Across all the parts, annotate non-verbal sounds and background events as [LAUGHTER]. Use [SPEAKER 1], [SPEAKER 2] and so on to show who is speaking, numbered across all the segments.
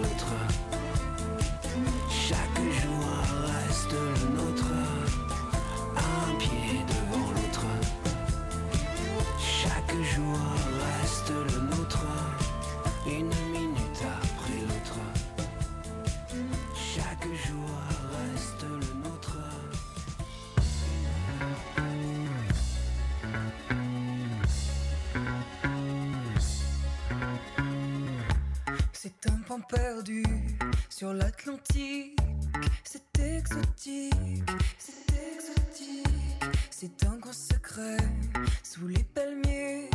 [SPEAKER 1] l'autre. Chaque jour reste le nôtre, un pied devant l'autre. Chaque jour reste le nôtre, une minute après l'autre. Chaque jour reste le nôtre.
[SPEAKER 2] C'est un pan perdu sur l'Atlantique. C'est exotique, c'est exotique. C'est un grand secret sous les palmiers.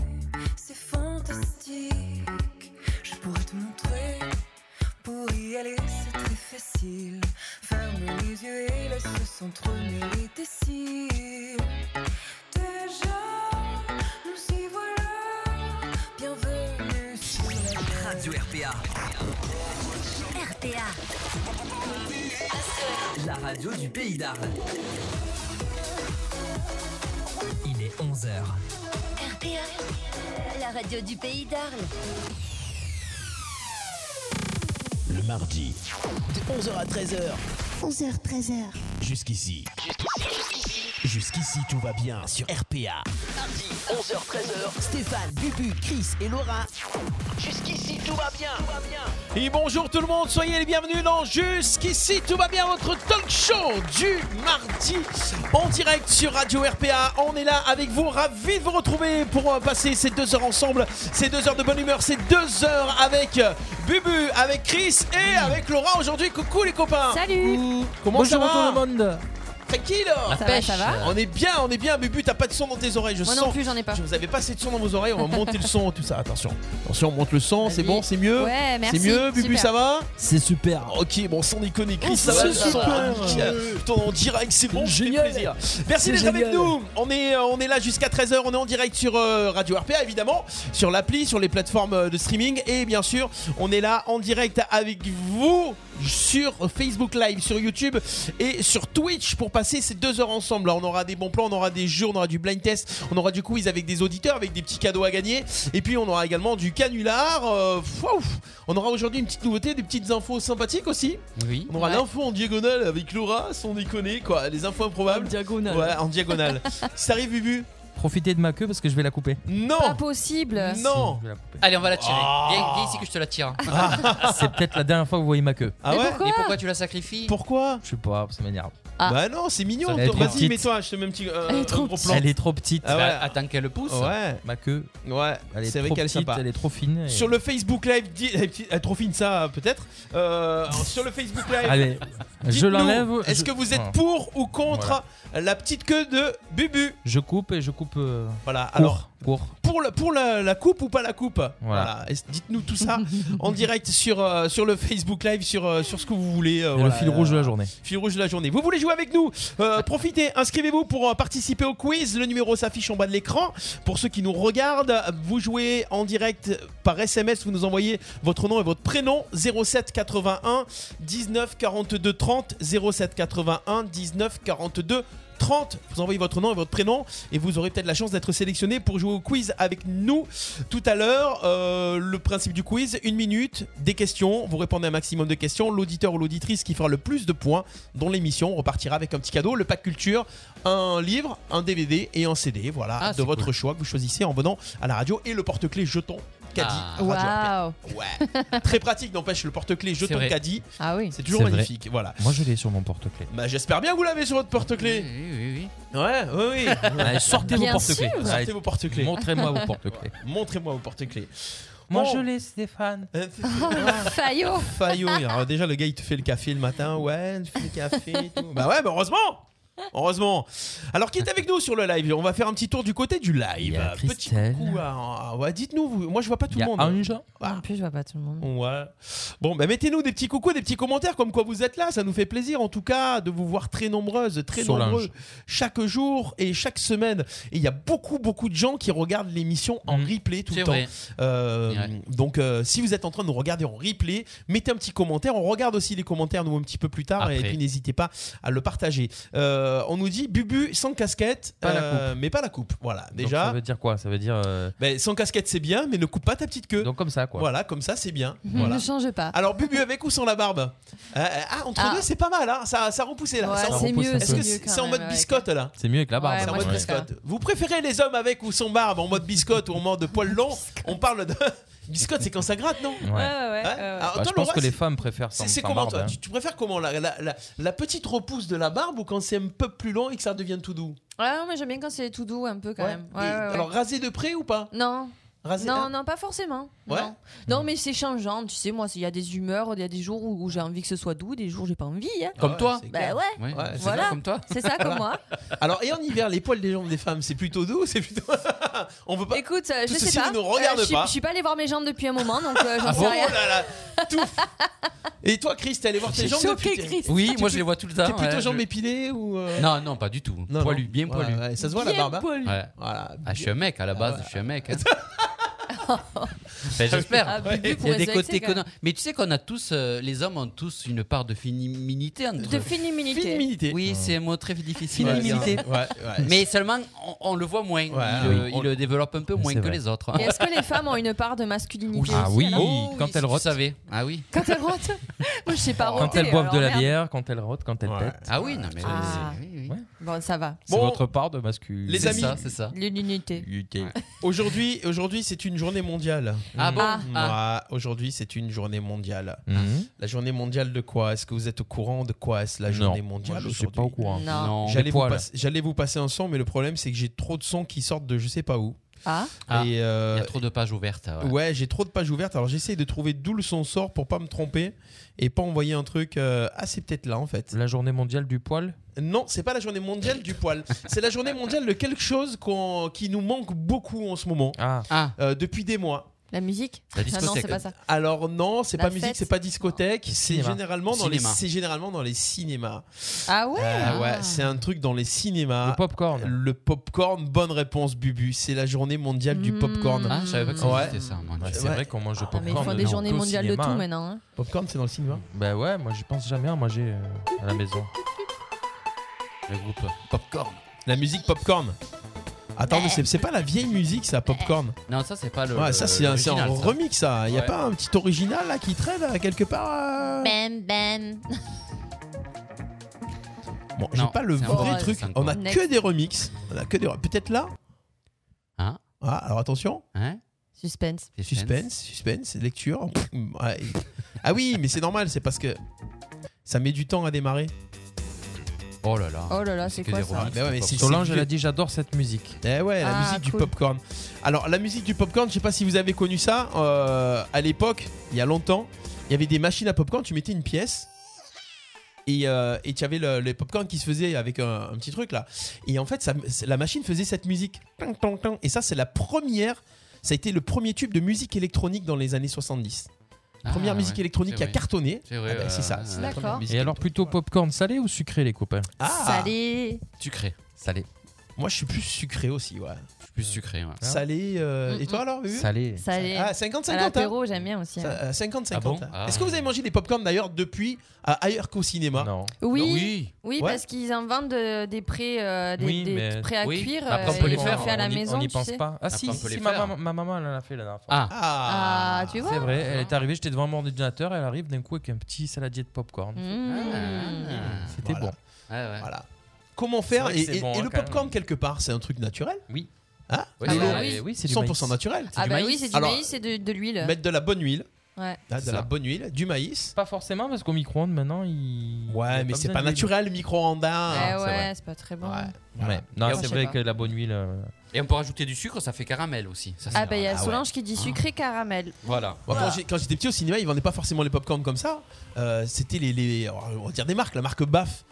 [SPEAKER 2] C'est fantastique. Je pourrais te montrer. Pour y aller, c'est très facile. Ferme les yeux et laisse s'entremêler les déciles. Déjà, nous y voilà. Bienvenue sur la terre.
[SPEAKER 3] Radio RPA,
[SPEAKER 4] RPA,
[SPEAKER 3] la radio du pays d'Arles. Il est 11h.
[SPEAKER 4] RPA, la radio du pays d'Arles.
[SPEAKER 5] Le mardi, de 11h à 13h.
[SPEAKER 6] 11h, 13h.
[SPEAKER 5] Jusqu'ici. Jusqu'ici, tout va bien sur RPA. Mardi, 11h, 13h. Stéphane, Bubu, Chris et Laura. Jusqu'ici, tout va bien. Tout va bien.
[SPEAKER 7] Et bonjour tout le monde, soyez les bienvenus dans Jusqu'ici, tout va bien, votre talk show du mardi en direct sur Radio RPA. On est là avec vous, ravi de vous retrouver pour euh, passer ces deux heures ensemble, ces deux heures de bonne humeur, ces deux heures avec euh, Bubu, avec Chris et avec Laura aujourd'hui. Coucou les copains
[SPEAKER 8] Salut
[SPEAKER 7] Comment
[SPEAKER 9] Bonjour
[SPEAKER 7] ça va
[SPEAKER 9] tout le monde.
[SPEAKER 7] Tranquille
[SPEAKER 8] Ça va, ça va
[SPEAKER 7] On est bien, on est bien, Bubu, t'as pas de son dans tes oreilles, je
[SPEAKER 8] Moi
[SPEAKER 7] sens.
[SPEAKER 8] non plus, j'en ai pas.
[SPEAKER 7] Je vous avez pas assez de son dans vos oreilles, on va monter le son, tout ça. Attention, attention, on monte le son, c'est
[SPEAKER 8] Vas-y.
[SPEAKER 7] bon, c'est mieux.
[SPEAKER 8] Ouais, merci.
[SPEAKER 7] C'est mieux, Bubu,
[SPEAKER 8] Super.
[SPEAKER 7] ça va
[SPEAKER 9] C'est super.
[SPEAKER 7] Ok, bon, son iconique, Chris, ça
[SPEAKER 9] Oh, c'est
[SPEAKER 7] va, ça va.
[SPEAKER 9] super.
[SPEAKER 7] Nickel. Putain, on dirait que c'est bon, ça fait
[SPEAKER 9] Génial.
[SPEAKER 7] plaisir. Merci
[SPEAKER 9] C'est
[SPEAKER 7] d'être avec
[SPEAKER 9] génial.
[SPEAKER 7] nous. On est, euh, on est là jusqu'à 13h, on est en direct sur euh, Radio RPA évidemment, sur l'appli, sur les plateformes euh, de streaming et bien sûr, on est là en direct avec vous sur Facebook Live, sur YouTube et sur Twitch pour passer ces deux heures ensemble. Alors, on aura des bons plans, on aura des jeux, on aura du blind test, on aura du quiz avec des auditeurs, avec des petits cadeaux à gagner et puis on aura également du canular. euh, waouh. on aura aujourd'hui une petite nouveauté, des petites infos sympathiques aussi.
[SPEAKER 9] Oui.
[SPEAKER 7] On aura l'info en diagonale avec Laura, sans déconner, quoi. Les infos improbables.
[SPEAKER 9] diagonale.
[SPEAKER 7] Ouais, en
[SPEAKER 8] [LAUGHS]
[SPEAKER 7] diagonale. Si t'arrives, Bubu
[SPEAKER 9] Profitez de ma queue parce que je vais la couper.
[SPEAKER 8] Pas
[SPEAKER 7] Non
[SPEAKER 8] possible
[SPEAKER 7] Non
[SPEAKER 9] Je vais la couper.
[SPEAKER 10] Allez, on va la tirer.
[SPEAKER 7] Ah.
[SPEAKER 10] Viens, viens ici que je te la tire.
[SPEAKER 9] C'est peut-être la dernière fois que vous voyez ma queue.
[SPEAKER 7] Ah
[SPEAKER 8] Mais
[SPEAKER 7] ouais
[SPEAKER 8] pourquoi
[SPEAKER 10] Mais pourquoi tu la sacrifies
[SPEAKER 7] Pourquoi
[SPEAKER 9] Je sais pas, ça m'énerve.
[SPEAKER 8] Ah.
[SPEAKER 7] Bah non, c'est mignon.
[SPEAKER 10] Ça
[SPEAKER 9] va être trop
[SPEAKER 7] Vas-y,
[SPEAKER 9] petite.
[SPEAKER 7] mets-toi, je te mets un petit. euh,
[SPEAKER 8] Elle est
[SPEAKER 7] un
[SPEAKER 8] trop
[SPEAKER 7] gros
[SPEAKER 8] petite.
[SPEAKER 7] plan.
[SPEAKER 9] Elle est trop petite.
[SPEAKER 7] Ah ouais.
[SPEAKER 10] Bah, Attends qu'elle pousse.
[SPEAKER 7] Ouais,
[SPEAKER 9] Ma queue, elle
[SPEAKER 7] ouais,
[SPEAKER 9] est,
[SPEAKER 7] c'est
[SPEAKER 9] trop
[SPEAKER 7] avec elle
[SPEAKER 9] petite,
[SPEAKER 7] sympa.
[SPEAKER 9] elle est trop fine. et-
[SPEAKER 7] Sur le Facebook Live, di- elle est petite- elle est trop fine ça peut-être. Euh, sur le Facebook Live,
[SPEAKER 9] [LAUGHS] Allez, je
[SPEAKER 7] dites-nous,
[SPEAKER 9] l'enlève.
[SPEAKER 7] Est-ce
[SPEAKER 9] je- Ah.
[SPEAKER 7] que vous êtes
[SPEAKER 9] Voilà.
[SPEAKER 7] pour ou contre la petite queue de Bubu
[SPEAKER 9] Je coupe et je coupe. euh,
[SPEAKER 7] Voilà. Alors,
[SPEAKER 9] Court. Court.
[SPEAKER 7] pour, la, pour la, la coupe ou pas la coupe
[SPEAKER 9] Voilà.
[SPEAKER 7] Et Dites-nous tout
[SPEAKER 9] [LAUGHS]
[SPEAKER 7] ça en direct sur, euh, sur le Facebook Live, sur, euh, sur ce que vous voulez. euh,
[SPEAKER 9] Et
[SPEAKER 7] voilà,
[SPEAKER 9] le fil rouge de la journée.
[SPEAKER 7] Fil rouge de la journée. Vous voulez jouer avec nous Euh, Profitez, inscrivez-vous pour euh, participer au quiz. Le numéro s'affiche en bas de l'écran. Pour ceux qui nous regardent, vous jouez en direct par SMS. Vous nous envoyez votre nom et votre prénom 07 81 19 42 30 07 81 19 42 30. Vous envoyez votre nom et votre prénom et vous aurez peut-être la chance d'être sélectionné pour jouer au quiz avec nous tout à l'heure. Euh, le principe du quiz, une minute, des questions, vous répondez à un maximum de questions. L'auditeur ou l'auditrice qui fera le plus de points dans l'émission repartira avec un petit cadeau, le pack culture, un livre, un DVD et un CD, voilà,
[SPEAKER 10] Ah,
[SPEAKER 7] de
[SPEAKER 10] c'est
[SPEAKER 7] votre
[SPEAKER 10] cool.
[SPEAKER 7] choix que vous choisissez en venant à la radio et le porte-clés jeton caddie.
[SPEAKER 10] Ah.
[SPEAKER 7] Radio RPA.
[SPEAKER 8] Waouh
[SPEAKER 7] Ouais. [LAUGHS] Très pratique, n'empêche le porte-clés jeton
[SPEAKER 10] vrai.
[SPEAKER 7] caddie,
[SPEAKER 8] Ah oui
[SPEAKER 7] c'est toujours
[SPEAKER 9] C'est vrai.
[SPEAKER 7] magnifique, voilà.
[SPEAKER 9] Moi, je l'ai sur mon porte-clés.
[SPEAKER 7] Bah, j'espère bien que vous l'avez sur votre
[SPEAKER 10] Oui,
[SPEAKER 7] porte-clés.
[SPEAKER 10] oui, oui, oui.
[SPEAKER 7] Ouais, oui, [LAUGHS] oui.
[SPEAKER 9] Allez, sortez vos
[SPEAKER 8] Bien
[SPEAKER 9] porte-clés.
[SPEAKER 8] sûr.
[SPEAKER 9] Allez,
[SPEAKER 7] Sortez vos porte-clés.
[SPEAKER 9] Montrez-moi vos
[SPEAKER 7] [LAUGHS]
[SPEAKER 9] porte-clés.
[SPEAKER 7] Montrez-moi vos porte-clés.
[SPEAKER 9] Moi,
[SPEAKER 7] Bon.
[SPEAKER 9] je l'ai, Stéphane.
[SPEAKER 7] Euh,
[SPEAKER 8] Fayot
[SPEAKER 7] Fayot, alors déjà le gars il te fait le café le matin, ouais, tu fais le café et tout. Bah ouais, mais heureusement Heureusement Alors qui est avec nous sur le live On va faire un petit tour du côté du
[SPEAKER 9] Il y
[SPEAKER 7] live.
[SPEAKER 9] a
[SPEAKER 7] Eh ben, Petit
[SPEAKER 9] Christelle.
[SPEAKER 7] coup à- à- ouais, dites-nous, vous- moi je vois pas tout
[SPEAKER 9] Il
[SPEAKER 7] le
[SPEAKER 9] y a
[SPEAKER 7] monde.
[SPEAKER 9] Ange.
[SPEAKER 7] Ah.
[SPEAKER 8] Non plus, je vois pas tout le monde.
[SPEAKER 7] Ouais. Bon, bah mettez-nous des petits coucous, des petits commentaires comme quoi vous êtes là. Ça nous fait plaisir en tout cas de vous voir très nombreuses, très
[SPEAKER 9] Solange.
[SPEAKER 7] nombreux chaque jour et chaque semaine. Et il y a beaucoup, beaucoup de gens qui regardent l'émission en
[SPEAKER 9] Mhm.
[SPEAKER 7] replay tout
[SPEAKER 10] C'est
[SPEAKER 7] le temps.
[SPEAKER 10] vrai.
[SPEAKER 7] Euh,
[SPEAKER 10] Ouais.
[SPEAKER 7] Donc, euh, si vous êtes en train de nous regarder en replay, mettez un petit commentaire. On regarde aussi les commentaires nous un petit peu plus tard.
[SPEAKER 10] Après.
[SPEAKER 7] Et puis, n'hésitez pas à le partager. Euh, euh, on nous dit Bubu sans casquette,
[SPEAKER 9] Pas la
[SPEAKER 7] euh, mais pas la coupe. Voilà,
[SPEAKER 9] Déjà.
[SPEAKER 7] déjà.
[SPEAKER 9] ça veut dire quoi Ça veut dire. euh,
[SPEAKER 7] ben, sans casquette, c'est bien, mais ne coupe pas ta petite queue.
[SPEAKER 9] Donc comme ça, quoi.
[SPEAKER 7] Voilà, comme ça, c'est
[SPEAKER 8] [LAUGHS]
[SPEAKER 7] bien. [LAUGHS] Voilà. Ah,
[SPEAKER 8] Ne change pas.
[SPEAKER 7] Alors, Bubu avec ou sans la barbe Euh, euh, Ah, entre
[SPEAKER 8] Ah.
[SPEAKER 7] deux, c'est pas mal, hein. ça, ça repoussait là.
[SPEAKER 8] Ouais,
[SPEAKER 7] Ça
[SPEAKER 9] on
[SPEAKER 8] c'est
[SPEAKER 7] repousse.
[SPEAKER 9] repousse un
[SPEAKER 8] mieux.
[SPEAKER 9] peu.
[SPEAKER 7] Est-ce que
[SPEAKER 8] mieux
[SPEAKER 7] c'est
[SPEAKER 8] quand
[SPEAKER 7] c'est en
[SPEAKER 8] même
[SPEAKER 7] mode
[SPEAKER 8] avec-
[SPEAKER 7] biscotte là
[SPEAKER 9] C'est mieux avec la barbe.
[SPEAKER 8] Ouais,
[SPEAKER 7] C'est en
[SPEAKER 8] moi,
[SPEAKER 7] mode
[SPEAKER 8] je préfère.
[SPEAKER 7] biscotte. Vous préférez les hommes avec ou sans barbe, en mode biscotte ou en mode poil
[SPEAKER 8] [LAUGHS]
[SPEAKER 7] long On parle de. [LAUGHS] biscotte, c'est quand ça gratte, non
[SPEAKER 9] Ouais.
[SPEAKER 8] Ouais, euh, ouais, ouais.
[SPEAKER 7] Hein
[SPEAKER 8] ouais, ouais.
[SPEAKER 7] Alors,
[SPEAKER 9] Bah,
[SPEAKER 7] toi,
[SPEAKER 9] je pense
[SPEAKER 7] Laura,
[SPEAKER 9] que les
[SPEAKER 7] c'est-
[SPEAKER 9] femmes préfèrent sans,
[SPEAKER 7] c'est c'est
[SPEAKER 9] sans
[SPEAKER 7] comment
[SPEAKER 9] barbe,
[SPEAKER 7] toi
[SPEAKER 9] hein.
[SPEAKER 7] tu, tu préfères comment la, la- la- la petite repousse de la barbe ou quand c'est un peu plus long et que ça devient tout doux
[SPEAKER 8] Ah Ouais, non, mais j'aime bien quand c'est tout doux un peu quand
[SPEAKER 7] Ouais.
[SPEAKER 8] même.
[SPEAKER 7] Et
[SPEAKER 8] Ouais, ouais, ouais.
[SPEAKER 7] Alors rasé de près ou pas
[SPEAKER 8] Non,
[SPEAKER 7] Rasé hein
[SPEAKER 8] non, non, pas forcément.
[SPEAKER 7] Ouais. Mm.
[SPEAKER 8] Non. non, mais c'est changeant. Tu sais, moi, il y a des humeurs, il y a des jours où, où j'ai envie que ce soit doux, des jours où j'ai pas envie. hein.
[SPEAKER 10] Comme toi.
[SPEAKER 7] Ah c'est
[SPEAKER 8] Bah
[SPEAKER 7] clair.
[SPEAKER 8] ouais,
[SPEAKER 10] Ouais,
[SPEAKER 7] Ouais,
[SPEAKER 10] c'est
[SPEAKER 8] voilà.
[SPEAKER 10] ça, comme toi.
[SPEAKER 8] c'est ça
[SPEAKER 7] [LAUGHS]
[SPEAKER 8] comme moi.
[SPEAKER 7] Alors et en hiver les poils des jambes des femmes c'est plutôt doux ou c'est plutôt [LAUGHS] on veut pas
[SPEAKER 8] Écoute, euh, je
[SPEAKER 7] Tout
[SPEAKER 8] sais
[SPEAKER 7] ceci
[SPEAKER 8] pas.
[SPEAKER 7] ne nous regarde
[SPEAKER 8] Euh, je suis-
[SPEAKER 7] pas.
[SPEAKER 8] Je suis pas allée voir mes jambes depuis un moment, donc euh, j'en
[SPEAKER 7] Oh
[SPEAKER 8] sais
[SPEAKER 7] [LAUGHS]
[SPEAKER 8] rien.
[SPEAKER 7] là là tout Et toi Chris t'es allé voir tes
[SPEAKER 8] J'ai
[SPEAKER 7] jambes
[SPEAKER 8] choqué
[SPEAKER 7] depuis-
[SPEAKER 8] Chris.
[SPEAKER 10] Oui,
[SPEAKER 7] T'es
[SPEAKER 10] moi
[SPEAKER 8] [LAUGHS]
[SPEAKER 7] plus-
[SPEAKER 10] je les vois tout le temps.
[SPEAKER 7] T'es plutôt
[SPEAKER 10] ouais,
[SPEAKER 7] jambes
[SPEAKER 10] je-
[SPEAKER 7] épilées ou euh,
[SPEAKER 10] Non, non, pas du tout.
[SPEAKER 7] non,
[SPEAKER 10] poilu,
[SPEAKER 7] non.
[SPEAKER 10] bien
[SPEAKER 7] Ouais,
[SPEAKER 10] poilu.
[SPEAKER 7] ouais, ça se voit la
[SPEAKER 8] Bien
[SPEAKER 7] barbe. hein.
[SPEAKER 8] poilu.
[SPEAKER 10] Ouais.
[SPEAKER 7] Voilà.
[SPEAKER 10] Ah, je suis un mec à la base,
[SPEAKER 7] ouais.
[SPEAKER 10] je suis
[SPEAKER 7] [LAUGHS]
[SPEAKER 10] un mec. hein.
[SPEAKER 7] Ah
[SPEAKER 10] Ben, J'espère.
[SPEAKER 8] Ah, Bubu
[SPEAKER 10] Il y
[SPEAKER 8] pourrait
[SPEAKER 10] a des
[SPEAKER 8] se
[SPEAKER 10] côtés
[SPEAKER 8] vexer, quand
[SPEAKER 10] connards. Mais tu sais qu'on a tous, euh, les hommes ont tous une part de féminité entre
[SPEAKER 8] De
[SPEAKER 10] eux.
[SPEAKER 8] féminité.
[SPEAKER 7] Féminité.
[SPEAKER 10] Oui, c'est un mot très difficile. à
[SPEAKER 7] Oh. Ouais,
[SPEAKER 10] dire.
[SPEAKER 7] c'est- Ouais, ouais.
[SPEAKER 10] Mais seulement, on, on le voit moins. il,
[SPEAKER 7] oui.
[SPEAKER 10] le- il le développe un peu moins
[SPEAKER 9] C'est
[SPEAKER 10] que
[SPEAKER 9] vrai.
[SPEAKER 10] les autres.
[SPEAKER 8] Et est-ce que les femmes ont une part de masculinité
[SPEAKER 9] Ah
[SPEAKER 8] aussi,
[SPEAKER 9] oui.
[SPEAKER 8] alors
[SPEAKER 10] Oh,
[SPEAKER 9] quand
[SPEAKER 10] oui,
[SPEAKER 9] elle
[SPEAKER 10] si
[SPEAKER 9] rote.
[SPEAKER 10] Tu savais. Ah oui.
[SPEAKER 8] Quand elles rotent Moi, je sais pas
[SPEAKER 9] Quand
[SPEAKER 8] roter,
[SPEAKER 9] elles boivent de
[SPEAKER 8] alors
[SPEAKER 9] la
[SPEAKER 8] merde.
[SPEAKER 9] bière, quand elles rotent, quand elles
[SPEAKER 7] Ouais.
[SPEAKER 9] têtent.
[SPEAKER 10] Ah oui, non, mais.
[SPEAKER 8] Ah.
[SPEAKER 10] c'est- oui, oui.
[SPEAKER 9] Ouais.
[SPEAKER 8] Bon, ça va.
[SPEAKER 9] C'est
[SPEAKER 7] Bon.
[SPEAKER 9] votre part de masculin.
[SPEAKER 7] Les
[SPEAKER 10] C'est
[SPEAKER 7] amis.
[SPEAKER 10] ça, c'est ça.
[SPEAKER 8] L'unité.
[SPEAKER 7] Aujourd'hui, aujourd'hui, c'est une journée mondiale.
[SPEAKER 10] Ah bon
[SPEAKER 8] Ah.
[SPEAKER 10] Ah.
[SPEAKER 7] Ouais, aujourd'hui, c'est une journée mondiale.
[SPEAKER 9] Mhm.
[SPEAKER 7] La journée mondiale de quoi Est-ce que vous êtes au courant de quoi est-ce la
[SPEAKER 9] Non.
[SPEAKER 7] journée
[SPEAKER 9] Moi,
[SPEAKER 7] mondiale
[SPEAKER 9] je suis
[SPEAKER 7] aujourd'hui
[SPEAKER 9] pas au courant.
[SPEAKER 8] Non.
[SPEAKER 10] Non.
[SPEAKER 7] J'allais
[SPEAKER 9] Les
[SPEAKER 7] vous,
[SPEAKER 9] poils.
[SPEAKER 7] passer- j'allais vous passer un son, mais le problème c'est que j'ai trop de sons qui sortent de je sais pas où.
[SPEAKER 8] Ah,
[SPEAKER 10] Ah,
[SPEAKER 7] Et
[SPEAKER 10] Il
[SPEAKER 7] euh,
[SPEAKER 10] y a trop de pages ouvertes. ouais.
[SPEAKER 7] ouais, j'ai trop de pages ouvertes. Alors j'essaye de trouver d'où le son sort pour pas me tromper et pas envoyer un truc. euh, Ah, c'est peut-être là en fait.
[SPEAKER 9] La journée mondiale du poil.
[SPEAKER 7] Non, c'est pas la journée mondiale du poil. C'est la journée mondiale de quelque chose qu'on- qui nous manque beaucoup en ce moment,
[SPEAKER 9] Ah.
[SPEAKER 10] Ah,
[SPEAKER 7] euh, depuis des mois.
[SPEAKER 8] la musique
[SPEAKER 10] la
[SPEAKER 8] Ah non,
[SPEAKER 10] discothèque.
[SPEAKER 8] c'est pas ça.
[SPEAKER 7] Alors non, c'est
[SPEAKER 8] La
[SPEAKER 7] pas musique,
[SPEAKER 8] fête.
[SPEAKER 7] c'est pas discothèque, c'est
[SPEAKER 9] Cinéma.
[SPEAKER 7] généralement dans les
[SPEAKER 10] Cinéma.
[SPEAKER 7] c'est généralement dans les cinémas.
[SPEAKER 8] Ah ouais
[SPEAKER 7] Ah ouais, c'est un truc dans les cinémas.
[SPEAKER 9] Le popcorn.
[SPEAKER 7] Le popcorn, bonne réponse Bubu, c'est la journée mondiale du
[SPEAKER 8] Mmh.
[SPEAKER 7] popcorn.
[SPEAKER 10] Ah, je savais pas que ça
[SPEAKER 7] Ouais.
[SPEAKER 10] existait ça. moi.
[SPEAKER 9] Ouais, Bah, c'est
[SPEAKER 7] Ouais.
[SPEAKER 9] vrai qu'on mange le
[SPEAKER 8] Ah,
[SPEAKER 9] popcorn.
[SPEAKER 8] mais ils font des
[SPEAKER 9] non,
[SPEAKER 8] journées
[SPEAKER 9] qu'au
[SPEAKER 8] mondiales
[SPEAKER 9] cinéma,
[SPEAKER 8] de tout
[SPEAKER 9] hein.
[SPEAKER 8] maintenant. hein.
[SPEAKER 7] Popcorn, c'est dans le cinéma.
[SPEAKER 9] Bah ouais, moi j'y pense jamais. hein. Moi j'ai euh, à la maison.
[SPEAKER 10] Le groupe Popcorn.
[SPEAKER 7] La musique popcorn. Attends, mais c'est c'est pas la vieille musique ça, popcorn.
[SPEAKER 10] Non, ça, c'est pas le.
[SPEAKER 7] Ouais, ça c'est un, c'est un
[SPEAKER 10] l'original, ça.
[SPEAKER 7] remix ça. Y a
[SPEAKER 10] Ouais.
[SPEAKER 7] pas un petit original là qui traîne là, quelque part euh
[SPEAKER 4] Bam, bam.
[SPEAKER 7] Bon, j'ai
[SPEAKER 10] Non,
[SPEAKER 7] pas le
[SPEAKER 10] c'est
[SPEAKER 8] un
[SPEAKER 7] vrai
[SPEAKER 8] bon-
[SPEAKER 7] truc.
[SPEAKER 10] c'est un
[SPEAKER 7] On a
[SPEAKER 8] bon.
[SPEAKER 7] que des remixes. On a que des. Peut-être là.
[SPEAKER 10] Hein
[SPEAKER 7] Ah, alors attention.
[SPEAKER 10] Hein
[SPEAKER 8] Suspense.
[SPEAKER 10] C'est
[SPEAKER 7] Suspense, suspense, lecture. [LAUGHS] Pff, ouais. Ah oui, mais c'est normal, c'est parce que ça met du temps à démarrer.
[SPEAKER 10] Oh là là.
[SPEAKER 8] Oh là là, c'est
[SPEAKER 10] que
[SPEAKER 8] quoi
[SPEAKER 10] des
[SPEAKER 8] ça
[SPEAKER 10] romans.
[SPEAKER 7] Ah, bah ouais, mais si-
[SPEAKER 9] Solange
[SPEAKER 7] c'est-
[SPEAKER 9] elle a dit j'adore cette musique.
[SPEAKER 7] Eh ouais, la
[SPEAKER 8] Ah,
[SPEAKER 7] musique
[SPEAKER 8] cool.
[SPEAKER 7] du popcorn. Alors, la musique du popcorn, je sais pas si vous avez connu ça. euh, à l'époque, il y a longtemps, il y avait des machines à popcorn. Tu mettais une pièce et, euh, et tu avais le, le popcorn qui se faisait avec un, un petit truc là. Et en fait, ça- la machine faisait cette musique. Tang, tang, tang. Et ça, c'est la première. Ça a été le premier tube de musique électronique dans les années 70.
[SPEAKER 10] Ah,
[SPEAKER 7] première musique
[SPEAKER 10] ouais.
[SPEAKER 7] électronique qui
[SPEAKER 10] C'est
[SPEAKER 7] a
[SPEAKER 10] vrai.
[SPEAKER 7] cartonné.
[SPEAKER 10] C'est vrai,
[SPEAKER 7] Ah bah,
[SPEAKER 10] ouais, euh,
[SPEAKER 7] c'est ça.
[SPEAKER 10] ouais,
[SPEAKER 7] c'est
[SPEAKER 10] ouais.
[SPEAKER 7] la première
[SPEAKER 8] D'accord.
[SPEAKER 7] musique
[SPEAKER 9] Et alors plutôt
[SPEAKER 7] électronique.
[SPEAKER 9] popcorn salé ou sucré les copains
[SPEAKER 7] Ah,
[SPEAKER 8] Salé.
[SPEAKER 10] Sucré. Salé.
[SPEAKER 7] moi je suis plus sucré aussi, ouais.
[SPEAKER 10] Je suis plus sucré, ouais.
[SPEAKER 9] Ah.
[SPEAKER 7] Salé. euh,
[SPEAKER 8] Mm,
[SPEAKER 7] Et toi
[SPEAKER 8] mm.
[SPEAKER 7] alors, Bubu
[SPEAKER 9] Salé.
[SPEAKER 8] Salé.
[SPEAKER 7] Ah, 50-50.
[SPEAKER 8] à
[SPEAKER 7] hein.
[SPEAKER 8] l'apéro, j'aime bien aussi. hein.
[SPEAKER 7] Ça, euh, 50-50.
[SPEAKER 9] Ah bon
[SPEAKER 7] hein.
[SPEAKER 10] Ah.
[SPEAKER 7] Est-ce que vous avez mangé des popcorn d'ailleurs depuis à- ailleurs qu'au cinéma
[SPEAKER 9] Non.
[SPEAKER 8] Oui,
[SPEAKER 10] Non,
[SPEAKER 7] Ouais.
[SPEAKER 8] oui, parce qu'ils en vendent de- des prêts euh, des,
[SPEAKER 9] Oui,
[SPEAKER 8] des
[SPEAKER 9] mais-
[SPEAKER 8] prêts à
[SPEAKER 10] oui,
[SPEAKER 8] cuire.
[SPEAKER 10] après, on
[SPEAKER 8] euh,
[SPEAKER 10] peut
[SPEAKER 8] et
[SPEAKER 10] les
[SPEAKER 8] on
[SPEAKER 10] faire,
[SPEAKER 8] fait à la
[SPEAKER 9] on y-
[SPEAKER 8] maison,
[SPEAKER 9] On n'y
[SPEAKER 8] tu
[SPEAKER 9] pense
[SPEAKER 8] sais.
[SPEAKER 9] pas. Ah si,
[SPEAKER 10] on peut
[SPEAKER 9] si,
[SPEAKER 10] les
[SPEAKER 9] ma,
[SPEAKER 10] faire.
[SPEAKER 9] maman- ma maman elle en a fait la dernière fois.
[SPEAKER 10] Ah.
[SPEAKER 8] Ah, tu vois
[SPEAKER 9] C'est vrai, elle est
[SPEAKER 10] Ah.
[SPEAKER 9] arrivée, j'étais devant mon ordinateur, elle arrive d'un coup avec un petit saladier de popcorn.
[SPEAKER 8] Mm. Mmh.
[SPEAKER 10] Ah.
[SPEAKER 9] C'était
[SPEAKER 7] Voilà.
[SPEAKER 9] bon.
[SPEAKER 10] Ouais, ouais.
[SPEAKER 7] Voilà. Comment faire
[SPEAKER 9] C'est vrai que
[SPEAKER 7] Et,
[SPEAKER 9] c'est
[SPEAKER 7] et-
[SPEAKER 9] bon,
[SPEAKER 7] et
[SPEAKER 9] hein,
[SPEAKER 7] le
[SPEAKER 9] quand même.
[SPEAKER 7] popcorn quelque part, c'est un truc naturel Hein
[SPEAKER 10] Ouais,
[SPEAKER 8] Ah
[SPEAKER 10] c'est-
[SPEAKER 8] bah
[SPEAKER 10] ouais,
[SPEAKER 8] oui.
[SPEAKER 9] oui c'est du
[SPEAKER 7] 100%
[SPEAKER 9] maïs.
[SPEAKER 7] naturel.
[SPEAKER 8] Ah
[SPEAKER 10] du
[SPEAKER 8] bah
[SPEAKER 10] maïs
[SPEAKER 8] oui, c'est du
[SPEAKER 7] Alors,
[SPEAKER 8] maïs et de, de l'huile. Eh
[SPEAKER 7] Mettre de la bonne huile,
[SPEAKER 8] Ouais.
[SPEAKER 7] Ah, de
[SPEAKER 10] C'est
[SPEAKER 7] la
[SPEAKER 10] ça.
[SPEAKER 7] bonne huile, du maïs.
[SPEAKER 9] Pas forcément parce qu'au micro-ondes maintenant il. il y
[SPEAKER 7] Ouais,
[SPEAKER 9] a
[SPEAKER 7] mais c'est
[SPEAKER 9] besoin
[SPEAKER 7] pas
[SPEAKER 9] d'huile.
[SPEAKER 7] naturel le micro-ondes.
[SPEAKER 8] Eh
[SPEAKER 7] hein.
[SPEAKER 9] c'est
[SPEAKER 8] ouais,
[SPEAKER 9] vrai.
[SPEAKER 8] c'est pas très bon.
[SPEAKER 7] Ouais.
[SPEAKER 9] Ouais.
[SPEAKER 8] Et
[SPEAKER 9] Non,
[SPEAKER 8] on
[SPEAKER 9] c'est
[SPEAKER 8] sait
[SPEAKER 9] vrai
[SPEAKER 8] pas.
[SPEAKER 9] que la bonne huile. euh,
[SPEAKER 10] Et on peut rajouter du sucre, ça fait caramel aussi. Ça,
[SPEAKER 8] Ah
[SPEAKER 10] c'est-
[SPEAKER 8] bah il y a
[SPEAKER 7] Ah ouais.
[SPEAKER 8] Solange qui dit sucré caramel.
[SPEAKER 10] Voilà.
[SPEAKER 7] Moi, quand j'ai- quand j'étais petit au cinéma, ils vendaient pas forcément les popcorn comme ça. Euh, C'était les, les- on va dire des marques, la marque Baff.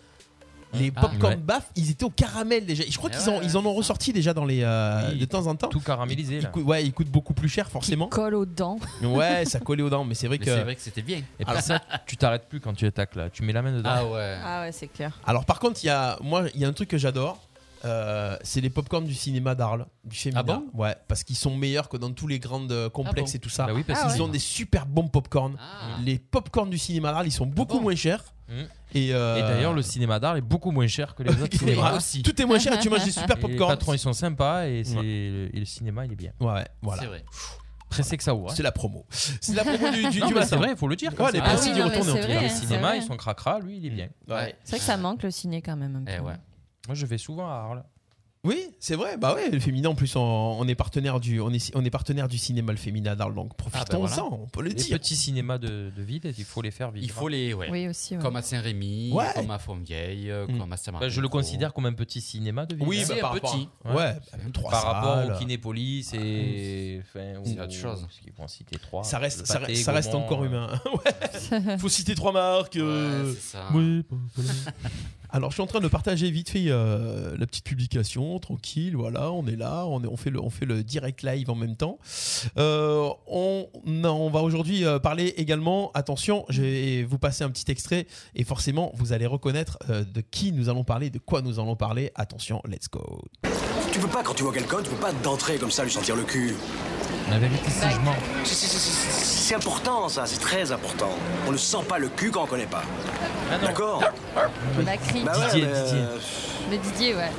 [SPEAKER 7] Les
[SPEAKER 10] Ah,
[SPEAKER 7] popcorn
[SPEAKER 9] ouais.
[SPEAKER 7] Baff, ils étaient au caramel déjà. Et je crois
[SPEAKER 10] Eh
[SPEAKER 7] qu'ils
[SPEAKER 10] ouais,
[SPEAKER 7] en- ils en ont
[SPEAKER 10] ouais.
[SPEAKER 7] ressorti déjà dans les euh,
[SPEAKER 9] Oui.
[SPEAKER 7] de temps en temps.
[SPEAKER 9] Tout
[SPEAKER 7] Ils-
[SPEAKER 9] caramélisé
[SPEAKER 7] ils
[SPEAKER 9] là.
[SPEAKER 7] coûtent- ouais, ils coûtent beaucoup plus cher forcément.
[SPEAKER 8] Colle aux dents.
[SPEAKER 7] ouais, ça collait aux dents, mais c'est vrai
[SPEAKER 10] Ah Mais
[SPEAKER 7] que.
[SPEAKER 10] c'est vrai que c'était bien.
[SPEAKER 9] Et
[SPEAKER 7] [LAUGHS]
[SPEAKER 9] puis ça, tu t'arrêtes plus quand tu attaques là. Tu mets la main dedans.
[SPEAKER 10] Ah ouais.
[SPEAKER 8] Ah ouais, c'est clair.
[SPEAKER 7] Alors par contre, il y a moi, il y a un truc que j'adore, euh, c'est les popcorn du cinéma d'Arles, du féminin.
[SPEAKER 10] Ah bon
[SPEAKER 7] Ouais, parce qu'ils sont meilleurs que dans tous les grands euh, complexes
[SPEAKER 10] Ah bon
[SPEAKER 7] et tout ça.
[SPEAKER 10] Bah oui, parce Ah
[SPEAKER 7] ils
[SPEAKER 10] qu'ils
[SPEAKER 7] ont
[SPEAKER 10] ouais. Ah
[SPEAKER 7] des super bons popcorn.
[SPEAKER 9] Ah.
[SPEAKER 7] Les popcorn du cinéma d'Arles, ils sont beaucoup moins chers. Et, euh,
[SPEAKER 9] Mmh. Et d'ailleurs, le cinéma d'art est beaucoup moins cher
[SPEAKER 7] [LAUGHS]
[SPEAKER 9] que les
[SPEAKER 7] le
[SPEAKER 9] autres.
[SPEAKER 7] cinéma,
[SPEAKER 9] cinémas.
[SPEAKER 7] Tout est moins cher et tu manges des super
[SPEAKER 9] Et Les
[SPEAKER 7] popcorn.
[SPEAKER 9] patrons, ils sont sympas et, c'est-
[SPEAKER 7] Ouais.
[SPEAKER 9] et le cinéma, il est bien.
[SPEAKER 7] Ouais, voilà.
[SPEAKER 10] C'est vrai.
[SPEAKER 9] Pressé que ça ouvre.
[SPEAKER 7] C'est la promo. C'est la promo du, du,
[SPEAKER 9] Non,
[SPEAKER 7] du
[SPEAKER 9] mais
[SPEAKER 7] matin.
[SPEAKER 9] C'est vrai, il faut le dire. Ah
[SPEAKER 7] Ouais, les pressés du retourné, en tout
[SPEAKER 8] hein.
[SPEAKER 7] cas.
[SPEAKER 9] Le cinéma, ils sont cracra, lui, il
[SPEAKER 7] Mm.
[SPEAKER 9] est bien.
[SPEAKER 8] C'est vrai que ça manque le ciné quand même. un
[SPEAKER 10] Eh
[SPEAKER 8] peu.
[SPEAKER 9] Moi, je vais souvent à Arles.
[SPEAKER 7] Oui, c'est vrai. Bah ouais, le féminin en plus, on, on est partenaire du, on est, on est partenaire du cinéma le féminin d'Arles, donc profitons-en, on peut le
[SPEAKER 9] Ah, bah les
[SPEAKER 7] dire.
[SPEAKER 9] petits cinémas de, de ville, il faut les faire vivre.
[SPEAKER 10] Il faut les. ouais.
[SPEAKER 8] Oui, aussi, ouais.
[SPEAKER 10] Comme à Saint-Rémy,
[SPEAKER 9] Ouais.
[SPEAKER 10] comme à Fontvieille, euh,
[SPEAKER 9] Mm.
[SPEAKER 10] comme à saint
[SPEAKER 9] Bah, je le considère comme un petit cinéma de ville.
[SPEAKER 10] Oui,
[SPEAKER 9] hein.
[SPEAKER 10] bah, C'est par rapport à- petit. ouais, bah, même trois
[SPEAKER 9] par rapport
[SPEAKER 10] salles.
[SPEAKER 9] au Kinépolis et. enfin,
[SPEAKER 10] C'est
[SPEAKER 9] au-
[SPEAKER 10] autre chose.
[SPEAKER 9] Parce qu'ils vont en citer trois.
[SPEAKER 7] Ça reste,
[SPEAKER 9] Le
[SPEAKER 7] ça,
[SPEAKER 9] pâté,
[SPEAKER 7] reste- ça reste
[SPEAKER 9] Gaumont,
[SPEAKER 7] encore
[SPEAKER 9] euh,
[SPEAKER 7] humain. [LAUGHS]
[SPEAKER 9] [LAUGHS]
[SPEAKER 7] Ouais. Faut citer trois marques. euh.
[SPEAKER 9] Oui, bah, voilà.
[SPEAKER 7] [LAUGHS] Alors, je suis en train de partager vite fait euh, la petite publication, tranquille. Voilà, on est là, on, est- on fait, le, on fait le direct live en même temps. Euh, on, non, on va aujourd'hui euh, parler également. Attention, je vais vous passer un petit extrait et forcément, vous allez reconnaître euh, de qui nous allons parler, de quoi nous allons parler. Attention, let's go.
[SPEAKER 6] Tu peux pas, quand tu vois quelqu'un, tu peux pas d'entrer comme ça lui sentir le cul.
[SPEAKER 9] La vérité, si je mens.
[SPEAKER 6] C'est- c'est- c'est- C'est c'est important, ça, c'est très important. On ne sent pas le cul quand on connaît pas. D'accord
[SPEAKER 8] Bacri.
[SPEAKER 6] Bah ouais,
[SPEAKER 7] Ah Didier,
[SPEAKER 6] mais,
[SPEAKER 7] Didier.
[SPEAKER 6] euh,
[SPEAKER 8] Mais Didier, ouais.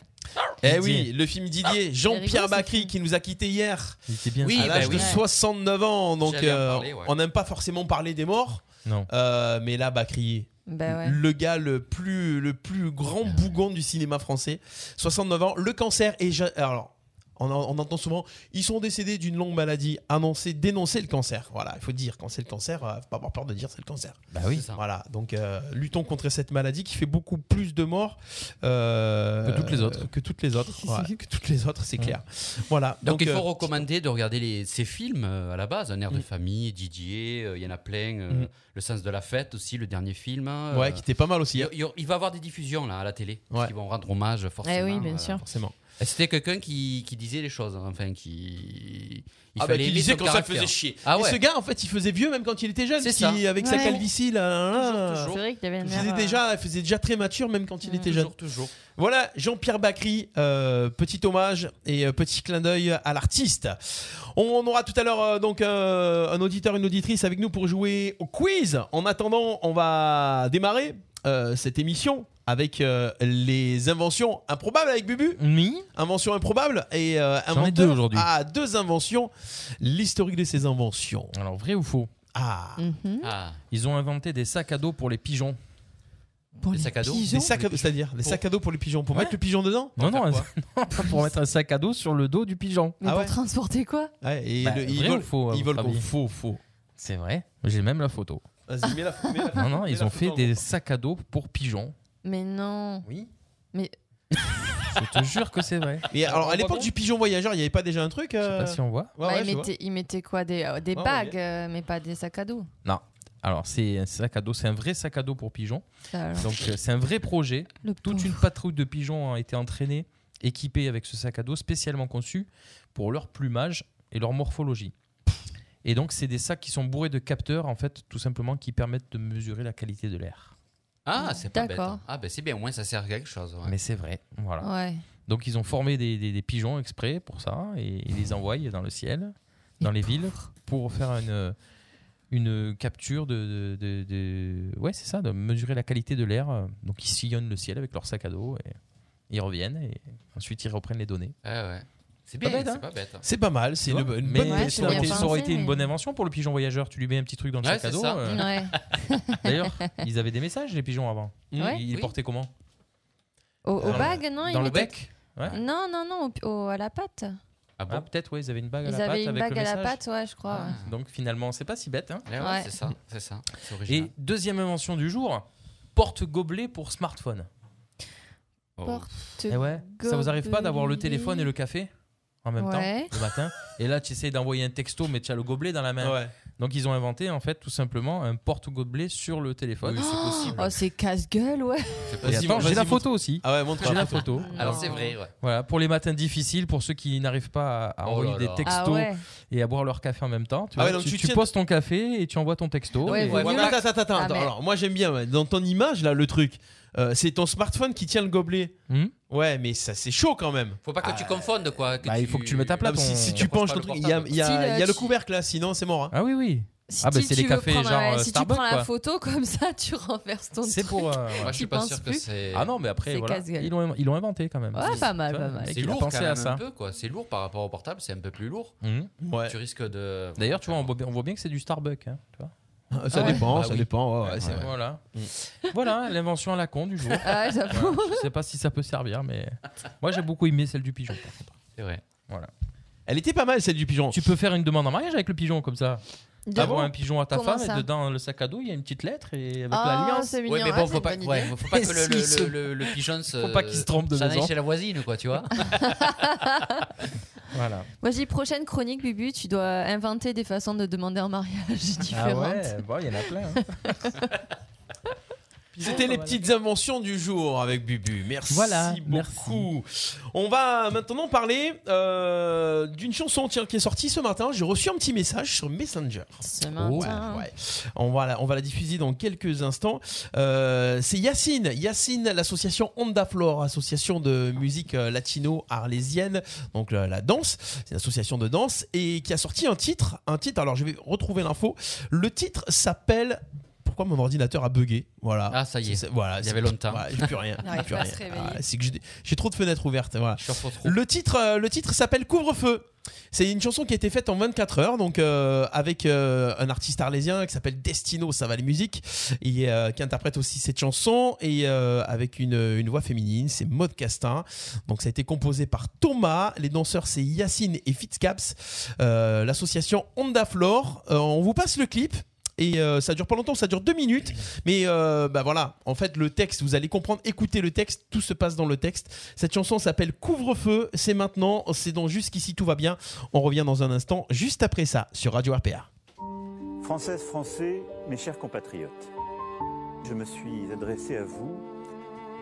[SPEAKER 7] Eh oui, le film Didier,
[SPEAKER 8] Ah, rigolo,
[SPEAKER 7] Jean-Pierre
[SPEAKER 8] ce
[SPEAKER 7] Bacri qui nous a quittés hier.
[SPEAKER 9] Il était bien.
[SPEAKER 10] Oui,
[SPEAKER 7] à
[SPEAKER 10] bah
[SPEAKER 7] l'âge
[SPEAKER 10] oui.
[SPEAKER 7] de 69 ans, donc
[SPEAKER 10] J'allais en
[SPEAKER 7] euh,
[SPEAKER 10] parler, ouais.
[SPEAKER 7] on n'aime pas forcément parler des morts.
[SPEAKER 9] Non.
[SPEAKER 7] Euh, mais là, Bacri,
[SPEAKER 8] Bah ouais.
[SPEAKER 7] le gars le plus, le plus grand bougon du cinéma français, 69 ans, le cancer et je- alors. On, en- on entend souvent, ils sont décédés d'une longue maladie. Annoncer, dénoncer le cancer. Voilà, il faut dire, quand c'est le cancer, euh, faut pas avoir peur de dire c'est le cancer.
[SPEAKER 9] Bah oui.
[SPEAKER 7] Voilà, donc euh, luttons contre cette maladie qui fait beaucoup plus de morts euh,
[SPEAKER 9] Que toutes les autres.
[SPEAKER 7] Que toutes les autres, ouais, que toutes les autres, c'est clair. Voilà.
[SPEAKER 10] Donc, il faut
[SPEAKER 7] euh, Hmm.
[SPEAKER 10] recommander de regarder les, ces films euh, à la base, Un air de famille, Didier, euh, il y en a plein, euh,
[SPEAKER 7] Mm.
[SPEAKER 10] Le sens de la fête aussi, le dernier film. euh,
[SPEAKER 7] Ouais, qui était pas mal aussi. hein,
[SPEAKER 10] Il, il- il va y avoir des diffusions là à la télé, qui vont rendre hommage forcément.
[SPEAKER 8] Eh oui, bien
[SPEAKER 10] euh,
[SPEAKER 8] sûr.
[SPEAKER 7] Forcément.
[SPEAKER 10] Et C'était quelqu'un qui, qui disait les choses, hein, enfin qui. il
[SPEAKER 7] Ah bah,
[SPEAKER 10] fallait
[SPEAKER 7] qui
[SPEAKER 10] aimer
[SPEAKER 7] disait
[SPEAKER 10] son
[SPEAKER 7] quand ça le
[SPEAKER 10] caractère.
[SPEAKER 7] faisait chier.
[SPEAKER 10] Ah
[SPEAKER 7] Et
[SPEAKER 10] ouais.
[SPEAKER 7] ce gars, en fait, il faisait vieux même quand il était jeune.
[SPEAKER 10] C'est
[SPEAKER 7] qui,
[SPEAKER 10] ça.
[SPEAKER 7] Avec sa hein,
[SPEAKER 8] Ouais.
[SPEAKER 7] calvitie, là. là, là.
[SPEAKER 8] C'est vrai qu'il avait une
[SPEAKER 7] Il
[SPEAKER 8] air,
[SPEAKER 7] faisait
[SPEAKER 8] euh,
[SPEAKER 7] déjà, il faisait déjà très mature même quand il était jeune.
[SPEAKER 10] Toujours, toujours.
[SPEAKER 7] Voilà, Jean-Pierre Bacry, euh, petit hommage et euh, petit clin d'œil à l'artiste. On, on aura tout à l'heure euh, donc euh, un auditeur, une auditrice avec nous pour jouer au quiz. En attendant, on va démarrer euh, cette émission avec euh, les inventions improbables avec Bubu.
[SPEAKER 9] Oui.
[SPEAKER 7] Inventions improbables et euh,
[SPEAKER 9] J'en ai
[SPEAKER 7] inventeur
[SPEAKER 9] deux aujourd'hui.
[SPEAKER 7] à deux inventions. L'historique de ces inventions.
[SPEAKER 9] Alors, vrai ou faux
[SPEAKER 7] Ah.
[SPEAKER 8] Mhm.
[SPEAKER 7] [LAUGHS]
[SPEAKER 10] Ah.
[SPEAKER 9] Ils ont inventé des sacs à dos pour les pigeons.
[SPEAKER 10] Pour les sacs à dos.
[SPEAKER 7] Des sacs à dos, c'est-à-dire des
[SPEAKER 9] Pour-
[SPEAKER 7] sacs à dos pour les pigeons, pour
[SPEAKER 9] Ouais.
[SPEAKER 7] mettre le pigeon dedans.
[SPEAKER 9] Non, non, non, [LAUGHS] pour mettre un sac à dos sur le dos du pigeon.
[SPEAKER 8] Mais
[SPEAKER 7] Ah
[SPEAKER 8] pour
[SPEAKER 7] ouais.
[SPEAKER 8] transporter quoi
[SPEAKER 7] Ouais, et
[SPEAKER 9] Bah,
[SPEAKER 7] le- ils
[SPEAKER 9] vrai ou
[SPEAKER 7] volent,
[SPEAKER 9] faux, à
[SPEAKER 7] ils
[SPEAKER 9] votre
[SPEAKER 7] volent comme
[SPEAKER 9] avis
[SPEAKER 7] faux, faux.
[SPEAKER 9] C'est vrai. J'ai même
[SPEAKER 7] [LAUGHS]
[SPEAKER 9] la photo.
[SPEAKER 7] Vas-y, mets la, mets [LAUGHS] la-
[SPEAKER 9] Non, non,
[SPEAKER 7] mets
[SPEAKER 9] ils
[SPEAKER 7] la
[SPEAKER 9] ont
[SPEAKER 7] photo
[SPEAKER 9] fait
[SPEAKER 7] en
[SPEAKER 9] des
[SPEAKER 7] gros.
[SPEAKER 9] sacs à dos pour pigeons.
[SPEAKER 8] Mais non.
[SPEAKER 9] Oui.
[SPEAKER 8] Mais
[SPEAKER 9] [LAUGHS] Je te jure que c'est vrai.
[SPEAKER 7] Mais alors,
[SPEAKER 9] On
[SPEAKER 7] à
[SPEAKER 9] voit
[SPEAKER 7] l'époque
[SPEAKER 9] pas
[SPEAKER 7] du pigeon voyageur, il n'y avait pas déjà un truc
[SPEAKER 9] Je sais
[SPEAKER 7] euh
[SPEAKER 9] pas si on voit.
[SPEAKER 7] Ouais,
[SPEAKER 8] bah,
[SPEAKER 7] ouais,
[SPEAKER 8] il,
[SPEAKER 7] je vois.
[SPEAKER 8] mettait, il mettait quoi Des, euh, des
[SPEAKER 7] Ouais, on
[SPEAKER 8] bagues, euh, mais pas des sacs à dos.
[SPEAKER 9] Non. Alors, c'est un sac à dos, c'est un vrai sac à dos pour pigeons.
[SPEAKER 8] Ça, alors.
[SPEAKER 9] Donc, euh, c'est un vrai projet.
[SPEAKER 8] Le
[SPEAKER 9] Toute
[SPEAKER 8] pauvre.
[SPEAKER 9] une patrouille de pigeons a été entraînée, équipée avec ce sac à dos spécialement conçu pour leur plumage et leur morphologie. Et donc, c'est des sacs qui sont bourrés de capteurs, en fait, tout simplement, qui permettent de mesurer la qualité de l'air.
[SPEAKER 10] Ah, c'est pas
[SPEAKER 8] Mm.
[SPEAKER 10] bête.
[SPEAKER 8] D'accord.
[SPEAKER 10] hein. Ah, ben c'est bien, au moins ça sert à quelque chose. ouais.
[SPEAKER 9] Mais c'est vrai, voilà.
[SPEAKER 8] Ouais.
[SPEAKER 9] Donc, ils ont formé des, des- des pigeons exprès pour ça et ils les envoient dans le ciel, dans les villes, pour faire une, une capture de, de- de- de- Ouais, c'est ça, de mesurer la qualité de l'air. Donc, ils sillonnent le ciel avec leur sac à dos et ils reviennent et ensuite ils reprennent les données.
[SPEAKER 10] Ah ouais. C'est
[SPEAKER 9] Pas
[SPEAKER 10] bien,
[SPEAKER 9] bête, hein.
[SPEAKER 10] c'est pas bête. hein.
[SPEAKER 7] C'est pas mal, c'est
[SPEAKER 9] Tu
[SPEAKER 7] une,
[SPEAKER 9] vois
[SPEAKER 7] une
[SPEAKER 9] mais
[SPEAKER 7] bonne
[SPEAKER 8] Ouais,
[SPEAKER 7] pièce
[SPEAKER 8] c'est
[SPEAKER 9] ça, aurait
[SPEAKER 8] bien
[SPEAKER 9] été,
[SPEAKER 7] d'invention.
[SPEAKER 9] ça aurait été
[SPEAKER 8] pensé,
[SPEAKER 9] une
[SPEAKER 8] mais-
[SPEAKER 9] bonne invention pour le pigeon voyageur. Tu lui mets un petit truc dans le
[SPEAKER 10] Ouais,
[SPEAKER 9] sac à
[SPEAKER 10] c'est
[SPEAKER 9] dos.
[SPEAKER 10] ça.
[SPEAKER 9] euh,
[SPEAKER 8] [LAUGHS] Ouais.
[SPEAKER 9] D'ailleurs, ils avaient des messages, les pigeons, avant.
[SPEAKER 8] Ouais.
[SPEAKER 9] Ils
[SPEAKER 10] Oui.
[SPEAKER 9] portaient comment
[SPEAKER 8] Au, aux
[SPEAKER 9] Dans le-
[SPEAKER 8] bagues, non
[SPEAKER 9] Dans
[SPEAKER 8] ils
[SPEAKER 9] le
[SPEAKER 8] mettaient-
[SPEAKER 9] bec Ouais.
[SPEAKER 8] Non, non, non, au- au- à la patte.
[SPEAKER 10] Ah
[SPEAKER 9] Ah,
[SPEAKER 10] bon
[SPEAKER 9] peut-être, ouais, ils avaient une bague à
[SPEAKER 8] Ils
[SPEAKER 9] la patte
[SPEAKER 8] avaient une
[SPEAKER 9] avec
[SPEAKER 8] bague
[SPEAKER 9] le
[SPEAKER 8] à la
[SPEAKER 9] message.
[SPEAKER 8] patte, ouais, je crois. ouais.
[SPEAKER 9] Donc finalement, c'est pas si bête. hein.
[SPEAKER 10] Ah. Eh Ouais, ouais,
[SPEAKER 8] Ouais.
[SPEAKER 10] C'est ça, c'est ça. C'est original.
[SPEAKER 9] Et deuxième invention du jour, porte-gobelet pour smartphone.
[SPEAKER 10] Oh.
[SPEAKER 8] Porte.
[SPEAKER 9] Eh ouais, ça vous arrive pas d'avoir le téléphone et le café en même
[SPEAKER 8] Ouais.
[SPEAKER 9] temps le
[SPEAKER 8] [LAUGHS]
[SPEAKER 9] matin Et là, tu essayes d'envoyer un texto, mais tu as le gobelet dans la main.
[SPEAKER 7] Ouais.
[SPEAKER 9] Donc ils ont inventé en fait tout simplement un porte-gobelet sur le téléphone.
[SPEAKER 10] Oui, c'est possible.
[SPEAKER 8] Oh, c'est casse-gueule, ouais.
[SPEAKER 10] C'est
[SPEAKER 9] Et
[SPEAKER 7] Vas-y,
[SPEAKER 9] attends,
[SPEAKER 7] vas-y,
[SPEAKER 9] j'ai la
[SPEAKER 7] montre.
[SPEAKER 9] photo aussi.
[SPEAKER 7] Ah ouais, montre
[SPEAKER 9] J'ai
[SPEAKER 7] la
[SPEAKER 9] la
[SPEAKER 7] photo.
[SPEAKER 9] photo.
[SPEAKER 10] Alors
[SPEAKER 8] Non.
[SPEAKER 10] c'est vrai, ouais.
[SPEAKER 9] Voilà, pour les matins difficiles, pour ceux qui n'arrivent pas à, à
[SPEAKER 10] Oh
[SPEAKER 9] envoyer
[SPEAKER 10] là
[SPEAKER 9] des
[SPEAKER 10] là.
[SPEAKER 9] textos
[SPEAKER 8] Ah ouais.
[SPEAKER 9] et à boire leur café en même temps, tu,
[SPEAKER 7] Ah
[SPEAKER 9] vois,
[SPEAKER 7] ouais, donc
[SPEAKER 9] tu,
[SPEAKER 7] tu
[SPEAKER 9] tu
[SPEAKER 7] tiens-
[SPEAKER 9] poses ton café et tu envoies ton texto.
[SPEAKER 8] Ouais,
[SPEAKER 9] et-
[SPEAKER 8] vaut
[SPEAKER 7] Ouais,
[SPEAKER 8] mieux
[SPEAKER 7] mais
[SPEAKER 8] la-
[SPEAKER 7] attends, attends, attends,
[SPEAKER 8] Ah,
[SPEAKER 7] attends.
[SPEAKER 8] mais-
[SPEAKER 7] Alors, moi j'aime bien, ouais, dans ton image là, le truc, euh, c'est ton smartphone qui tient le gobelet. Ouais, mais ça c'est chaud quand même.
[SPEAKER 10] Faut pas que tu
[SPEAKER 9] Ah.
[SPEAKER 10] confondes quoi. que
[SPEAKER 7] Bah, il faut que tu le mettes à plat,
[SPEAKER 10] Non,
[SPEAKER 7] ton-
[SPEAKER 10] mais
[SPEAKER 7] Tu penches ton
[SPEAKER 10] le
[SPEAKER 7] truc, il y a, il y a-
[SPEAKER 8] Si, le-
[SPEAKER 7] il y a le
[SPEAKER 8] si-
[SPEAKER 7] couvercle là, sinon c'est mort. hein.
[SPEAKER 9] Ah oui, oui.
[SPEAKER 7] ah
[SPEAKER 8] Si tu veux prendre un- Si tu prends la photo comme ça, tu renverses ton
[SPEAKER 9] C'est
[SPEAKER 8] truc.
[SPEAKER 9] pour.
[SPEAKER 8] [LAUGHS]
[SPEAKER 9] euh,
[SPEAKER 8] Tu penses plus.
[SPEAKER 9] Ah non, mais après,
[SPEAKER 8] C'est
[SPEAKER 9] voilà,
[SPEAKER 8] casse-gueule.
[SPEAKER 9] ils l'ont ils l'ont inventé quand même.
[SPEAKER 8] Ouais, pas mal, pas mal.
[SPEAKER 10] C'est
[SPEAKER 9] Il a
[SPEAKER 10] lourd
[SPEAKER 9] pensé
[SPEAKER 10] quand
[SPEAKER 9] à
[SPEAKER 10] même
[SPEAKER 9] ça.
[SPEAKER 10] un peu quoi. C'est lourd par rapport au portable, c'est un peu plus lourd. Tu risques de.
[SPEAKER 9] Mmh. D'ailleurs, tu vois, on voit bien, on voit bien que c'est du Starbucks. hein, tu vois.
[SPEAKER 7] Ah, ça dépend, ça dépend, ouais, ouais, c'est vrai.
[SPEAKER 9] Voilà.
[SPEAKER 10] Mmh.
[SPEAKER 9] [LAUGHS] Voilà, l'invention à la con du
[SPEAKER 8] [LAUGHS]
[SPEAKER 9] jour.
[SPEAKER 8] Ah, j'avoue.
[SPEAKER 9] Voilà, je sais pas si ça peut servir, mais
[SPEAKER 8] [LAUGHS]
[SPEAKER 9] moi j'ai beaucoup aimé celle du pigeon. Par contre. C'est vrai. Voilà.
[SPEAKER 7] Elle était pas mal celle du pigeon.
[SPEAKER 9] Tu peux faire une demande en mariage avec le pigeon comme ça.
[SPEAKER 8] De-
[SPEAKER 9] T'envoies
[SPEAKER 8] Ah bon
[SPEAKER 9] un pigeon à ta
[SPEAKER 8] Comment
[SPEAKER 9] femme
[SPEAKER 8] ça
[SPEAKER 9] et dedans le sac à dos il y a une petite lettre et avec
[SPEAKER 8] Ah,
[SPEAKER 9] l'alliance.
[SPEAKER 8] c'est
[SPEAKER 10] Ouais,
[SPEAKER 8] mignon.
[SPEAKER 10] mais
[SPEAKER 8] Ah,
[SPEAKER 10] bon,
[SPEAKER 8] c'est
[SPEAKER 10] faut
[SPEAKER 8] une
[SPEAKER 10] pas,
[SPEAKER 8] bonne
[SPEAKER 10] ouais,
[SPEAKER 8] idée. [LAUGHS]
[SPEAKER 10] faut pas que le,
[SPEAKER 9] S'il se-
[SPEAKER 10] le, le- le pigeon se.
[SPEAKER 9] Faut pas qu'il se trompe de
[SPEAKER 10] s'en aille
[SPEAKER 9] maison. Ah.
[SPEAKER 10] chez la voisine quoi, tu vois.
[SPEAKER 9] Voilà.
[SPEAKER 8] Moi, j'ai prochaine chronique, Bubu. Tu dois inventer des façons de demander en mariage [LAUGHS]
[SPEAKER 9] Ah
[SPEAKER 8] différentes.
[SPEAKER 9] ouais, bon, il y en a plein.
[SPEAKER 8] [LAUGHS]
[SPEAKER 9] hein.
[SPEAKER 7] C'était les petites inventions du jour avec Bubu. Merci
[SPEAKER 9] Ah, Voilà,
[SPEAKER 7] beaucoup. On va maintenant parler euh, d'une chanson tiens, qui est sortie ce matin. J'ai reçu un petit message sur Messenger.
[SPEAKER 8] Ce matin.
[SPEAKER 7] Ouais, ouais. On, va la, on va la diffuser dans quelques instants. Euh, C'est Yacine. Yacine, l'association Onda Flor, association de musique euh, latino-arlésienne, donc la, la danse. C'est une association de danse et qui a sorti un titre. Un titre, alors je vais retrouver l'info. Le titre s'appelle. Pourquoi mon ordinateur a bugué Voilà.
[SPEAKER 10] Ah, ça y est.
[SPEAKER 7] C'est- voilà,
[SPEAKER 10] Il y
[SPEAKER 7] c'est-
[SPEAKER 10] avait longtemps.
[SPEAKER 7] voilà, j'ai plus rien.
[SPEAKER 10] [LAUGHS] Il n'arrive
[SPEAKER 7] j'ai plus
[SPEAKER 10] pas à
[SPEAKER 7] rien.
[SPEAKER 10] se réveiller.
[SPEAKER 7] Ah, c'est que j'ai- j'ai trop de fenêtres ouvertes. Voilà.
[SPEAKER 10] trop,
[SPEAKER 7] Le titre, euh, le titre s'appelle Couvre-feu. C'est une chanson qui a été faite en 24 heures, donc euh, avec euh, un artiste arlésien qui s'appelle Destino Saval Musique, et euh, qui interprète aussi cette chanson, et euh, avec une, une voix féminine, c'est Maud Castin. Donc ça a été composé par Thomas, les danseurs c'est Yacine et Fitzcaps, euh, l'association Onda Flore. Euh, on vous passe le clip. Et euh, ça dure pas longtemps, ça dure deux minutes. Mais euh, bah voilà, en fait, le texte, vous allez comprendre, écoutez le texte, tout se passe dans le texte. Cette chanson s'appelle Couvre-feu, c'est maintenant, c'est donc jusqu'ici tout va bien. On revient dans un instant, juste après ça, sur Radio RPA.
[SPEAKER 11] Françaises, Français, mes chers compatriotes, je me suis adressé à vous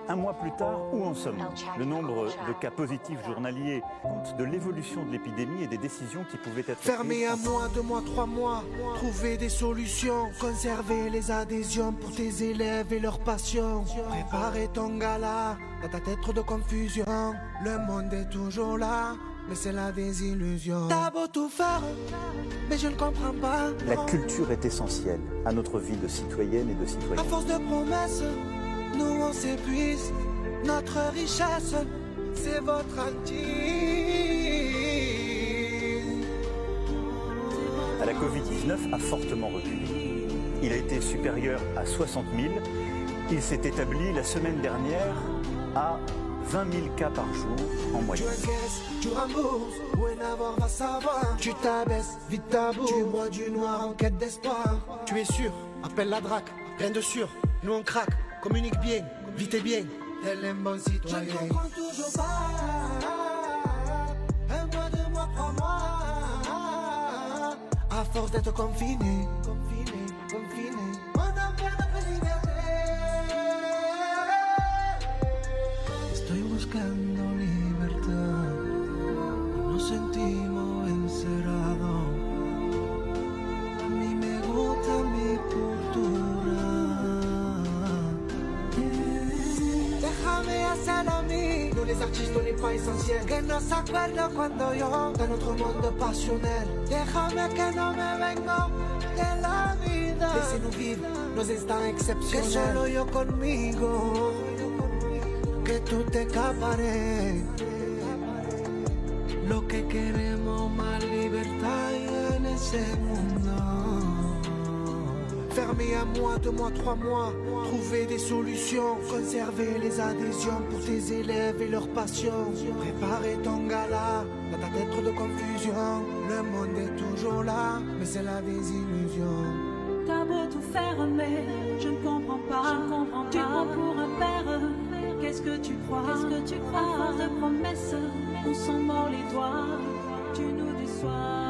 [SPEAKER 11] un mois plus tard, où en sommes-nous Le nombre de cas positifs journaliers compte de l'évolution de l'épidémie et des décisions qui pouvaient être
[SPEAKER 12] Fermé
[SPEAKER 11] prises.
[SPEAKER 12] à moins, deux mois, trois mois. Trouver des solutions. Conserver les adhésions pour tes élèves et leurs patients. Préparer ton gala. Dans ta tête trop de confusion. Le monde est toujours là. Mais c'est la désillusion. T'as beau tout faire, mais je ne comprends pas.
[SPEAKER 11] La culture est essentielle à notre vie de citoyenne et de
[SPEAKER 12] À
[SPEAKER 11] citoyen.
[SPEAKER 12] force de promesses, nous on s'épuise. Notre richesse, c'est votre hantise.
[SPEAKER 11] à la Covid-19 a fortement reculé. Il a été supérieur à 60 000. Il s'est établi la semaine dernière à 20 000 cas par jour en
[SPEAKER 12] Tu
[SPEAKER 11] moyenne.
[SPEAKER 12] encaisses, tu rembourses, Dorénavant, va savoir. Tu t'abaisses, vite ta bourre. Tu bois du noir en quête d'espoir. Tu es sûr, appelle la drac, rien de sûr. Nous on craque, communique bien, vite et bien. Tel un bon citoyen. Je ne comprends toujours pas. Un mois, deux mois, trois mois. À force d'être confiné, confiné, confiné. On en perd notre liberté.
[SPEAKER 2] Estoy buscando libertad y nos sentimos encerrados. A mí me gusta mi cultura.
[SPEAKER 12] Déjame hacer a mí. Nous les artistes, on n'est pas essentiels. Que nos acuerdos cuando yo, dans notre monde passionnel. Déjame que no me vengo de la vida. Laissez-nous vivre nos instants exceptionnels. Que solo yo conmigo. Que tú te escaparé.
[SPEAKER 2] Lo que queremos más libertad en ese mundo.
[SPEAKER 12] Fermé à mois, deux mois, trois mois. Trouver des solutions. Conserver les adhésions pour tes élèves et leurs patients. Préparer ton gala. Dans ta tête trop de confusion. Le monde est toujours là, mais c'est la désillusion.
[SPEAKER 13] T'as beau tout faire, mais je ne comprends pas. tu prends pour un père. Qu'est-ce que tu crois Qu'est-ce que tu crois À force de promesses, on s'en mord les doigts. Tu nous déçois.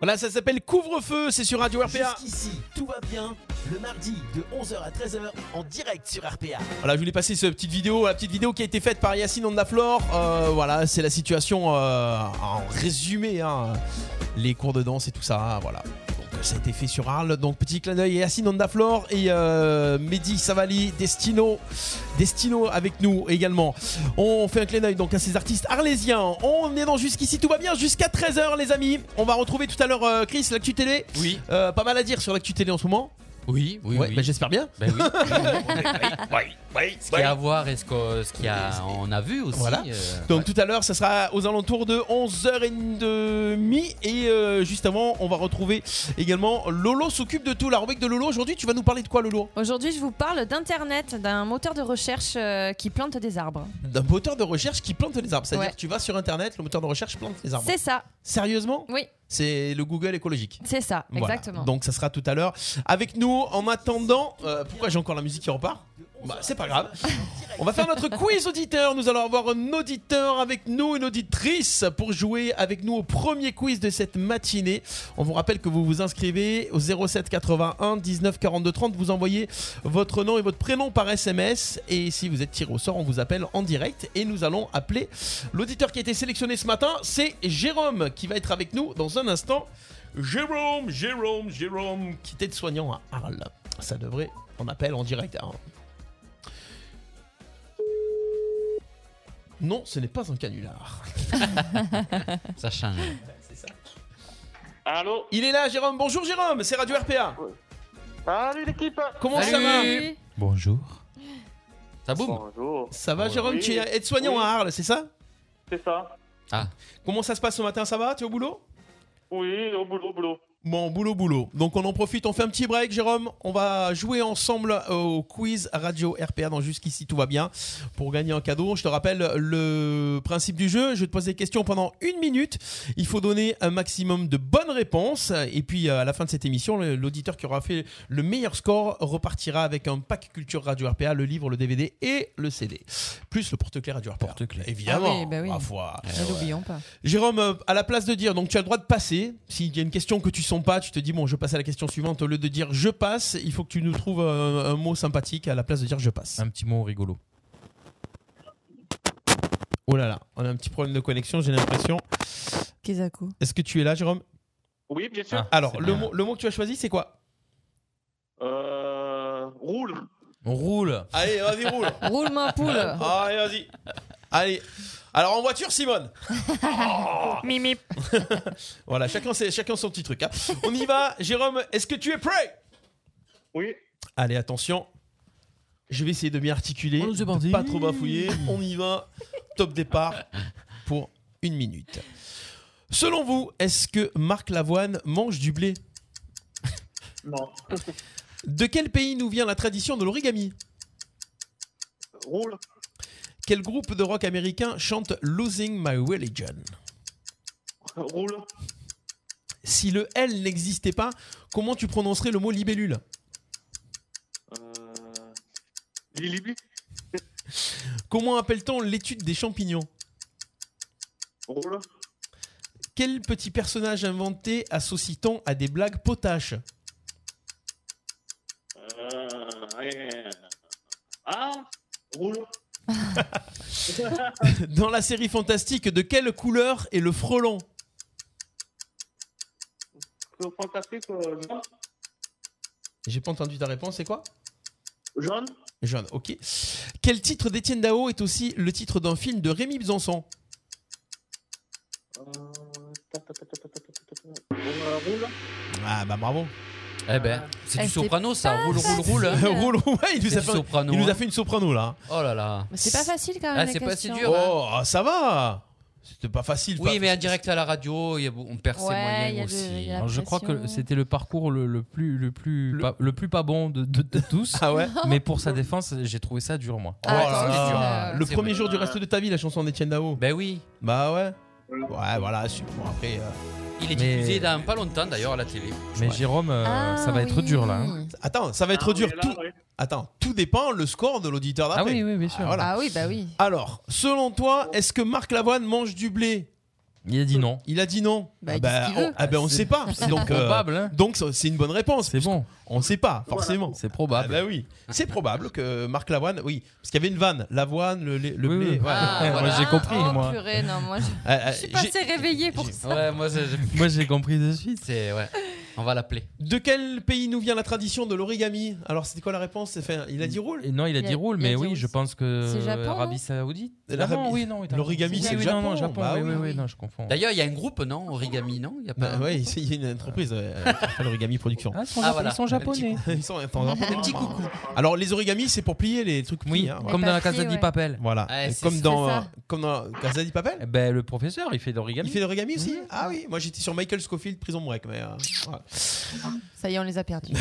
[SPEAKER 7] Voilà, ça s'appelle Couvre-feu, c'est sur Radio RPA.
[SPEAKER 5] Jusqu'ici, tout va bien. Le mardi de 11h à 13h en direct sur RPA.
[SPEAKER 7] Voilà, je voulais passer cette petite vidéo, la petite vidéo qui a été faite par Yacine Ondaflore. Euh, voilà, c'est la situation euh, en résumé, hein. les cours de danse et tout ça, voilà. Donc ça a été fait sur Arles. Donc petit clin d'œil à Yacine Ondaflore et euh, Mehdi Savali, Destino, Destino avec nous également. On fait un clin d'œil donc à ces artistes arlésiens. On est dans jusqu'ici, tout va bien jusqu'à 13h les amis. On va retrouver tout à l'heure euh, Chris, l'actu télé.
[SPEAKER 10] Oui.
[SPEAKER 7] Euh, pas mal à dire sur l'actu télé en ce moment.
[SPEAKER 10] Oui, oui,
[SPEAKER 7] Ouais,
[SPEAKER 10] oui.
[SPEAKER 7] bah, j'espère bien.
[SPEAKER 10] Ben oui. Ce qu'il y a à voir et ce qu'on ce qu'il y a- on a vu aussi.
[SPEAKER 7] Voilà.
[SPEAKER 10] euh,
[SPEAKER 7] Donc tout à l'heure, ça sera aux alentours de 11h30 et euh, juste avant, on va retrouver également Lolo s'occupe de tout. La rubrique de Lolo aujourd'hui, tu vas nous parler de quoi Lolo
[SPEAKER 8] Aujourd'hui, je vous parle d'Internet, d'un moteur de recherche euh, qui plante des arbres.
[SPEAKER 7] D'un moteur de recherche qui plante les arbres. C'est-à-dire
[SPEAKER 8] Ouais.
[SPEAKER 7] que tu vas sur internet, le moteur de recherche plante les arbres.
[SPEAKER 8] C'est ça.
[SPEAKER 7] Sérieusement
[SPEAKER 8] Oui,
[SPEAKER 7] C'est le Google écologique.
[SPEAKER 8] c'est ça,
[SPEAKER 7] Voilà.
[SPEAKER 8] exactement.
[SPEAKER 7] Donc ça sera tout à l'heure avec nous. En attendant, euh, pourquoi j'ai encore la musique qui repart bah, c'est pas grave. On va faire notre quiz auditeur. Nous allons avoir un auditeur avec nous, une auditrice, pour jouer avec nous au premier quiz de cette matinée. On vous rappelle que vous vous inscrivez au 07 81 19 42 30. Vous envoyez votre nom et votre prénom par SMS. Et si vous êtes tiré au sort, on vous appelle en direct. Et nous allons appeler l'auditeur qui a été sélectionné ce matin. C'est Jérôme qui va être avec nous dans un instant. Jérôme, Jérôme, Jérôme, qui était de soignant à Arles. Ça devrait, on appelle en direct. hein. Non, ce n'est pas un canular.
[SPEAKER 10] ça change.
[SPEAKER 7] Allô Il est là, Jérôme. Bonjour, Jérôme. C'est Radio RPA. Salut, l'équipe. Comment
[SPEAKER 8] Ah
[SPEAKER 7] ça va
[SPEAKER 10] Salut. Bonjour. Ça boum
[SPEAKER 7] Bonjour. Ça va,
[SPEAKER 10] Bonjour.
[SPEAKER 7] Jérôme Tu es
[SPEAKER 10] Oui.
[SPEAKER 7] aide-soignant
[SPEAKER 10] Oui.
[SPEAKER 7] à Arles, c'est ça
[SPEAKER 14] C'est ça.
[SPEAKER 10] Ah.
[SPEAKER 7] Comment ça se passe ce matin Ça va Tu es au boulot
[SPEAKER 14] Oui, au boulot, au boulot.
[SPEAKER 7] Bon, boulot, boulot. Donc on en profite, on fait un petit break, Jérôme. On va jouer ensemble euh, au quiz Radio RPA dans Jusqu'ici, tout va bien. Pour gagner un cadeau, je te rappelle le principe du jeu. Je vais te pose des questions pendant une minute. Il faut donner un maximum de bonnes réponses. Et puis euh, à la fin de cette émission, le- l'auditeur qui aura fait le meilleur score repartira avec un pack culture Radio RPA, le livre, le DVD et le CD. Plus le porte-clés Radio RPA. Porte-clés. Évidemment.
[SPEAKER 8] Ah oui, bah oui.
[SPEAKER 7] ma foi.
[SPEAKER 8] Ne l'oublions pas.
[SPEAKER 7] Jérôme, euh, à la place de dire, donc tu as le droit de passer, s'il y a une question que tu sens pas, tu te dis, bon, je passe à la question suivante, au lieu de dire je passe, il faut que tu nous trouves euh, un, mot sympathique à la place de dire je passe.
[SPEAKER 9] Un petit mot rigolo.
[SPEAKER 7] Oh là là, on a un petit problème de connexion, j'ai l'impression.
[SPEAKER 8] Kezako.
[SPEAKER 7] Est-ce que tu es là, Jérôme Ah,
[SPEAKER 14] Oui, bien sûr.
[SPEAKER 7] Alors, le mot, le mot que tu as choisi, c'est quoi
[SPEAKER 14] Euh, roule.
[SPEAKER 7] On roule. Allez, vas-y, roule.
[SPEAKER 8] Roule ma poule.
[SPEAKER 7] Allez, vas-y. Allez. Alors, en voiture, Simone.
[SPEAKER 8] Mimi.
[SPEAKER 7] [LAUGHS] Voilà, chacun, ses- chacun son petit truc. hein. On y va, Jérôme, est-ce que tu es prêt
[SPEAKER 14] Oui.
[SPEAKER 7] Allez, attention. Je vais essayer de m'y articuler,
[SPEAKER 9] On se
[SPEAKER 7] de
[SPEAKER 9] bandit.
[SPEAKER 7] pas trop bafouiller. On y va. Top départ pour une minute. Selon vous, est-ce que Marc Lavoine mange du blé
[SPEAKER 14] Non.
[SPEAKER 7] De quel pays nous vient la tradition de l'origami
[SPEAKER 14] Roule.
[SPEAKER 7] Quel groupe de rock américain chante Losing My Religion
[SPEAKER 14] Roule.
[SPEAKER 7] Si le L n'existait pas, comment tu prononcerais le mot libellule
[SPEAKER 14] Euh, Lilibi.
[SPEAKER 7] Comment appelle-t-on l'étude des champignons
[SPEAKER 14] Roule.
[SPEAKER 7] Quel petit personnage inventé associe-t-on à des blagues potaches
[SPEAKER 14] Euh, euh, ah, roule.
[SPEAKER 7] [LAUGHS] Dans la série fantastique, de quelle couleur est le frelon
[SPEAKER 14] C'est fantastique. euh, jaune.
[SPEAKER 7] J'ai pas entendu ta réponse, c'est quoi
[SPEAKER 14] Jaune.
[SPEAKER 7] Jaune, ok. Quel titre d'Étienne Dao est aussi le titre d'un film de Rémi Besançon
[SPEAKER 14] Euh, ta, ta, ta, ta, ta, ta, ta, ta, ta. Euh, roule.
[SPEAKER 7] Ah bah bravo
[SPEAKER 10] Eh ben, c'est
[SPEAKER 14] Eh,
[SPEAKER 10] du
[SPEAKER 14] c'est
[SPEAKER 10] soprano ça,
[SPEAKER 14] pas
[SPEAKER 10] roule, roule,
[SPEAKER 7] [LAUGHS]
[SPEAKER 10] roule. hein.
[SPEAKER 7] Roule, ouais, il nous,
[SPEAKER 10] C'est
[SPEAKER 7] a
[SPEAKER 10] du
[SPEAKER 7] fait,
[SPEAKER 10] soprano,
[SPEAKER 7] il nous a
[SPEAKER 10] hein.
[SPEAKER 7] fait une soprano là.
[SPEAKER 10] Oh là là.
[SPEAKER 8] Mais c'est pas facile quand même.
[SPEAKER 10] Ah,
[SPEAKER 8] la
[SPEAKER 10] c'est pas si
[SPEAKER 8] question.
[SPEAKER 10] dur, hein.
[SPEAKER 7] Oh, ça va C'était pas facile.
[SPEAKER 10] Oui, mais en direct à la radio, il y a- on perd ses
[SPEAKER 8] Ouais, il y a
[SPEAKER 10] moyens
[SPEAKER 8] de- il
[SPEAKER 10] aussi.
[SPEAKER 8] y a la
[SPEAKER 9] Alors, je crois
[SPEAKER 8] pression.
[SPEAKER 9] que c'était le parcours le, le plus le plus pas, le plus pas bon de, de- de
[SPEAKER 7] [LAUGHS]
[SPEAKER 9] tous.
[SPEAKER 7] Ah ouais
[SPEAKER 9] Mais pour sa défense, j'ai trouvé ça dur moi.
[SPEAKER 7] Oh là là. Le premier jour du reste de ta vie, la chanson d'Étienne Dao.
[SPEAKER 10] Ben oui.
[SPEAKER 7] Bah ouais. Ouais, voilà, super. Bon, après. euh,
[SPEAKER 10] Il est
[SPEAKER 7] mais-
[SPEAKER 10] diffusé dans pas longtemps d'ailleurs à la télé.
[SPEAKER 9] Mais Jérôme, euh,
[SPEAKER 10] Ah,
[SPEAKER 9] ça va être dur là. hein.
[SPEAKER 7] Attends, ça va être
[SPEAKER 10] Ah,
[SPEAKER 7] dur.
[SPEAKER 10] oui, là,
[SPEAKER 7] tout... Attends, tout dépend le score de l'auditeur d'après.
[SPEAKER 9] Ah oui, oui, bien sûr.
[SPEAKER 7] voilà.
[SPEAKER 8] Ah oui, bah oui.
[SPEAKER 7] Alors, selon toi, est-ce que Marc Lavoine mange du blé
[SPEAKER 9] Il a dit non.
[SPEAKER 7] Il a dit non. ah
[SPEAKER 9] Bah, il dit
[SPEAKER 7] bah,
[SPEAKER 9] ce qu'il
[SPEAKER 7] on,
[SPEAKER 9] veut.
[SPEAKER 7] ah bah, on
[SPEAKER 9] C'est-
[SPEAKER 7] sait pas.
[SPEAKER 9] c'est
[SPEAKER 7] Donc,
[SPEAKER 9] probable,
[SPEAKER 10] hein.
[SPEAKER 7] donc ça- c'est une bonne réponse. C'est bon. On sait pas forcément.
[SPEAKER 9] C'est probable.
[SPEAKER 7] bah oui. C'est probable que Marc Lavoine, oui, parce qu'il y avait une vanne, l'avoine, le, lait- le
[SPEAKER 9] Oui,
[SPEAKER 7] blé.
[SPEAKER 9] oui.
[SPEAKER 7] voilà. [LAUGHS]
[SPEAKER 9] Ah, Ouais, moi, voilà. j'ai compris,
[SPEAKER 8] Oh purée, non, moi je,
[SPEAKER 7] Ah, ah,
[SPEAKER 8] je suis pas
[SPEAKER 7] j'ai-
[SPEAKER 8] assez réveillée pour ça.
[SPEAKER 9] moi j'ai, compris de suite. C'est ouais. On va l'appeler.
[SPEAKER 7] De quel pays nous vient la tradition de l'origami Alors c'était quoi la réponse Enfin, Il a dit roule.
[SPEAKER 9] Non, il a
[SPEAKER 7] Il a-
[SPEAKER 9] dit roule,
[SPEAKER 7] il a
[SPEAKER 9] mais
[SPEAKER 7] dit
[SPEAKER 9] oui,
[SPEAKER 7] roule.
[SPEAKER 9] je pense que
[SPEAKER 7] C'est Japon,
[SPEAKER 9] Arabie
[SPEAKER 7] non
[SPEAKER 9] Saoudite.
[SPEAKER 7] L'Arabie-
[SPEAKER 9] Ah non, oui, non, oui, t'as-
[SPEAKER 7] L'origami,
[SPEAKER 9] oui,
[SPEAKER 7] c'est le
[SPEAKER 9] oui,
[SPEAKER 7] Japon.
[SPEAKER 9] Non, non, Japon.
[SPEAKER 7] Bah
[SPEAKER 9] oui,
[SPEAKER 7] oui,
[SPEAKER 9] oui,
[SPEAKER 7] oui.
[SPEAKER 9] oui, non, je confonds.
[SPEAKER 10] D'ailleurs, il y a un groupe, non Origami, non Il y a pas.
[SPEAKER 7] Bah ouais, il y a une entreprise, euh, qui s'appelle Origami
[SPEAKER 9] [LAUGHS]
[SPEAKER 7] Production.
[SPEAKER 9] Ah, ils sont,
[SPEAKER 10] Ah,
[SPEAKER 9] japo-
[SPEAKER 10] voilà.
[SPEAKER 9] ils sont japonais.
[SPEAKER 7] Ils sont attends, Un petit coucou. Alors les origamis, c'est pour plier les trucs.
[SPEAKER 9] Oui,
[SPEAKER 7] petits, hein,
[SPEAKER 9] comme
[SPEAKER 7] voilà.
[SPEAKER 9] dans la Casa di Papel.
[SPEAKER 7] Voilà.
[SPEAKER 9] Ouais,
[SPEAKER 7] Et
[SPEAKER 9] c'est-
[SPEAKER 7] comme
[SPEAKER 9] c'est
[SPEAKER 7] dans
[SPEAKER 9] ça.
[SPEAKER 7] comme dans Casa di Papel.
[SPEAKER 9] Ben, le professeur, il fait de l'origami.
[SPEAKER 7] Il fait l'origami aussi Ah oui, moi j'étais sur Michael Scofield, Prison Break, mais euh, voilà.
[SPEAKER 8] Ça y est, on les a perdus.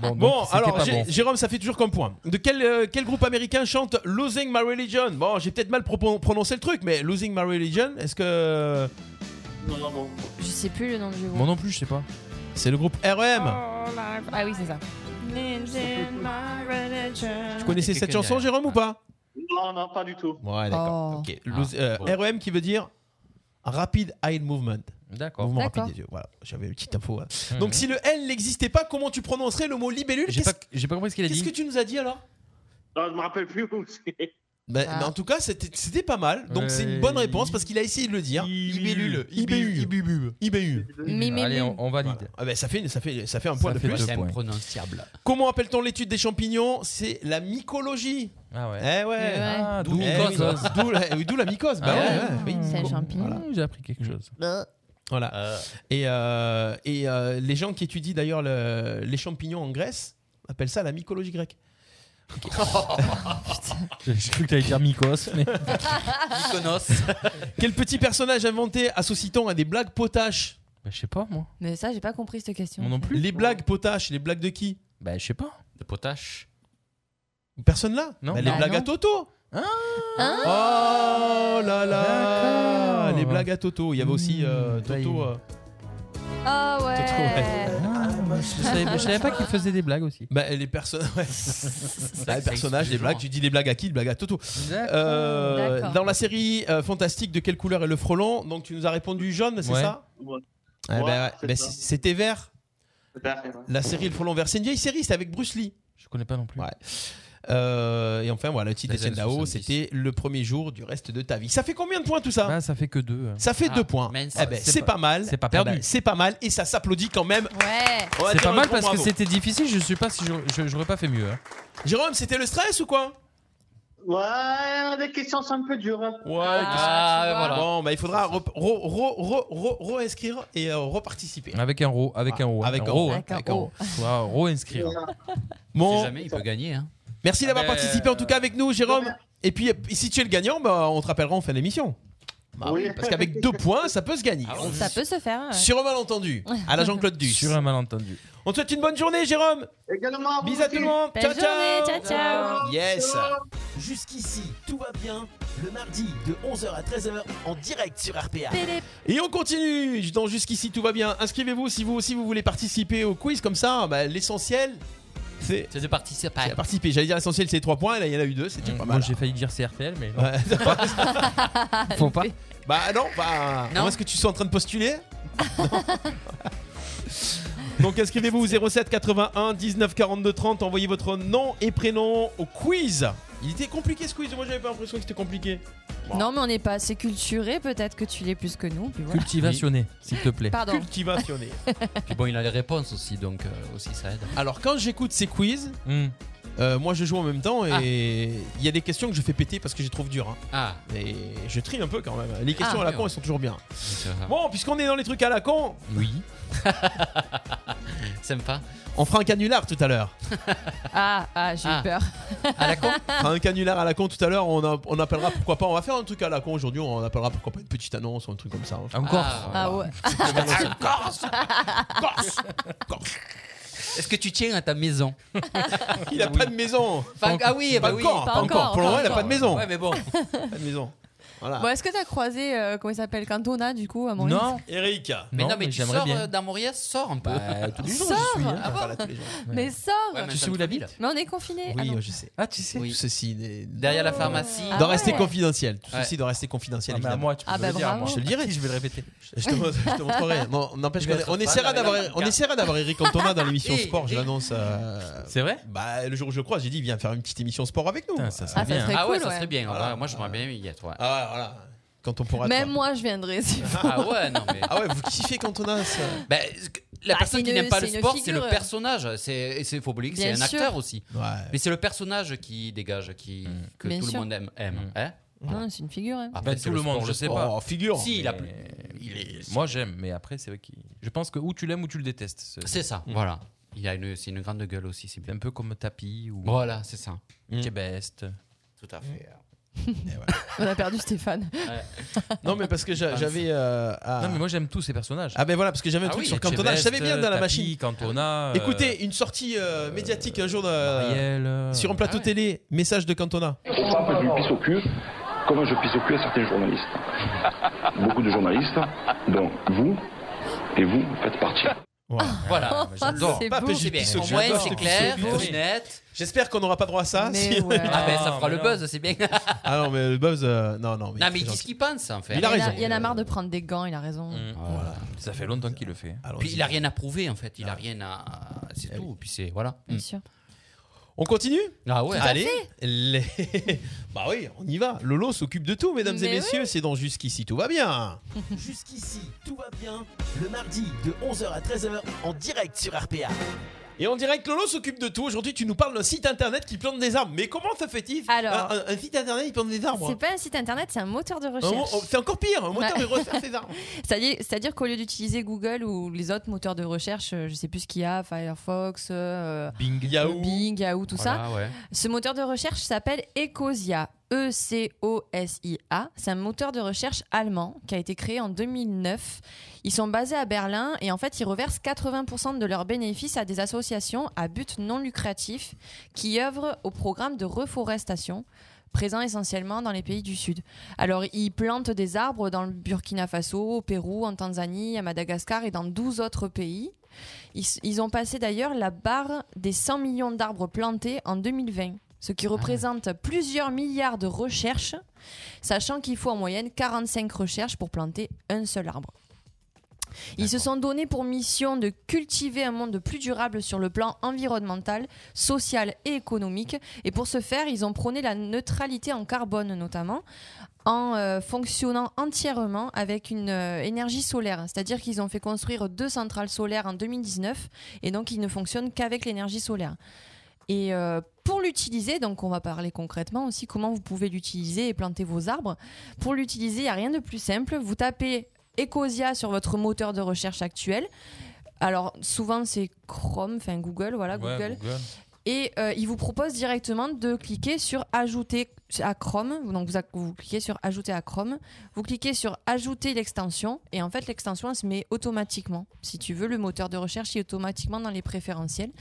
[SPEAKER 7] Bon,
[SPEAKER 9] donc, c'était
[SPEAKER 7] alors
[SPEAKER 9] pas
[SPEAKER 7] Jé-
[SPEAKER 9] bon.
[SPEAKER 7] Jérôme, ça fait toujours comme point. De quel, euh, quel groupe américain chante Losing My Religion Bon, j'ai peut-être mal propon- prononcé le truc, mais Losing My Religion, est-ce que
[SPEAKER 14] Non, non, non.
[SPEAKER 8] Je sais plus le nom du groupe.
[SPEAKER 7] Moi non plus, je sais pas. C'est le groupe E R.E.M.
[SPEAKER 8] Ah oui, c'est ça.
[SPEAKER 7] Tu connaissais cette chanson, Jérôme, ou pas
[SPEAKER 14] Non, non, pas du tout.
[SPEAKER 7] Ouais, d'accord.
[SPEAKER 14] Oh.
[SPEAKER 7] Ok.
[SPEAKER 14] Ah,
[SPEAKER 7] Lose- euh,
[SPEAKER 14] bon.
[SPEAKER 7] REM qui veut dire Rapid Eye Movement.
[SPEAKER 9] D'accord.
[SPEAKER 7] Mouvement rapide
[SPEAKER 9] D'accord.
[SPEAKER 7] des yeux. Voilà, j'avais une petite info. hein.
[SPEAKER 9] Mhm.
[SPEAKER 7] Donc si le L n'existait pas, comment tu prononcerais le mot libellule
[SPEAKER 9] J'ai
[SPEAKER 7] Qu'est-ce-
[SPEAKER 9] pas- j'ai pas compris ce qu'il a
[SPEAKER 7] Qu'est-ce
[SPEAKER 9] dit.
[SPEAKER 7] que tu nous as dit alors
[SPEAKER 14] Non, je me rappelle plus où c'est.
[SPEAKER 7] Bah, mais en tout cas, c'était c'était pas mal. Donc
[SPEAKER 9] Ouais.
[SPEAKER 7] c'est une bonne réponse parce qu'il a essayé de le dire. Libellule. IBU. IBU. IBU.
[SPEAKER 9] Mimélule. Allez, on- on valide.
[SPEAKER 7] Voilà. Ah bah, ça, fait, ça, fait, ça fait un point de
[SPEAKER 9] fait
[SPEAKER 7] plus.
[SPEAKER 9] deux points.
[SPEAKER 7] [LAUGHS]
[SPEAKER 10] Prononciable.
[SPEAKER 7] Comment appelle-t-on l'étude des champignons C'est la mycologie.
[SPEAKER 9] Ah ouais.
[SPEAKER 7] Eh ouais.
[SPEAKER 9] Ah, d'où
[SPEAKER 7] Eh oui.
[SPEAKER 9] mycose.
[SPEAKER 7] D'où la, oui, d'où la mycose. Bah
[SPEAKER 9] Ah
[SPEAKER 7] ouais,
[SPEAKER 9] ouais.
[SPEAKER 7] ouais, oui.
[SPEAKER 8] C'est un champignon.
[SPEAKER 9] J'ai appris quelque chose.
[SPEAKER 7] Voilà. Et, euh, et euh, les gens qui étudient d'ailleurs le- les champignons en Grèce appellent ça la mycologie grecque.
[SPEAKER 9] J'ai cru que t'allais dire mycos. Mais...
[SPEAKER 7] [LAUGHS] Quel petit personnage inventé associe-t-on à des blagues potaches
[SPEAKER 9] Bah, je sais pas, moi.
[SPEAKER 8] Mais ça, j'ai pas compris cette question.
[SPEAKER 7] Les blagues potaches, les blagues de qui
[SPEAKER 9] Bah, je sais pas. De potache.
[SPEAKER 7] Personne là
[SPEAKER 9] Non.
[SPEAKER 7] Bah, Les
[SPEAKER 9] Bah,
[SPEAKER 7] blagues
[SPEAKER 9] non.
[SPEAKER 7] à Toto Oh là là Les blagues à Toto. Il y avait aussi euh,
[SPEAKER 9] Hmm.
[SPEAKER 7] Toto. euh,
[SPEAKER 8] Ah ouais.
[SPEAKER 9] Je savais, je savais pas qu'il faisait des blagues aussi.
[SPEAKER 7] Bah, les [LAUGHS]
[SPEAKER 9] [LAUGHS]
[SPEAKER 7] personnages,
[SPEAKER 9] ça
[SPEAKER 7] les personnages, Ben, les
[SPEAKER 9] exclut
[SPEAKER 7] blagues.
[SPEAKER 9] genre.
[SPEAKER 7] Tu dis les blagues à qui Les blagues à Toto.
[SPEAKER 9] D'accord.
[SPEAKER 7] Euh,
[SPEAKER 9] D'accord.
[SPEAKER 7] dans la série euh, fantastique, de quelle couleur est le frelon Donc tu nous as répondu jaune, c'est
[SPEAKER 9] Ouais.
[SPEAKER 7] ça
[SPEAKER 14] Ouais.
[SPEAKER 7] Eh ben,
[SPEAKER 14] Ouais,
[SPEAKER 7] ouais.
[SPEAKER 14] c'est
[SPEAKER 7] Ben,
[SPEAKER 14] ça.
[SPEAKER 7] c- C'était vert.
[SPEAKER 14] Vert, ouais.
[SPEAKER 7] La série Le frelon vert, c'est une vieille série, c'est avec Bruce Lee.
[SPEAKER 9] Je connais pas non plus.
[SPEAKER 7] Ouais. Euh, et enfin voilà, le titre
[SPEAKER 9] Les
[SPEAKER 7] d'Étienne
[SPEAKER 9] années
[SPEAKER 7] Dao,
[SPEAKER 9] 70.
[SPEAKER 7] c'était le premier jour du reste de ta vie. Ça fait combien de points tout ça
[SPEAKER 9] Ça fait que deux. hein.
[SPEAKER 7] Ça fait
[SPEAKER 9] Ah,
[SPEAKER 7] deux points.
[SPEAKER 9] mince.
[SPEAKER 7] Eh ben, c'est pas, mal.
[SPEAKER 9] C'est pas
[SPEAKER 7] Eh ben,
[SPEAKER 9] perdu.
[SPEAKER 7] c'est pas mal et ça s'applaudit quand même.
[SPEAKER 8] Ouais.
[SPEAKER 7] On va
[SPEAKER 9] c'est
[SPEAKER 7] dire
[SPEAKER 9] pas
[SPEAKER 7] un
[SPEAKER 9] mal
[SPEAKER 7] grand
[SPEAKER 9] parce que
[SPEAKER 7] bravo.
[SPEAKER 9] c'était difficile. Je sais pas si j'aurais- je- j'aurais pas fait mieux. hein.
[SPEAKER 7] Jérôme, c'était le stress ou quoi
[SPEAKER 14] Ouais, Euh, des questions sont un peu dures. hein.
[SPEAKER 7] Ouais,
[SPEAKER 9] Ah, ben voilà.
[SPEAKER 7] Bon, bah, il faudra re- re- re- re- re- re-inscrire et euh, reparticiper.
[SPEAKER 9] Avec un ro, avec un ro, hein.
[SPEAKER 7] Avec un
[SPEAKER 9] ro,
[SPEAKER 7] ro.
[SPEAKER 9] hein.
[SPEAKER 7] Avec
[SPEAKER 9] Avec
[SPEAKER 7] un
[SPEAKER 9] un
[SPEAKER 7] ro.
[SPEAKER 9] ro. Faut un ro inscrire.
[SPEAKER 7] Bon.
[SPEAKER 10] Si jamais, il peut gagner. Hein.
[SPEAKER 7] Merci d'avoir
[SPEAKER 10] Ah, mais-
[SPEAKER 7] participé en tout cas avec nous, Jérôme. Et puis, euh, si tu es le gagnant, bah, on te rappellera en fin d'émission. Bah oui, parce qu'avec deux points, ça peut se gagner.
[SPEAKER 9] Ah,
[SPEAKER 7] On-
[SPEAKER 8] Ça peut se faire. hein. Ah, ouais.
[SPEAKER 7] Sur un malentendu, à la Jean-Claude Duss. Sur
[SPEAKER 9] un malentendu.
[SPEAKER 7] On te souhaite une bonne journée, Jérôme.
[SPEAKER 14] Également, vous
[SPEAKER 7] Bisous à tout le
[SPEAKER 14] aussi.
[SPEAKER 7] monde.
[SPEAKER 8] Belle
[SPEAKER 7] Ciao,
[SPEAKER 8] journée,
[SPEAKER 7] ciao.
[SPEAKER 8] ciao, ciao.
[SPEAKER 7] Yes.
[SPEAKER 5] Jusqu'ici, tout va bien. Le mardi de 11h à 13h en direct sur RPA.
[SPEAKER 7] Et on continue. Dans jusqu'ici, tout va bien. Inscrivez-vous si vous aussi vous voulez participer au quiz comme ça. bah, L'essentiel, c'est
[SPEAKER 10] C'est de participer.
[SPEAKER 7] c'est participer. J'allais dire l'essentiel, c'est 3 points. Là, il y en a eu deux. C'est déjà pas
[SPEAKER 9] Moi
[SPEAKER 7] mal.
[SPEAKER 9] j'ai failli dire CRPL, mais non. Ah,
[SPEAKER 7] Faut pas. [LAUGHS] Bah non, bah.
[SPEAKER 9] Non.
[SPEAKER 7] alors Est-ce que tu es en train de postuler [LAUGHS] Non. Donc inscrivez-vous au 07 81 19 42 30, envoyez votre nom et prénom au quiz. Il était compliqué ce quiz, moi j'avais pas l'impression que c'était compliqué.
[SPEAKER 8] Non, mais on n'est pas assez culturé. Peut-être que tu l'es plus que nous. puis voilà.
[SPEAKER 9] Cultivationné, s'il te plaît.
[SPEAKER 8] Pardon.
[SPEAKER 7] Cultivationné.
[SPEAKER 10] Puis bon, il a les réponses aussi, donc euh, aussi ça aide.
[SPEAKER 7] [LAUGHS] Alors quand j'écoute ces quiz,
[SPEAKER 9] Hmm.
[SPEAKER 7] euh, moi je joue en même temps et il y a des questions que je fais péter parce que je les trouve dures. hein.
[SPEAKER 10] Ah.
[SPEAKER 7] Et je trie un peu quand même. Les questions
[SPEAKER 10] Ah,
[SPEAKER 7] à la
[SPEAKER 10] oui,
[SPEAKER 7] con,
[SPEAKER 10] ouais.
[SPEAKER 7] elles sont toujours bien.
[SPEAKER 10] vrai.
[SPEAKER 7] Bon, puisqu'on est dans les trucs à la con,
[SPEAKER 10] euh, Oui. [LAUGHS] Sympa.
[SPEAKER 7] on fera un canular tout à l'heure. [LAUGHS]
[SPEAKER 8] Ah, ah, j'ai eu peur.
[SPEAKER 7] fera un canular à la con tout à l'heure. On, a- on appellera pourquoi pas. On va faire un truc à la con aujourd'hui. On appellera pourquoi pas une petite annonce ou un truc comme ça. hein.
[SPEAKER 9] Encore
[SPEAKER 8] Ah ouais.
[SPEAKER 7] [LAUGHS]
[SPEAKER 10] Est-ce que tu tiens à ta maison
[SPEAKER 7] Il a pas de maison.
[SPEAKER 10] Enfin, Ah oui,
[SPEAKER 7] pas
[SPEAKER 10] bah oui.
[SPEAKER 7] encore, pas encore. Pour le moment, il a pas de maison.
[SPEAKER 10] Ouais, mais bon.
[SPEAKER 7] Pas de maison. Voilà.
[SPEAKER 8] Bon, est-ce que t'as croisé, euh, comment il s'appelle, Cantona, du coup, à Maurice
[SPEAKER 7] Eric.
[SPEAKER 10] Mais non, mais, tu
[SPEAKER 9] j'aimerais
[SPEAKER 10] sors
[SPEAKER 9] bien.
[SPEAKER 10] euh, d'Armorias, sors un peu.
[SPEAKER 9] Bah, tous les jours,
[SPEAKER 8] Sors
[SPEAKER 9] j'y suis, hein.
[SPEAKER 8] Ah bon
[SPEAKER 9] Enfin, là, tous les jours.
[SPEAKER 8] Mais sors
[SPEAKER 10] Ouais, mais
[SPEAKER 9] Tu sais où il habite
[SPEAKER 8] Mais on est confinés. Ah
[SPEAKER 7] Oui,
[SPEAKER 8] non.
[SPEAKER 7] je sais. Ah, tu sais Tout ceci
[SPEAKER 10] Derrière la pharmacie.
[SPEAKER 7] doit
[SPEAKER 8] Ah
[SPEAKER 7] rester
[SPEAKER 8] ouais.
[SPEAKER 7] confidentiel. Tout
[SPEAKER 10] Ouais.
[SPEAKER 7] ceci doit rester confidentiel.
[SPEAKER 10] Ah, mais à
[SPEAKER 7] évidemment.
[SPEAKER 10] moi, tu peux Ah, me bah, le dire, à bravo. moi.
[SPEAKER 7] Je te le dirai.
[SPEAKER 10] Je vais le répéter.
[SPEAKER 7] Je te, [LAUGHS] je te montrerai. Non, n'empêche
[SPEAKER 10] Il va
[SPEAKER 7] qu'on-
[SPEAKER 10] être
[SPEAKER 7] on
[SPEAKER 10] fan
[SPEAKER 7] essaiera
[SPEAKER 10] avec la
[SPEAKER 7] d'avoir
[SPEAKER 10] banque.
[SPEAKER 7] on essaiera d'avoir Eric Cantona dans l'émission
[SPEAKER 10] Et-
[SPEAKER 7] sport. Je
[SPEAKER 10] et-
[SPEAKER 7] l'annonce.
[SPEAKER 9] C'est vrai
[SPEAKER 7] Bah le jour où je le croise, j'ai dit viens faire une petite émission sport avec nous.
[SPEAKER 9] ça
[SPEAKER 8] serait Ah, ça bien. serait
[SPEAKER 10] Ah ouais,
[SPEAKER 8] cool,
[SPEAKER 10] ça serait
[SPEAKER 8] ouais.
[SPEAKER 10] bien.
[SPEAKER 7] Voilà.
[SPEAKER 10] Ouais, Moi, j'aimerais bien y être. ouais.
[SPEAKER 7] Ah ouais, voilà. Quand on pourra.
[SPEAKER 8] Même moi, je viendrai. si-
[SPEAKER 10] Ah ouais, non mais.
[SPEAKER 7] Ah ouais, vous kiffez Cantona ça.
[SPEAKER 10] Bah, la
[SPEAKER 8] Bah,
[SPEAKER 10] personne
[SPEAKER 8] c'est
[SPEAKER 10] qui
[SPEAKER 8] une-
[SPEAKER 10] n'aime pas
[SPEAKER 8] c'est
[SPEAKER 10] le
[SPEAKER 8] une
[SPEAKER 10] sport, c'est le
[SPEAKER 8] figure.
[SPEAKER 10] personnage. C'est, et c'est faut pas oublier que c'est
[SPEAKER 8] Bien
[SPEAKER 10] un
[SPEAKER 8] sûr.
[SPEAKER 10] acteur aussi.
[SPEAKER 7] Ouais.
[SPEAKER 10] Mais c'est le personnage qui dégage, qui que
[SPEAKER 8] Bien
[SPEAKER 10] tout
[SPEAKER 8] sûr.
[SPEAKER 10] le monde aime. aime hein
[SPEAKER 8] Non, c'est une figure. hein.
[SPEAKER 10] Après,
[SPEAKER 9] Bah,
[SPEAKER 10] c'est
[SPEAKER 9] tout le monde,
[SPEAKER 10] sport,
[SPEAKER 9] je sais pas.
[SPEAKER 7] oh,
[SPEAKER 10] sport. Si, il a
[SPEAKER 9] Mais-
[SPEAKER 10] plus.
[SPEAKER 9] Moi j'aime, mais après c'est vrai qu'il. Je pense que ou tu l'aimes ou tu le détestes.
[SPEAKER 10] C'est ça, voilà. Il a une, c'est une grande gueule aussi. C'est
[SPEAKER 9] un peu comme Tapi ou.
[SPEAKER 10] Voilà, c'est ça. Mm.
[SPEAKER 9] Qui est best.
[SPEAKER 10] Tout à fait.
[SPEAKER 8] On a perdu Stéphane.
[SPEAKER 7] Non mais parce que j'a-
[SPEAKER 9] Hans.
[SPEAKER 7] j'avais. euh, ah.
[SPEAKER 9] Non mais moi j'aime tous ces personnages.
[SPEAKER 7] Ah ben voilà parce que j'avais un
[SPEAKER 9] Ah
[SPEAKER 7] truc
[SPEAKER 9] oui,
[SPEAKER 7] sur
[SPEAKER 9] Etchebest,
[SPEAKER 7] Cantona. Je savais bien dans la
[SPEAKER 9] Tapi,
[SPEAKER 7] machine.
[SPEAKER 9] Cantona. euh,
[SPEAKER 7] Écoutez, une sortie euh, médiatique un jour de-
[SPEAKER 9] Marielle, euh,
[SPEAKER 7] sur un plateau télé, message de Cantona.
[SPEAKER 15] Trop simple, je lui pisse au cul, comme je pisse au cul à certains journalistes. Beaucoup de journalistes, dont vous, et vous faites partie.
[SPEAKER 10] Voilà,
[SPEAKER 8] Oh,
[SPEAKER 10] j'adore.
[SPEAKER 7] Pas que j'y pisse au
[SPEAKER 10] Au
[SPEAKER 7] cul,
[SPEAKER 10] moins,
[SPEAKER 7] j'adore.
[SPEAKER 10] c'est clair,
[SPEAKER 7] Oui.
[SPEAKER 10] c'est net.
[SPEAKER 7] J'espère qu'on n'aura pas droit à ça.
[SPEAKER 10] Mais
[SPEAKER 7] si-
[SPEAKER 10] ouais. Ah ben, ça fera le buzz, c'est bien.
[SPEAKER 7] [LAUGHS] ah non mais le buzz, euh, non non. Mais
[SPEAKER 10] Non,
[SPEAKER 7] c'est
[SPEAKER 10] mais il dit ce
[SPEAKER 7] gentil.
[SPEAKER 10] qu'il pense, en fait.
[SPEAKER 7] Il a
[SPEAKER 8] Il,
[SPEAKER 7] raison. Mm.
[SPEAKER 8] a- il y en a marre de prendre des gants, il a raison.
[SPEAKER 9] Voilà. Ça fait longtemps qu'il le fait.
[SPEAKER 10] Puis il a rien à prouver, en fait. Il a rien à. C'est tout. Puis c'est. Voilà.
[SPEAKER 7] Mm.
[SPEAKER 10] Mm.
[SPEAKER 8] Bien sûr.
[SPEAKER 7] On continue
[SPEAKER 10] Ah ouais.
[SPEAKER 7] Allez. les- [LAUGHS] bah oui, on y va. Lolo s'occupe de tout, mesdames et
[SPEAKER 5] Mais
[SPEAKER 7] messieurs. C'est dans jusqu'ici tout va bien.
[SPEAKER 5] [LAUGHS] Jusqu'ici, tout va bien. Le mardi de 11h à 13h en direct sur RPA.
[SPEAKER 7] Et en direct, Lolo s'occupe de tout. Aujourd'hui, tu nous parles d'un site internet qui plante des arbres. Mais comment ça fait-il
[SPEAKER 8] Alors-
[SPEAKER 7] un, un- un site internet qui plante des arbres
[SPEAKER 8] C'est pas un site internet, c'est un moteur de
[SPEAKER 7] Un mo-
[SPEAKER 8] recherche.
[SPEAKER 7] C'est encore pire. Un moteur
[SPEAKER 8] Ouais.
[SPEAKER 7] de recherche des arbres.
[SPEAKER 10] [LAUGHS]
[SPEAKER 8] C'est-à-dire, c'est-à-dire qu'au lieu d'utiliser Google ou les autres moteurs de recherche, euh, je sais plus ce qu'il y a, Firefox, euh,
[SPEAKER 9] Bing,
[SPEAKER 7] Yahoo.
[SPEAKER 8] Bing, Yahoo, tout
[SPEAKER 9] Voilà,
[SPEAKER 8] ça,
[SPEAKER 9] ouais.
[SPEAKER 8] ce moteur de recherche s'appelle Ecosia. E E-C-O-S-I-A. C'est un moteur de recherche allemand qui a été créé en 2009. Ils sont basés à Berlin et en fait, ils reversent 80% de leurs bénéfices à des associations à but non lucratif qui œuvrent au programme de reforestation présent essentiellement dans les pays du Sud. Alors, ils plantent des arbres dans le Burkina Faso, au Pérou, en Tanzanie, à Madagascar et dans 12 autres pays. Ils, ils ont passé d'ailleurs la barre des 100 millions d'arbres plantés en 2020, ce qui représente plusieurs milliards de recherches, sachant qu'il faut en moyenne 45 recherches pour planter un seul arbre. Ils se sont donnés pour mission de cultiver un monde plus durable sur le plan environnemental, social et économique. Et pour ce faire, ils ont prôné la neutralité en carbone notamment, en euh, fonctionnant entièrement avec une euh, énergie solaire. C'est-à-dire qu'ils ont fait construire deux centrales solaires en 2019 et donc ils ne fonctionnent qu'avec l'énergie solaire. Et euh, pour l'utiliser, donc on va parler concrètement aussi comment vous pouvez l'utiliser et planter vos arbres. Pour l'utiliser, il n'y a rien de plus simple. Vous tapez Ecosia sur votre moteur de recherche actuel. Alors souvent c'est Chrome, enfin Google, voilà
[SPEAKER 9] Ouais,
[SPEAKER 8] Ah, Google.
[SPEAKER 9] Google.
[SPEAKER 8] Et euh, il vous propose directement de cliquer sur Ajouter à Chrome. Donc vous, a- vous cliquez sur Ajouter à Chrome. Vous cliquez sur Ajouter l'extension. Et en fait, l'extension elle se met automatiquement. Si tu veux, le moteur de recherche est automatiquement dans les préférentiels.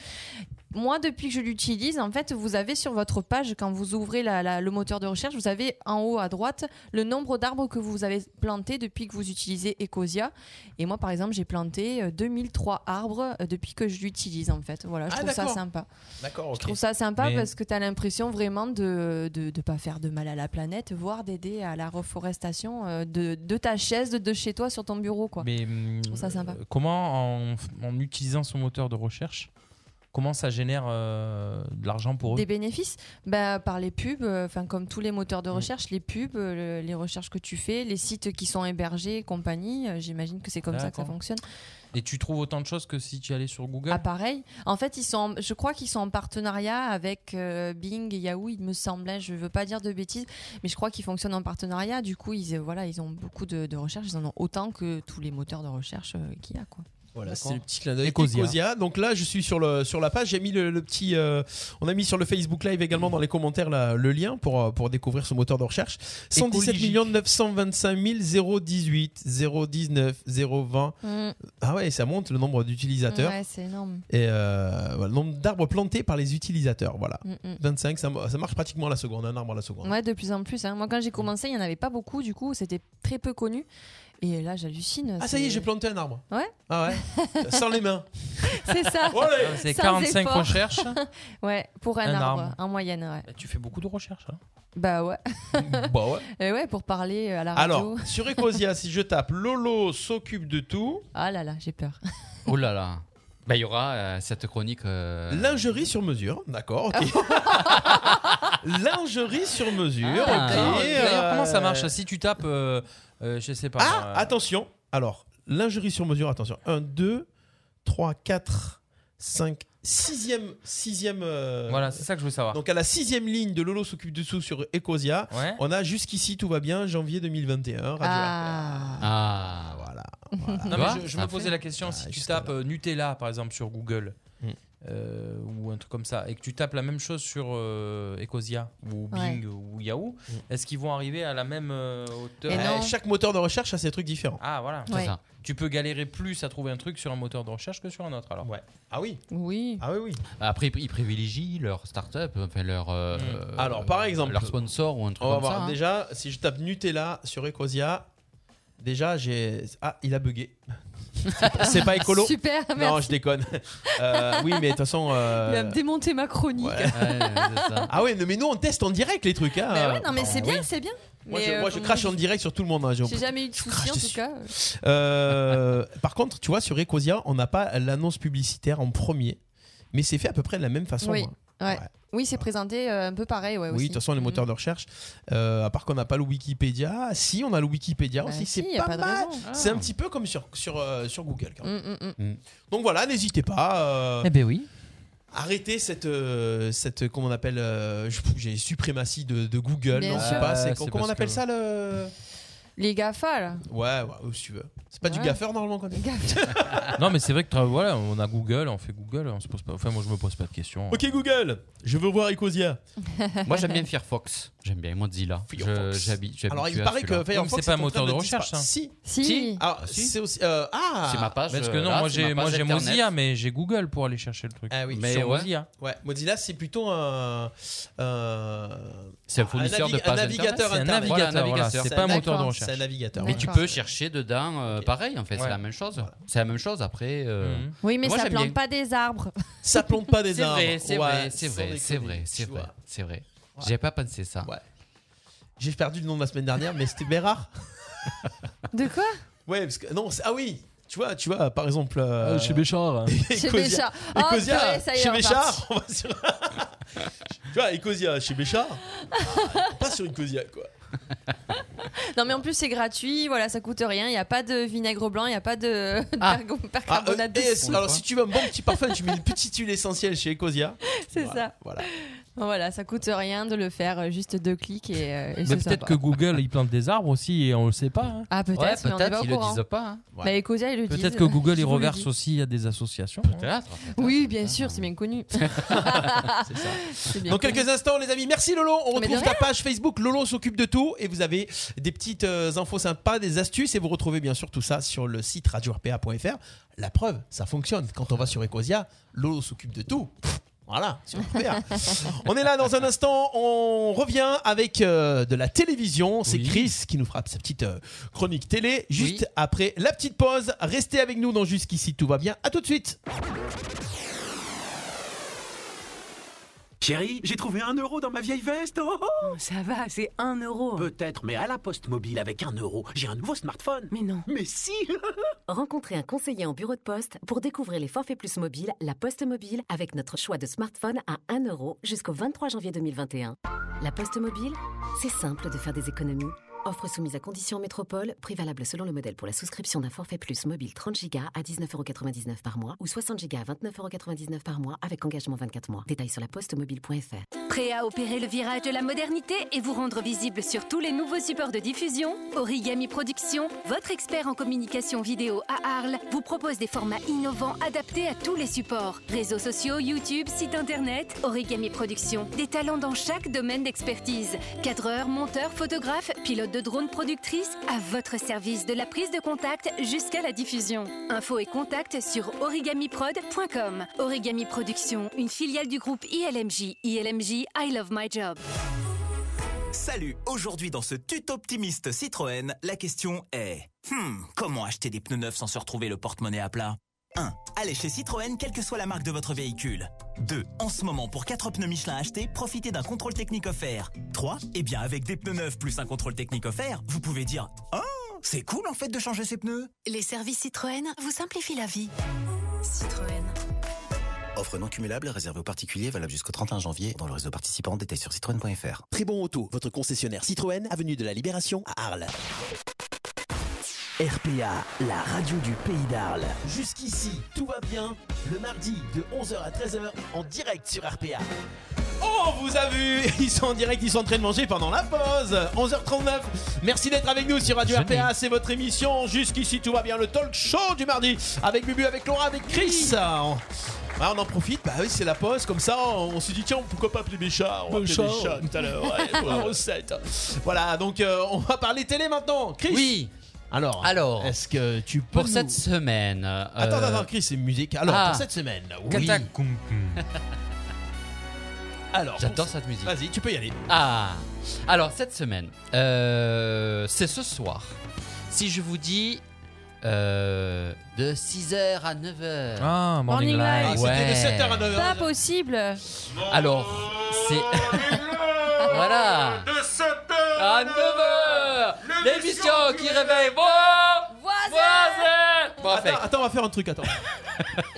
[SPEAKER 8] Moi, depuis que je l'utilise, en fait, vous avez sur votre page, quand vous ouvrez la- la- le moteur de recherche, vous avez en haut à droite le nombre d'arbres que vous avez plantés depuis que vous utilisez Ecosia. Et moi, par exemple, j'ai planté euh, 2003 arbres euh, depuis que je l'utilise, en fait. Voilà, je
[SPEAKER 7] Ah,
[SPEAKER 8] trouve ça
[SPEAKER 7] d'accord.
[SPEAKER 8] sympa.
[SPEAKER 7] D'accord.
[SPEAKER 8] Je trouve ça sympa
[SPEAKER 9] Mais-
[SPEAKER 8] parce que tu as l'impression vraiment de ne pas faire de mal à la planète, voire d'aider à la reforestation euh, de, de ta chaise, de, de chez toi, sur ton bureau. Quoi.
[SPEAKER 9] Mais hum,
[SPEAKER 8] Je trouve ça sympa.
[SPEAKER 9] euh, comment en, en utilisant son moteur de recherche, comment ça génère euh, de l'argent pour eux
[SPEAKER 8] Des bénéfices bah, Par les pubs, enfin comme tous les moteurs de
[SPEAKER 9] Mm.
[SPEAKER 8] recherche, les pubs, euh, le- les recherches que tu fais, les sites qui sont hébergés et compagnie, euh, j'imagine que c'est comme ça que ça
[SPEAKER 9] D'accord.
[SPEAKER 8] fonctionne.
[SPEAKER 9] Et tu trouves autant de choses que si tu allais sur Google
[SPEAKER 8] Ah, pareil. En fait, ils sont, je crois qu'ils sont en partenariat avec euh, Bing et Yahoo, il me semblait. Je veux pas dire de bêtises, mais je crois qu'ils fonctionnent en partenariat. Du coup, ils, euh, voilà, ils ont beaucoup de, de recherches. Ils en ont autant que tous les moteurs de recherche euh, qu'il y a. Quoi.
[SPEAKER 7] Voilà,
[SPEAKER 16] c'est le petit clin d'œil
[SPEAKER 7] Ecosia.
[SPEAKER 16] qu'Ecosia.
[SPEAKER 7] Donc là, je suis sur, le, sur la page. J'ai mis le, le petit. euh, on a mis sur le Facebook Live également dans les commentaires là, le lien pour, euh, pour découvrir ce moteur de recherche. 117
[SPEAKER 16] Écologique.
[SPEAKER 7] 925 018 019 020.
[SPEAKER 8] Mm.
[SPEAKER 7] Ah ouais, ça monte le nombre d'utilisateurs.
[SPEAKER 8] Ouais, c'est énorme.
[SPEAKER 7] Et euh, voilà, le nombre d'arbres plantés par les utilisateurs. Voilà.
[SPEAKER 8] Mm, mm.
[SPEAKER 7] 25, ça, ça marche pratiquement à la seconde, un arbre à la seconde.
[SPEAKER 8] Ouais, de plus en plus. hein. Moi, quand j'ai commencé, il n'y en avait pas beaucoup, du coup, c'était très peu connu. Et là, j'hallucine.
[SPEAKER 7] Ah, ça y est,
[SPEAKER 8] c'est-
[SPEAKER 7] j'ai planté un arbre.
[SPEAKER 8] Ouais,
[SPEAKER 7] Ah ouais Sans les mains.
[SPEAKER 8] [LAUGHS]
[SPEAKER 7] [LAUGHS]
[SPEAKER 8] c'est ça.
[SPEAKER 7] Olé
[SPEAKER 9] Ah, C'est
[SPEAKER 8] Sans
[SPEAKER 9] 45
[SPEAKER 8] effort. [LAUGHS]
[SPEAKER 9] recherches.
[SPEAKER 8] ouais, pour un,
[SPEAKER 9] Un
[SPEAKER 8] arbre,
[SPEAKER 9] arbre.
[SPEAKER 8] en moyenne, ouais.
[SPEAKER 9] Tu fais beaucoup de recherches. hein.
[SPEAKER 8] Bah ouais.
[SPEAKER 7] Bah ouais.
[SPEAKER 8] Et ouais, pour parler euh, à la radio.
[SPEAKER 7] Alors, sur Ecosia, si je tape Lolo s'occupe de tout.
[SPEAKER 8] Ah là là, j'ai peur.
[SPEAKER 10] Oh là là. Bah, il y aura euh, cette chronique. euh,
[SPEAKER 7] Lingerie sur mesure, d'accord,
[SPEAKER 9] [LAUGHS]
[SPEAKER 7] ok. Lingerie sur mesure,
[SPEAKER 9] Ah,
[SPEAKER 7] ok.
[SPEAKER 9] d'accord. D'ailleurs, comment ça marche
[SPEAKER 7] euh,
[SPEAKER 9] Si tu tapes, euh, euh, je sais pas.
[SPEAKER 7] Ah,
[SPEAKER 9] euh,
[SPEAKER 7] attention. Alors, lingerie sur mesure, attention. 1, 2, 3, 4, 5, 6e. sixième euh,
[SPEAKER 9] Voilà, c'est ça que je veux savoir.
[SPEAKER 7] Donc, à la sixième ligne de Lolo s'occupe du sous sur Ecosia,
[SPEAKER 9] [LAUGHS] Ouais.
[SPEAKER 7] on a jusqu'ici, tout va bien, janvier 2021. Radio
[SPEAKER 8] Ah.
[SPEAKER 10] Ah,
[SPEAKER 7] voilà.
[SPEAKER 9] Non,
[SPEAKER 7] Voilà.
[SPEAKER 9] mais je, je me
[SPEAKER 7] Parfait.
[SPEAKER 9] posais la question si tu tapes euh, Nutella par exemple sur Google euh, ou un truc comme ça et que tu tapes la même chose sur euh, Ecosia ou Bing ou Yahoo, est-ce qu'ils vont arriver à la même euh, hauteur
[SPEAKER 7] Eh, Chaque moteur de recherche a ses trucs différents.
[SPEAKER 9] Ah voilà,
[SPEAKER 7] Ouais. ça.
[SPEAKER 9] Tu peux galérer plus à trouver un truc sur un moteur de recherche que sur un autre alors.
[SPEAKER 7] Ouais. Ah oui.
[SPEAKER 8] Oui.
[SPEAKER 7] Ah oui oui.
[SPEAKER 10] Bah, Après, ils privilégient leur start-up, enfin leur.
[SPEAKER 9] Mm.
[SPEAKER 10] euh,
[SPEAKER 7] Alors, par exemple,
[SPEAKER 10] Leur sponsor ou un truc
[SPEAKER 7] On va
[SPEAKER 10] comme
[SPEAKER 7] voir.
[SPEAKER 10] ça. hein.
[SPEAKER 7] Déjà, si je tape Nutella sur Ecosia, déjà j'ai. Ah, il a bugué. C'est pas- C'est pas écolo.
[SPEAKER 8] [LAUGHS] Super,
[SPEAKER 7] Non,
[SPEAKER 8] merci.
[SPEAKER 7] je déconne. Euh, oui, mais de toute façon. euh,
[SPEAKER 8] Il a démonté ma chronique.
[SPEAKER 7] ouais. [LAUGHS] ah ouais, non, mais nous on teste en direct les trucs. Hein.
[SPEAKER 8] Bah ouais, non, mais c'est
[SPEAKER 7] Oui.
[SPEAKER 8] bien, c'est bien.
[SPEAKER 7] Moi,
[SPEAKER 8] Mais,
[SPEAKER 7] je,
[SPEAKER 8] euh,
[SPEAKER 7] moi, je
[SPEAKER 8] comment-
[SPEAKER 7] crache en direct sur tout le monde. hein, j'ai-
[SPEAKER 8] J'ai jamais eu de soucis en tout cas.
[SPEAKER 7] Euh, par contre, tu vois, sur Ecosia, on n'a pas l'annonce publicitaire en premier, mais c'est fait à peu près de la même façon.
[SPEAKER 8] Oui,
[SPEAKER 7] hein.
[SPEAKER 8] ouais. oui c'est présenté euh, un peu pareil. Ouais,
[SPEAKER 7] Oui,
[SPEAKER 8] aussi. Mm. Mm-hmm.
[SPEAKER 7] de toute façon, les moteurs de recherche, euh, à part qu'on n'a pas le Wikipédia, si on a le Wikipédia
[SPEAKER 8] Bah
[SPEAKER 7] aussi,
[SPEAKER 8] si,
[SPEAKER 7] c'est
[SPEAKER 8] y a
[SPEAKER 7] pas,
[SPEAKER 8] pas de
[SPEAKER 7] mal.
[SPEAKER 8] raison.
[SPEAKER 7] C'est
[SPEAKER 8] Ah.
[SPEAKER 7] un petit peu comme sur, sur, euh, sur Google. quand même.
[SPEAKER 8] Mm, mm, mm.
[SPEAKER 7] Donc voilà, n'hésitez pas. euh,
[SPEAKER 9] Eh ben oui.
[SPEAKER 7] Arrêtez cette, euh, cette comment on appelle, euh, je- j'ai suprématie de, de Google.
[SPEAKER 8] Bien
[SPEAKER 7] non, je sais
[SPEAKER 8] sûr.
[SPEAKER 7] pas,
[SPEAKER 8] Ouais,
[SPEAKER 7] c'est-
[SPEAKER 8] c'est
[SPEAKER 7] comment on
[SPEAKER 8] parce
[SPEAKER 7] appelle
[SPEAKER 8] que-
[SPEAKER 7] ça le.
[SPEAKER 8] Les GAFA, là.
[SPEAKER 7] Ouais, ouais, ou si tu veux. C'est pas du
[SPEAKER 8] Ouais.
[SPEAKER 7] gaffeur normalement quand même. [LAUGHS]
[SPEAKER 9] non mais c'est vrai que tra- voilà, on a Google, on fait Google, on se pose pas. Enfin moi je me pose pas de questions.
[SPEAKER 7] ok Google, je veux voir Ecosia.
[SPEAKER 10] Moi j'aime bien Firefox. J'aime bien Mozilla. Je- j'habite- j'habite
[SPEAKER 7] Alors il
[SPEAKER 10] plus à
[SPEAKER 7] paraît que
[SPEAKER 10] celui-là.
[SPEAKER 7] Firefox
[SPEAKER 9] c'est pas un
[SPEAKER 7] est en train
[SPEAKER 9] moteur de
[SPEAKER 7] dispara-
[SPEAKER 9] recherche, ça.
[SPEAKER 7] Si.
[SPEAKER 9] Si.
[SPEAKER 7] Ah, c'est aussi euh, ah
[SPEAKER 10] C'est ma page, euh,
[SPEAKER 9] Parce que non,
[SPEAKER 10] là,
[SPEAKER 9] moi
[SPEAKER 10] c'est
[SPEAKER 9] j'ai
[SPEAKER 10] ma
[SPEAKER 9] moi
[SPEAKER 10] page
[SPEAKER 9] j'ai
[SPEAKER 10] Internet.
[SPEAKER 9] Mozilla, mais j'ai Google pour aller chercher le truc.
[SPEAKER 7] Ah oui,
[SPEAKER 9] mais
[SPEAKER 7] sur
[SPEAKER 9] ouais.
[SPEAKER 7] Mozilla. Ouais, Mozilla, c'est plutôt un. un-
[SPEAKER 10] C'est un fournisseur
[SPEAKER 7] navi-
[SPEAKER 10] de pages
[SPEAKER 7] Un navigateur
[SPEAKER 10] Internet.
[SPEAKER 7] internet.
[SPEAKER 10] Voilà, un
[SPEAKER 7] Voilà,
[SPEAKER 10] navigateur.
[SPEAKER 7] un d'accord. C'est un navigateur.
[SPEAKER 10] Mais tu
[SPEAKER 7] voilà.
[SPEAKER 10] peux chercher dedans euh, pareil en fait,
[SPEAKER 7] Ouais.
[SPEAKER 10] c'est la même chose. C'est la même chose après.
[SPEAKER 9] Mm.
[SPEAKER 10] euh,
[SPEAKER 9] Hum.
[SPEAKER 8] Oui,
[SPEAKER 7] Ah,
[SPEAKER 8] mais
[SPEAKER 10] moi,
[SPEAKER 8] ça
[SPEAKER 10] j'aime
[SPEAKER 8] plante
[SPEAKER 10] bien.
[SPEAKER 8] pas
[SPEAKER 7] [LAUGHS]
[SPEAKER 8] des arbres.
[SPEAKER 7] Ça plante pas
[SPEAKER 10] C'est vrai, c'est vrai,
[SPEAKER 7] Ouais,
[SPEAKER 10] c'est
[SPEAKER 7] sans
[SPEAKER 10] vrai, c'est
[SPEAKER 7] déconner,
[SPEAKER 10] vrai, c'est
[SPEAKER 7] tu
[SPEAKER 10] vrai,
[SPEAKER 7] vois.
[SPEAKER 10] c'est vrai. J'avais pas pensé ça.
[SPEAKER 7] J'ai perdu le nom de la semaine dernière, mais c'était Bérard.
[SPEAKER 8] De quoi
[SPEAKER 7] Ouais, parce que. Non, c'est- ah oui tu vois, tu vois, par exemple.
[SPEAKER 16] Euh, chez Béchard.
[SPEAKER 8] Chez
[SPEAKER 7] [LAUGHS] Ecosia-
[SPEAKER 8] Béchard. Oh,
[SPEAKER 7] Ecosia,
[SPEAKER 10] Ah,
[SPEAKER 8] purée, ça y est,
[SPEAKER 7] chez
[SPEAKER 8] on est
[SPEAKER 7] Béchard, on va sur. [LAUGHS] tu vois, Ecosia, chez Béchard. Ah, pas sur Ecosia, quoi.
[SPEAKER 8] Non, mais en plus, c'est gratuit. Voilà, ça coûte rien. Il n'y a pas de vinaigre blanc. Il n'y a pas de de pergo-
[SPEAKER 7] [LAUGHS] Ah, euh,
[SPEAKER 8] percarbonate de
[SPEAKER 7] et-
[SPEAKER 8] soude,
[SPEAKER 7] alors,
[SPEAKER 10] hein.
[SPEAKER 8] quoi.
[SPEAKER 7] si tu veux un bon petit parfum, tu mets une petite huile essentielle chez
[SPEAKER 10] [LAUGHS]
[SPEAKER 7] Ecosia.
[SPEAKER 8] C'est ça.
[SPEAKER 7] Voilà.
[SPEAKER 8] Voilà, ça coûte rien de le faire. euh, Juste deux clics et, euh, et
[SPEAKER 9] Mais
[SPEAKER 8] c'est
[SPEAKER 9] peut-être
[SPEAKER 8] sympa.
[SPEAKER 9] que Google il plante des arbres aussi et on le sait pas. hein.
[SPEAKER 8] Ah, peut-être,
[SPEAKER 10] Ouais,
[SPEAKER 8] mais on n'est
[SPEAKER 10] peut-être,
[SPEAKER 8] pas au
[SPEAKER 10] ils le
[SPEAKER 8] courant.
[SPEAKER 10] disent pas, hein.
[SPEAKER 8] Bah, Ecosia, ils le
[SPEAKER 9] Peut-être
[SPEAKER 8] disent.
[SPEAKER 9] que Google
[SPEAKER 8] Je
[SPEAKER 9] il
[SPEAKER 8] vous le
[SPEAKER 9] reverse
[SPEAKER 8] dis.
[SPEAKER 9] aussi à des associations. hein. Peut-être.
[SPEAKER 8] Oui, bien sûr, c'est bien connu.
[SPEAKER 9] Ah.
[SPEAKER 7] Dans quelques instants, les amis, merci Lolo. On
[SPEAKER 8] Mais de
[SPEAKER 7] retrouve ta page Facebook. Lolo s'occupe de tout et vous avez des petites euh, infos sympas, des astuces et vous retrouvez bien sûr tout ça sur le site radio-rpa.fr. La preuve, ça fonctionne. Quand on va sur Ecosia, Lolo s'occupe de tout. Pff, Voilà, sur RPA.
[SPEAKER 8] [LAUGHS]
[SPEAKER 7] on est là dans un instant. On revient avec euh, de la télévision. C'est Chris qui nous fera sa petite euh, chronique télé juste après la petite pause. Restez avec nous dans Jusqu'ici, tout va bien. À tout de suite.
[SPEAKER 2] Chérie, j'ai trouvé un euro dans ma vieille veste. Oh, ça va, c'est un euro.
[SPEAKER 17] Peut-être, mais à la poste mobile, avec un euro, j'ai un nouveau smartphone. Mais non. Mais si
[SPEAKER 18] Rencontrez un conseiller en bureau de poste pour découvrir les forfaits plus mobiles, la Poste Mobile, avec notre choix de smartphone à 1 euro jusqu'au 23 janvier 2021. La Poste Mobile, c'est simple de faire des économies. Offre soumise à condition en métropole, prix valable selon le modèle pour la souscription d'un forfait plus mobile 30 Go à 19,99€ par mois ou 60 Go à 29,99€ par mois avec engagement 24 mois. Détails sur la postemobile.fr.
[SPEAKER 16] Prêt à opérer le virage de la modernité et vous rendre visible sur tous les nouveaux supports de diffusion Origami Productions, votre expert en communication vidéo à Arles, vous propose des formats innovants adaptés à tous les supports. Réseaux sociaux, YouTube, site internet, Origami Productions, des talents dans chaque domaine d'expertise. Cadreur, monteur, photographe, pilote de drone, productrice, à votre service de la prise de contact jusqu'à la diffusion. Info et contact sur origamiprod.com. Origami Productions, une filiale du groupe ILMJ. ILMJ, I love my job.
[SPEAKER 19] Salut, aujourd'hui dans ce tuto optimiste Citroën, la question est Hmm, comment acheter des pneus neufs sans se retrouver le porte-monnaie à plat 1. Allez chez Citroën, quelle que soit la marque de votre véhicule. 2. En ce moment, pour 4 pneus Michelin achetés, profitez d'un contrôle technique offert. 3. Eh bien, avec des pneus neufs plus un contrôle technique offert, vous pouvez dire Oh, c'est cool en fait de changer ses pneus.
[SPEAKER 20] Les services Citroën vous simplifient la vie. Citroën.
[SPEAKER 21] Offre non cumulable réservée aux particuliers, valable jusqu'au 31 janvier dans le réseau participant. Détails sur citroën.fr.
[SPEAKER 5] Très bon auto, votre concessionnaire Citroën, avenue de la Libération à Arles. RPA, la radio du pays d'Arles. Jusqu'ici, tout va bien. Le mardi de 11h à 13h en direct sur RPA.
[SPEAKER 7] Oh, on vous a vu [LAUGHS] Ils sont en direct, ils sont en train de manger pendant la pause. 11h39. Merci d'être avec nous sur Radio
[SPEAKER 9] Jamais.
[SPEAKER 7] RPA. C'est votre émission. Jusqu'ici, tout va bien. Le talk show du mardi. Avec Bubu, avec Laura, avec Chris. On... Ah, on en profite. Bah oui, c'est la pause. Comme ça, on, on se dit, tiens, pourquoi pas appeler Béchard On va appeler
[SPEAKER 9] Béchard.
[SPEAKER 7] Béchard tout à l'heure. Ouais, pour la recette. Voilà, donc euh, on va parler télé maintenant. Chris
[SPEAKER 10] Oui.
[SPEAKER 7] Alors,
[SPEAKER 10] alors
[SPEAKER 7] est-ce que tu peux
[SPEAKER 10] Pour
[SPEAKER 7] nous-
[SPEAKER 10] cette Ah. semaine. euh,
[SPEAKER 7] Attends, attends, attends, Chris, c'est musique. Alors, pour cette semaine, oui. Alors,
[SPEAKER 10] J'adore cette musique.
[SPEAKER 7] Vas-y, tu peux y aller.
[SPEAKER 10] Ah Alors, cette semaine, euh, c'est ce soir. Si je vous dis. euh, de 6h à 9h.
[SPEAKER 9] Ah, Morning Morning Live. Live.
[SPEAKER 10] Ouais.
[SPEAKER 9] C'était de 7h à
[SPEAKER 8] Pas possible
[SPEAKER 10] Alors, c'est. [LAUGHS] voilà
[SPEAKER 8] De
[SPEAKER 10] À 9h L'émission qui réveille moi Voisin
[SPEAKER 7] attends, attends, on va faire un truc, attends.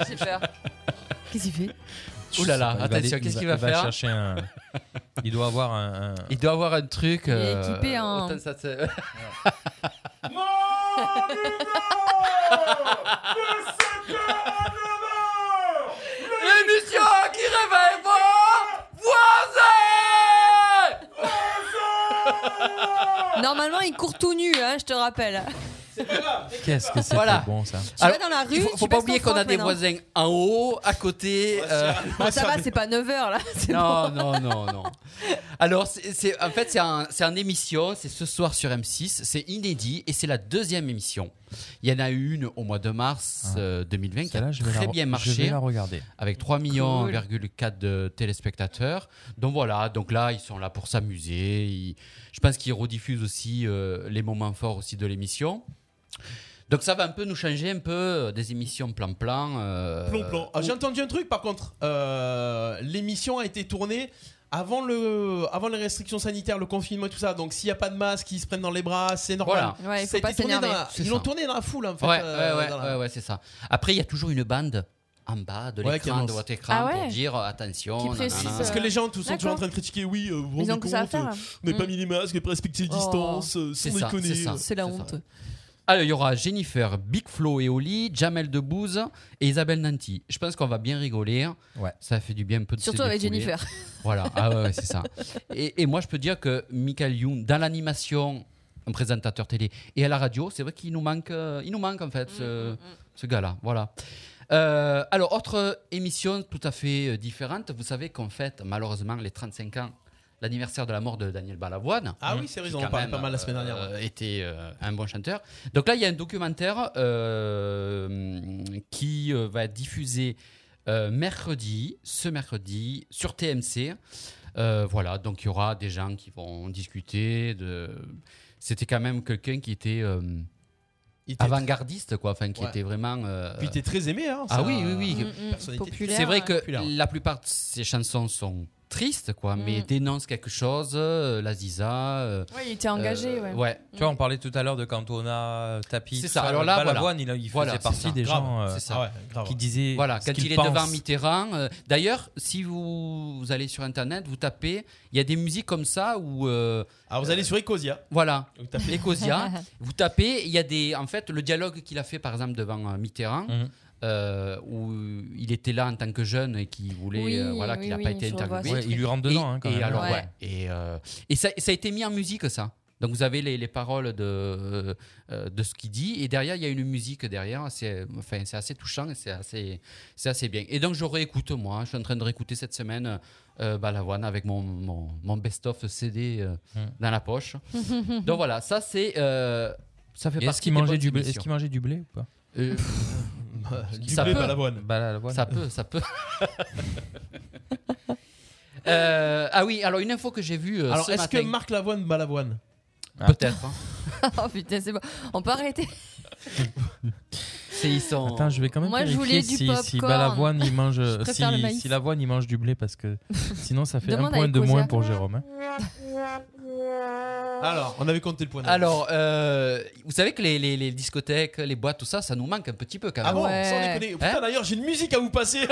[SPEAKER 8] J'ai peur. Qu'est-ce qu'il fait
[SPEAKER 10] Ouh là là,
[SPEAKER 9] Il va
[SPEAKER 10] attention,
[SPEAKER 9] aller- il
[SPEAKER 10] qu'est-ce qu'il va
[SPEAKER 9] il
[SPEAKER 10] faire
[SPEAKER 9] chercher un- Il doit avoir un.
[SPEAKER 10] Il doit avoir un truc.
[SPEAKER 9] euh,
[SPEAKER 8] Équipé en.
[SPEAKER 10] autant ça se- L'émission qui réveille moi Voisin
[SPEAKER 8] Normalement, il court tout nu, hein, je te rappelle.
[SPEAKER 9] Qu'est-ce que c'était
[SPEAKER 10] Voilà.
[SPEAKER 9] bon ça
[SPEAKER 8] Tu vas dans la rue,
[SPEAKER 10] il faut,
[SPEAKER 8] tu
[SPEAKER 10] faut pas
[SPEAKER 8] baisses ton
[SPEAKER 10] oublier qu'on a
[SPEAKER 8] froc
[SPEAKER 10] des
[SPEAKER 8] maintenant.
[SPEAKER 10] voisins en haut, à côté. euh, [LAUGHS]
[SPEAKER 8] Bon, ça va, c'est pas 9h là. c'est
[SPEAKER 10] Non,
[SPEAKER 8] bon.
[SPEAKER 10] non, non, non. Alors, c'est, c'est- en fait, c'est, un- c'est un émission, c'est ce soir sur M6, c'est inédit et c'est la deuxième émission. Il y en a eu une au mois de mars euh, 2020 qui a
[SPEAKER 9] Celle-là, je vais
[SPEAKER 10] très
[SPEAKER 9] la re-
[SPEAKER 10] bien
[SPEAKER 9] je
[SPEAKER 10] marché.
[SPEAKER 9] vais la regarder.
[SPEAKER 10] Avec 3 millions, 4 de téléspectateurs. Donc voilà, donc là, ils sont là pour s'amuser. Ils- je pense qu'ils rediffusent aussi euh, les moments forts aussi de l'émission. Donc ça va un peu nous changer un peu euh, des émissions plan-plan. euh,
[SPEAKER 7] Plomb, plomb. Ah, J'ai entendu un truc par contre. Euh, L'émission a été tournée avant, le, avant les restrictions sanitaires, le confinement et tout ça. Donc s'il n'y a pas de masque, ils se prennent dans les bras, c'est normal.
[SPEAKER 10] Voilà. Ouais, il
[SPEAKER 7] Ça a
[SPEAKER 10] faut
[SPEAKER 7] été
[SPEAKER 10] pas
[SPEAKER 7] tourné
[SPEAKER 10] s'énerver.
[SPEAKER 7] dans la-
[SPEAKER 10] C'est
[SPEAKER 7] Ils
[SPEAKER 10] ça.
[SPEAKER 7] l'ont tourné dans la foule en fait.
[SPEAKER 10] ouais,
[SPEAKER 7] euh,
[SPEAKER 10] ouais, ouais,
[SPEAKER 7] dans la-
[SPEAKER 10] ouais, ouais, c'est ça. Après, il y a toujours une bande en bas de
[SPEAKER 7] Ouais, qui
[SPEAKER 10] l'écran,
[SPEAKER 7] annonce.
[SPEAKER 10] de votre écran,
[SPEAKER 7] Ah
[SPEAKER 10] pour
[SPEAKER 7] ouais
[SPEAKER 10] dire euh, attention.
[SPEAKER 7] Qui
[SPEAKER 10] nanana.
[SPEAKER 7] précise, Parce que les gens tous sont toujours en train de critiquer oui, euh, vous vous
[SPEAKER 10] euh, Ils ont
[SPEAKER 7] rendez
[SPEAKER 10] que ça à
[SPEAKER 7] compte, euh,
[SPEAKER 10] faire, hein.
[SPEAKER 7] on n'a pas
[SPEAKER 10] Mm.
[SPEAKER 7] mis les masques, respecter les
[SPEAKER 10] Oh.
[SPEAKER 7] distances, euh, sans
[SPEAKER 10] C'est ça,
[SPEAKER 7] déconner.
[SPEAKER 10] c'est ça.
[SPEAKER 8] C'est la honte.
[SPEAKER 10] Alors, Ah, il y aura Jennifer, Big Flo et Oli, Jamel Debbouze et Isabelle Nanty. Je pense qu'on va bien rigoler. hein. Ça fait du bien un peu de se
[SPEAKER 8] Surtout avec
[SPEAKER 10] défouler.
[SPEAKER 8] Jennifer.
[SPEAKER 10] Voilà, ah ouais, ouais,
[SPEAKER 8] [LAUGHS]
[SPEAKER 10] c'est ça. Et, et moi, je peux dire que Michael Youn, dans l'animation, un présentateur télé et à la radio, c'est vrai qu'il nous manque, euh, il nous manque en fait,
[SPEAKER 8] Mm,
[SPEAKER 10] ce, ce gars-là. Voilà. Euh, alors, autre émission tout à fait euh, différente. Vous savez qu'on fête malheureusement les 35 ans, l'anniversaire de la mort de Daniel Balavoine.
[SPEAKER 7] Ah oui, c'est vrai,
[SPEAKER 10] Qui,
[SPEAKER 7] on en
[SPEAKER 10] quand
[SPEAKER 7] parlait
[SPEAKER 10] même,
[SPEAKER 7] pas mal la semaine dernière.
[SPEAKER 10] euh, était euh, un bon chanteur. Donc là, il y a un documentaire euh, qui euh, va diffuser euh, mercredi, ce mercredi, sur TMC. Euh, voilà, donc il y aura des gens qui vont discuter. De... C'était quand même quelqu'un qui était. euh, avant-gardiste quoi enfin qui
[SPEAKER 7] Ouais.
[SPEAKER 10] était vraiment euh,
[SPEAKER 7] Puis il était très aimé, hein,
[SPEAKER 10] ah
[SPEAKER 7] ça-
[SPEAKER 10] oui oui oui
[SPEAKER 7] Mm, mm. Personnalité.
[SPEAKER 10] c'est vrai que
[SPEAKER 7] Populaire.
[SPEAKER 10] la plupart de ses chansons sont triste, quoi, mais dénonce quelque chose, euh, la Ziza. euh,
[SPEAKER 8] Ouais, il était engagé, ouais.
[SPEAKER 9] Tu vois, on parlait tout à l'heure de Cantona, Tapi.
[SPEAKER 10] C'est
[SPEAKER 9] tout
[SPEAKER 10] ça. Alors là, voilà.
[SPEAKER 9] Balavoine, il, il faisait
[SPEAKER 10] Voilà, c'est
[SPEAKER 9] partie
[SPEAKER 10] ça.
[SPEAKER 9] des
[SPEAKER 10] Grave,
[SPEAKER 9] gens euh,
[SPEAKER 10] c'est ça.
[SPEAKER 9] qui disaient.
[SPEAKER 10] Voilà,
[SPEAKER 9] ce
[SPEAKER 10] quand
[SPEAKER 9] qu'ils
[SPEAKER 10] il est
[SPEAKER 9] pensent.
[SPEAKER 10] devant Mitterrand. euh, D'ailleurs, si vous, vous allez sur Internet, vous tapez, il y a des musiques comme ça où. euh,
[SPEAKER 7] Alors Ah, vous allez sur Ecosia.
[SPEAKER 10] Voilà,
[SPEAKER 7] Vous tapez-
[SPEAKER 9] [LAUGHS]
[SPEAKER 10] Ecosia. vous tapez, il y a des. En fait, le dialogue qu'il a fait, par exemple, devant euh, Mitterrand. euh, où il était là en tant que jeune et qui voulait
[SPEAKER 9] Oui,
[SPEAKER 10] euh, voilà
[SPEAKER 9] oui,
[SPEAKER 10] qu'il n'a
[SPEAKER 9] oui,
[SPEAKER 10] pas été
[SPEAKER 9] je revois
[SPEAKER 10] interviewé
[SPEAKER 9] ce Ouais, il lui rentre dedans,
[SPEAKER 10] Et-
[SPEAKER 9] hein, quand
[SPEAKER 10] et
[SPEAKER 9] même.
[SPEAKER 10] alors
[SPEAKER 9] Ouais.
[SPEAKER 10] ouais et, euh, et ça, ça a été mis en musique, ça. Donc vous avez les, les paroles de, euh, de ce qu'il dit. Et derrière, il y a une musique derrière. C'est enfin, c'est assez touchant et c'est assez, c'est assez bien. Et donc je réécoute, moi. Je suis en train de réécouter cette semaine euh, Balavoine avec mon, mon, mon best-of CD euh,
[SPEAKER 9] Mmh.
[SPEAKER 10] dans la poche. donc voilà, ça c'est... euh, ça
[SPEAKER 9] Et
[SPEAKER 10] fait
[SPEAKER 9] Est-ce
[SPEAKER 10] partie
[SPEAKER 9] qu'il
[SPEAKER 10] des
[SPEAKER 9] mangeait,
[SPEAKER 10] bonnes
[SPEAKER 9] du blé-
[SPEAKER 10] émissions.
[SPEAKER 9] est-ce qu'il mangeait du blé ou pas [LAUGHS]
[SPEAKER 10] Euh,
[SPEAKER 9] Du
[SPEAKER 10] [LAUGHS] ça
[SPEAKER 9] blé
[SPEAKER 10] peut.
[SPEAKER 9] Balavoine. Balavoine.
[SPEAKER 10] Ça
[SPEAKER 7] [LAUGHS]
[SPEAKER 10] peut, ça peut. Euh, ah oui, alors une info que j'ai vue. euh,
[SPEAKER 7] Alors,
[SPEAKER 10] ce
[SPEAKER 7] est-ce que
[SPEAKER 10] matin. Ah,
[SPEAKER 7] Marc Lavoine bat Lavoine
[SPEAKER 10] Peut-être.
[SPEAKER 8] [LAUGHS] oh putain, c'est bon. On peut arrêter.
[SPEAKER 10] hein. C'est ils sont.
[SPEAKER 9] Attends, je vais quand même
[SPEAKER 8] Moi, je
[SPEAKER 9] vérifier
[SPEAKER 8] voulais
[SPEAKER 9] si,
[SPEAKER 8] du
[SPEAKER 9] si
[SPEAKER 8] popcorn.
[SPEAKER 9] Balavoine il mange,
[SPEAKER 8] Je préfère le
[SPEAKER 9] si,
[SPEAKER 8] maïs.
[SPEAKER 9] si l'avoine il mange du blé parce que sinon ça fait un
[SPEAKER 8] Demande à
[SPEAKER 9] point de
[SPEAKER 8] Ecosia.
[SPEAKER 9] moins pour Jérôme. hein.
[SPEAKER 7] Alors, on avait compté le point.
[SPEAKER 10] Alors, euh, vous savez que les, les- les discothèques, les boîtes, tout ça, ça nous manque un petit peu quand même.
[SPEAKER 7] Ah bon, sans déconner.
[SPEAKER 10] Hein
[SPEAKER 7] Putain, d'ailleurs, j'ai une musique à vous passer.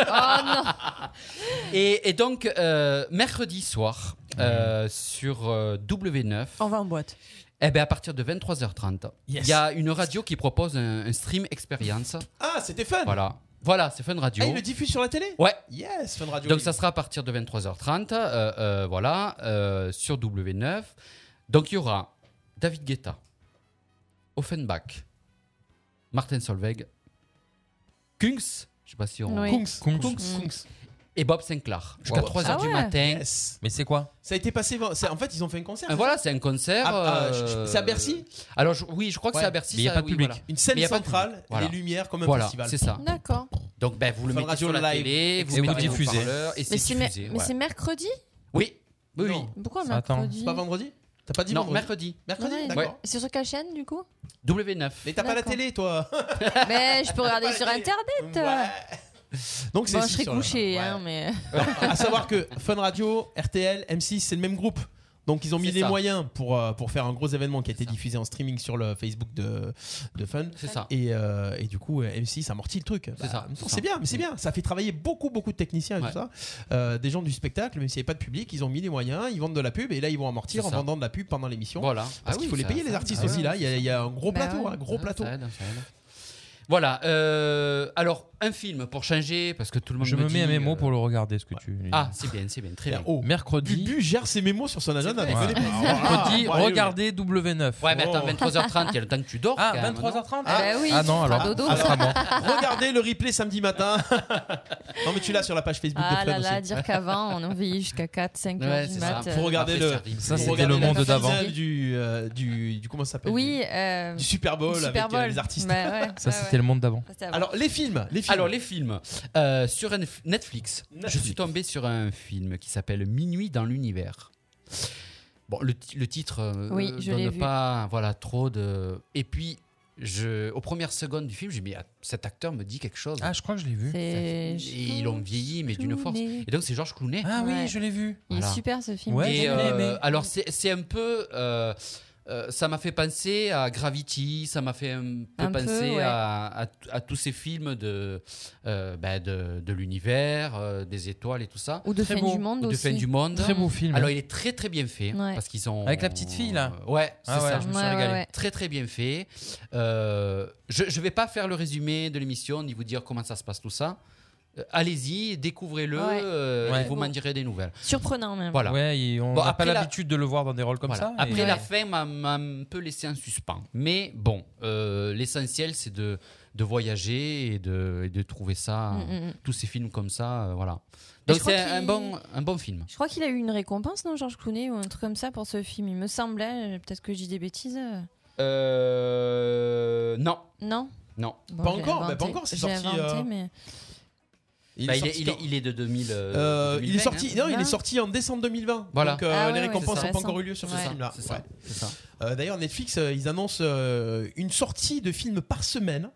[SPEAKER 10] [LAUGHS] Et, et donc, euh, mercredi soir, euh, sur euh, W9. On
[SPEAKER 8] va en boîte.
[SPEAKER 10] Eh bien, à partir de 23h30, il
[SPEAKER 7] Yes.
[SPEAKER 10] y a une radio qui propose un, un stream
[SPEAKER 7] [LAUGHS]
[SPEAKER 10] expérience.
[SPEAKER 7] Ah, c'était fun.
[SPEAKER 10] Voilà. Voilà, c'est Fun Radio.
[SPEAKER 7] Ah, il le diffuse sur la télé
[SPEAKER 10] Ouais.
[SPEAKER 7] Yes, Fun Radio.
[SPEAKER 10] Donc ça sera à partir de 23h30, euh, euh, voilà, euh, sur W9. Donc il y aura David Guetta, Offenbach, Martin Solveig, Kungs, je sais pas si on...
[SPEAKER 7] Oui. Kungs. Kungs. Kungs.
[SPEAKER 10] Et Bob Sinclair, jusqu'à
[SPEAKER 7] Wow.
[SPEAKER 10] 3h
[SPEAKER 7] Ah
[SPEAKER 10] du
[SPEAKER 7] ouais.
[SPEAKER 10] matin.
[SPEAKER 7] Yes.
[SPEAKER 9] Mais c'est quoi
[SPEAKER 7] Ça a été passé. c'est- En fait, ils ont fait un concert.
[SPEAKER 10] Ah, voilà, c'est un concert.
[SPEAKER 7] Ah, ah, je-
[SPEAKER 10] euh,
[SPEAKER 7] c'est à Bercy
[SPEAKER 10] Alors je- oui, je crois que
[SPEAKER 7] Ouais.
[SPEAKER 10] c'est à Bercy.
[SPEAKER 7] Mais il y a
[SPEAKER 10] ça,
[SPEAKER 7] pas de
[SPEAKER 10] oui,
[SPEAKER 7] public.
[SPEAKER 10] voilà.
[SPEAKER 7] Une scène
[SPEAKER 10] Mais il y a pas de
[SPEAKER 7] centrale,
[SPEAKER 10] public.
[SPEAKER 7] les lumières comme un
[SPEAKER 10] Voilà,
[SPEAKER 7] festival.
[SPEAKER 10] C'est ça.
[SPEAKER 8] D'accord.
[SPEAKER 10] Donc ben, vous le
[SPEAKER 7] Fun
[SPEAKER 10] mettez
[SPEAKER 7] Radio
[SPEAKER 10] sur la
[SPEAKER 7] Live.
[SPEAKER 10] télé, vous
[SPEAKER 7] Et
[SPEAKER 10] le
[SPEAKER 7] vous
[SPEAKER 10] mettez au
[SPEAKER 7] diffusez.
[SPEAKER 10] haut-parleur et
[SPEAKER 8] Mais
[SPEAKER 10] c'est
[SPEAKER 8] c'est mer-
[SPEAKER 10] diffusé.
[SPEAKER 8] mais
[SPEAKER 10] ouais.
[SPEAKER 8] c'est mercredi
[SPEAKER 10] Oui. Oui, oui.
[SPEAKER 8] Pourquoi mercredi
[SPEAKER 7] C'est pas vendredi T'as pas dit
[SPEAKER 10] Non,
[SPEAKER 7] vendredi
[SPEAKER 10] mercredi.
[SPEAKER 7] Mercredi,
[SPEAKER 8] Ouais.
[SPEAKER 7] d'accord.
[SPEAKER 8] C'est sur quelle chaîne du coup
[SPEAKER 10] W9.
[SPEAKER 7] Mais t'as pas la
[SPEAKER 8] D'accord.
[SPEAKER 7] télé, toi
[SPEAKER 8] Mais je peux regarder
[SPEAKER 7] [LAUGHS]
[SPEAKER 8] sur internet.
[SPEAKER 7] Donc c'est
[SPEAKER 8] Bon, je
[SPEAKER 7] six
[SPEAKER 8] serai
[SPEAKER 7] sur la-
[SPEAKER 8] couché, hein, mais.
[SPEAKER 7] Non, à savoir que Fun Radio, RTL, M6, c'est le même groupe. Donc ils ont mis
[SPEAKER 10] C'est
[SPEAKER 7] les
[SPEAKER 10] ça.
[SPEAKER 7] moyens pour, euh, pour faire un gros événement qui a été diffusé en streaming sur le Facebook de, de Fun.
[SPEAKER 10] C'est ça.
[SPEAKER 7] Et, euh, et du coup, euh, M6 amortit le truc. Bah,
[SPEAKER 10] ça,
[SPEAKER 7] en même temps,
[SPEAKER 10] c'est
[SPEAKER 7] C'est
[SPEAKER 10] ça.
[SPEAKER 7] bien, mais c'est bien. Ça fait travailler beaucoup, beaucoup de techniciens et
[SPEAKER 10] Ouais.
[SPEAKER 7] tout ça. Euh, des gens du spectacle, même s'il n'y avait pas de public, ils ont mis les moyens, ils vendent de la pub et là ils vont amortir
[SPEAKER 10] C'est
[SPEAKER 7] en
[SPEAKER 10] ça.
[SPEAKER 7] vendant de la pub pendant l'émission.
[SPEAKER 10] Voilà.
[SPEAKER 7] Parce
[SPEAKER 10] Ah
[SPEAKER 7] qu'il
[SPEAKER 10] oui,
[SPEAKER 7] faut les
[SPEAKER 10] ça-
[SPEAKER 7] payer les
[SPEAKER 10] ça-
[SPEAKER 7] artistes
[SPEAKER 10] ah
[SPEAKER 7] aussi
[SPEAKER 10] ouais,
[SPEAKER 7] là. Il y, a- il y a un gros
[SPEAKER 10] Bah
[SPEAKER 7] plateau,
[SPEAKER 10] ouais.
[SPEAKER 7] un gros plateau.
[SPEAKER 10] Ça aide, ça aide. Voilà. euh, alors, un film pour changer, parce que tout le monde
[SPEAKER 9] Je me mets
[SPEAKER 10] dit,
[SPEAKER 9] à mes mots
[SPEAKER 10] euh,
[SPEAKER 9] pour le regarder, ce que tu.
[SPEAKER 10] Ah, c'est bien, c'est bien, très bien.
[SPEAKER 7] Oh,
[SPEAKER 9] mercredi.
[SPEAKER 7] Bubu gère ses mémos sur son agenda.
[SPEAKER 9] Ouais.
[SPEAKER 7] désolé.
[SPEAKER 9] Mercredi,
[SPEAKER 7] Ah, ouais,
[SPEAKER 9] regardez W9.
[SPEAKER 10] Ouais, mais attends, 23h30, il y a le temps que tu dors.
[SPEAKER 9] Ah,
[SPEAKER 10] quand même,
[SPEAKER 9] 23h30
[SPEAKER 10] non
[SPEAKER 9] Ah, bah oui, Ah tu non, feras alors, dodo. ça sera mort.
[SPEAKER 7] Regardez le replay samedi
[SPEAKER 10] [LAUGHS]
[SPEAKER 7] matin. non, mais tu l'as sur la page Facebook
[SPEAKER 8] Ah
[SPEAKER 7] de Fun
[SPEAKER 8] là là,
[SPEAKER 7] aussi.
[SPEAKER 8] dire qu'avant on en veillait jusqu'à 4, 5 heures du mat.
[SPEAKER 7] Pour regarder le,
[SPEAKER 9] Ça,
[SPEAKER 7] pour
[SPEAKER 9] c'était
[SPEAKER 7] regarder
[SPEAKER 9] le
[SPEAKER 7] la
[SPEAKER 9] monde
[SPEAKER 7] finale
[SPEAKER 9] d'avant.
[SPEAKER 7] Du, euh, du, du comment ça s'appelle
[SPEAKER 8] Oui. euh,
[SPEAKER 7] Du Super Bowl
[SPEAKER 8] du
[SPEAKER 7] avec, euh, les artistes.
[SPEAKER 8] Bah ouais,
[SPEAKER 9] Ça,
[SPEAKER 8] ouais,
[SPEAKER 9] c'était
[SPEAKER 8] ouais.
[SPEAKER 9] le monde d'avant.
[SPEAKER 8] Ça, c'était avant.
[SPEAKER 7] Alors les films, les films.
[SPEAKER 10] Alors, les films. Euh, sur Netf- Netflix, je
[SPEAKER 7] Netflix.
[SPEAKER 10] suis tombé sur un film qui s'appelle Minuit dans l'univers. Bon, le, ti- le titre euh,
[SPEAKER 8] Oui, je l'ai
[SPEAKER 10] donne
[SPEAKER 8] vu.
[SPEAKER 10] pas voilà, trop de. Et puis, je, aux premières secondes du film, j'ai dit, mais ah, cet acteur me dit quelque chose.
[SPEAKER 9] Ah, je crois que je l'ai vu.
[SPEAKER 10] Et ils l'ont vieilli, mais d'une force.
[SPEAKER 8] Clooney.
[SPEAKER 10] Et donc, c'est Georges Clooney.
[SPEAKER 9] Ah oui,
[SPEAKER 8] Ouais.
[SPEAKER 9] je l'ai vu.
[SPEAKER 8] Il est
[SPEAKER 10] Voilà.
[SPEAKER 8] super ce film.
[SPEAKER 10] Et, euh, alors c'est c'est un peu. euh, euh, ça m'a fait penser à Gravity, ça m'a fait un peu
[SPEAKER 8] Un peu,
[SPEAKER 10] penser
[SPEAKER 8] ouais.
[SPEAKER 10] à, à- à tous ces films de, euh, ben, de, de l'univers, euh, des étoiles et tout ça.
[SPEAKER 8] Ou de Très fin beau. du monde
[SPEAKER 10] Ou de
[SPEAKER 8] aussi.
[SPEAKER 10] fin du monde.
[SPEAKER 9] Très beau film.
[SPEAKER 10] Alors il est très très bien fait.
[SPEAKER 8] Ouais.
[SPEAKER 10] Parce qu'ils ont...
[SPEAKER 9] Avec la petite fille, là.
[SPEAKER 10] Ouais, c'est
[SPEAKER 9] Ah ouais,
[SPEAKER 10] ça.
[SPEAKER 9] je me suis Ouais, ouais, régalé. ouais.
[SPEAKER 10] Très très bien fait. Euh, je ne vais pas faire le résumé de l'émission ni vous dire comment ça se passe tout ça. Euh, Allez-y, découvrez-le,
[SPEAKER 8] Ouais.
[SPEAKER 10] euh,
[SPEAKER 9] Ouais.
[SPEAKER 10] et vous m'en direz des nouvelles.
[SPEAKER 8] Surprenant même.
[SPEAKER 10] Voilà.
[SPEAKER 9] Ouais, et on
[SPEAKER 10] Bon,
[SPEAKER 9] n'a pas
[SPEAKER 10] après la-
[SPEAKER 9] l'habitude de le voir dans des rôles comme
[SPEAKER 10] Voilà.
[SPEAKER 9] ça.
[SPEAKER 10] Après,
[SPEAKER 9] et-
[SPEAKER 10] la fin m'a- m'a un peu laissé en suspens. Mais bon, euh, l'essentiel, c'est de, de voyager et de, et de trouver ça,
[SPEAKER 8] Mm, mm, mm.
[SPEAKER 10] tous ces films comme ça, euh, voilà.
[SPEAKER 8] Mais
[SPEAKER 10] Donc
[SPEAKER 8] je
[SPEAKER 10] c'est
[SPEAKER 8] crois
[SPEAKER 10] un
[SPEAKER 8] qu'il-
[SPEAKER 10] bon, un bon film.
[SPEAKER 8] Je crois qu'il a eu une récompense, non, Georges Clooney, ou un truc comme ça pour ce film. Il me semblait, euh, peut-être que je dis des bêtises. euh,
[SPEAKER 10] Euh, non.
[SPEAKER 8] Non
[SPEAKER 10] Non.
[SPEAKER 8] Bon,
[SPEAKER 7] Pas
[SPEAKER 8] j'ai
[SPEAKER 7] encore, bah,
[SPEAKER 8] inventé.
[SPEAKER 7] pas encore, c'est
[SPEAKER 8] J'ai
[SPEAKER 7] sorti,
[SPEAKER 8] inventé,
[SPEAKER 7] euh,
[SPEAKER 8] mais-
[SPEAKER 10] Bah, Il, est, il, est, il est de 2000. euh,
[SPEAKER 7] Euh, il est
[SPEAKER 10] 2020,
[SPEAKER 7] sorti.
[SPEAKER 10] hein.
[SPEAKER 7] Non, il est sorti en décembre 2020.
[SPEAKER 10] Voilà.
[SPEAKER 7] Donc euh,
[SPEAKER 10] Ah ouais,
[SPEAKER 7] les
[SPEAKER 10] ouais,
[SPEAKER 7] récompenses
[SPEAKER 10] c'est
[SPEAKER 7] n'ont pas
[SPEAKER 10] récent.
[SPEAKER 7] encore eu lieu sur ce
[SPEAKER 10] Ouais.
[SPEAKER 7] film-là.
[SPEAKER 10] C'est ça,
[SPEAKER 7] Ouais.
[SPEAKER 10] c'est ça.
[SPEAKER 7] Euh, D'ailleurs, Netflix, euh, ils annoncent euh, une sortie de films par semaine.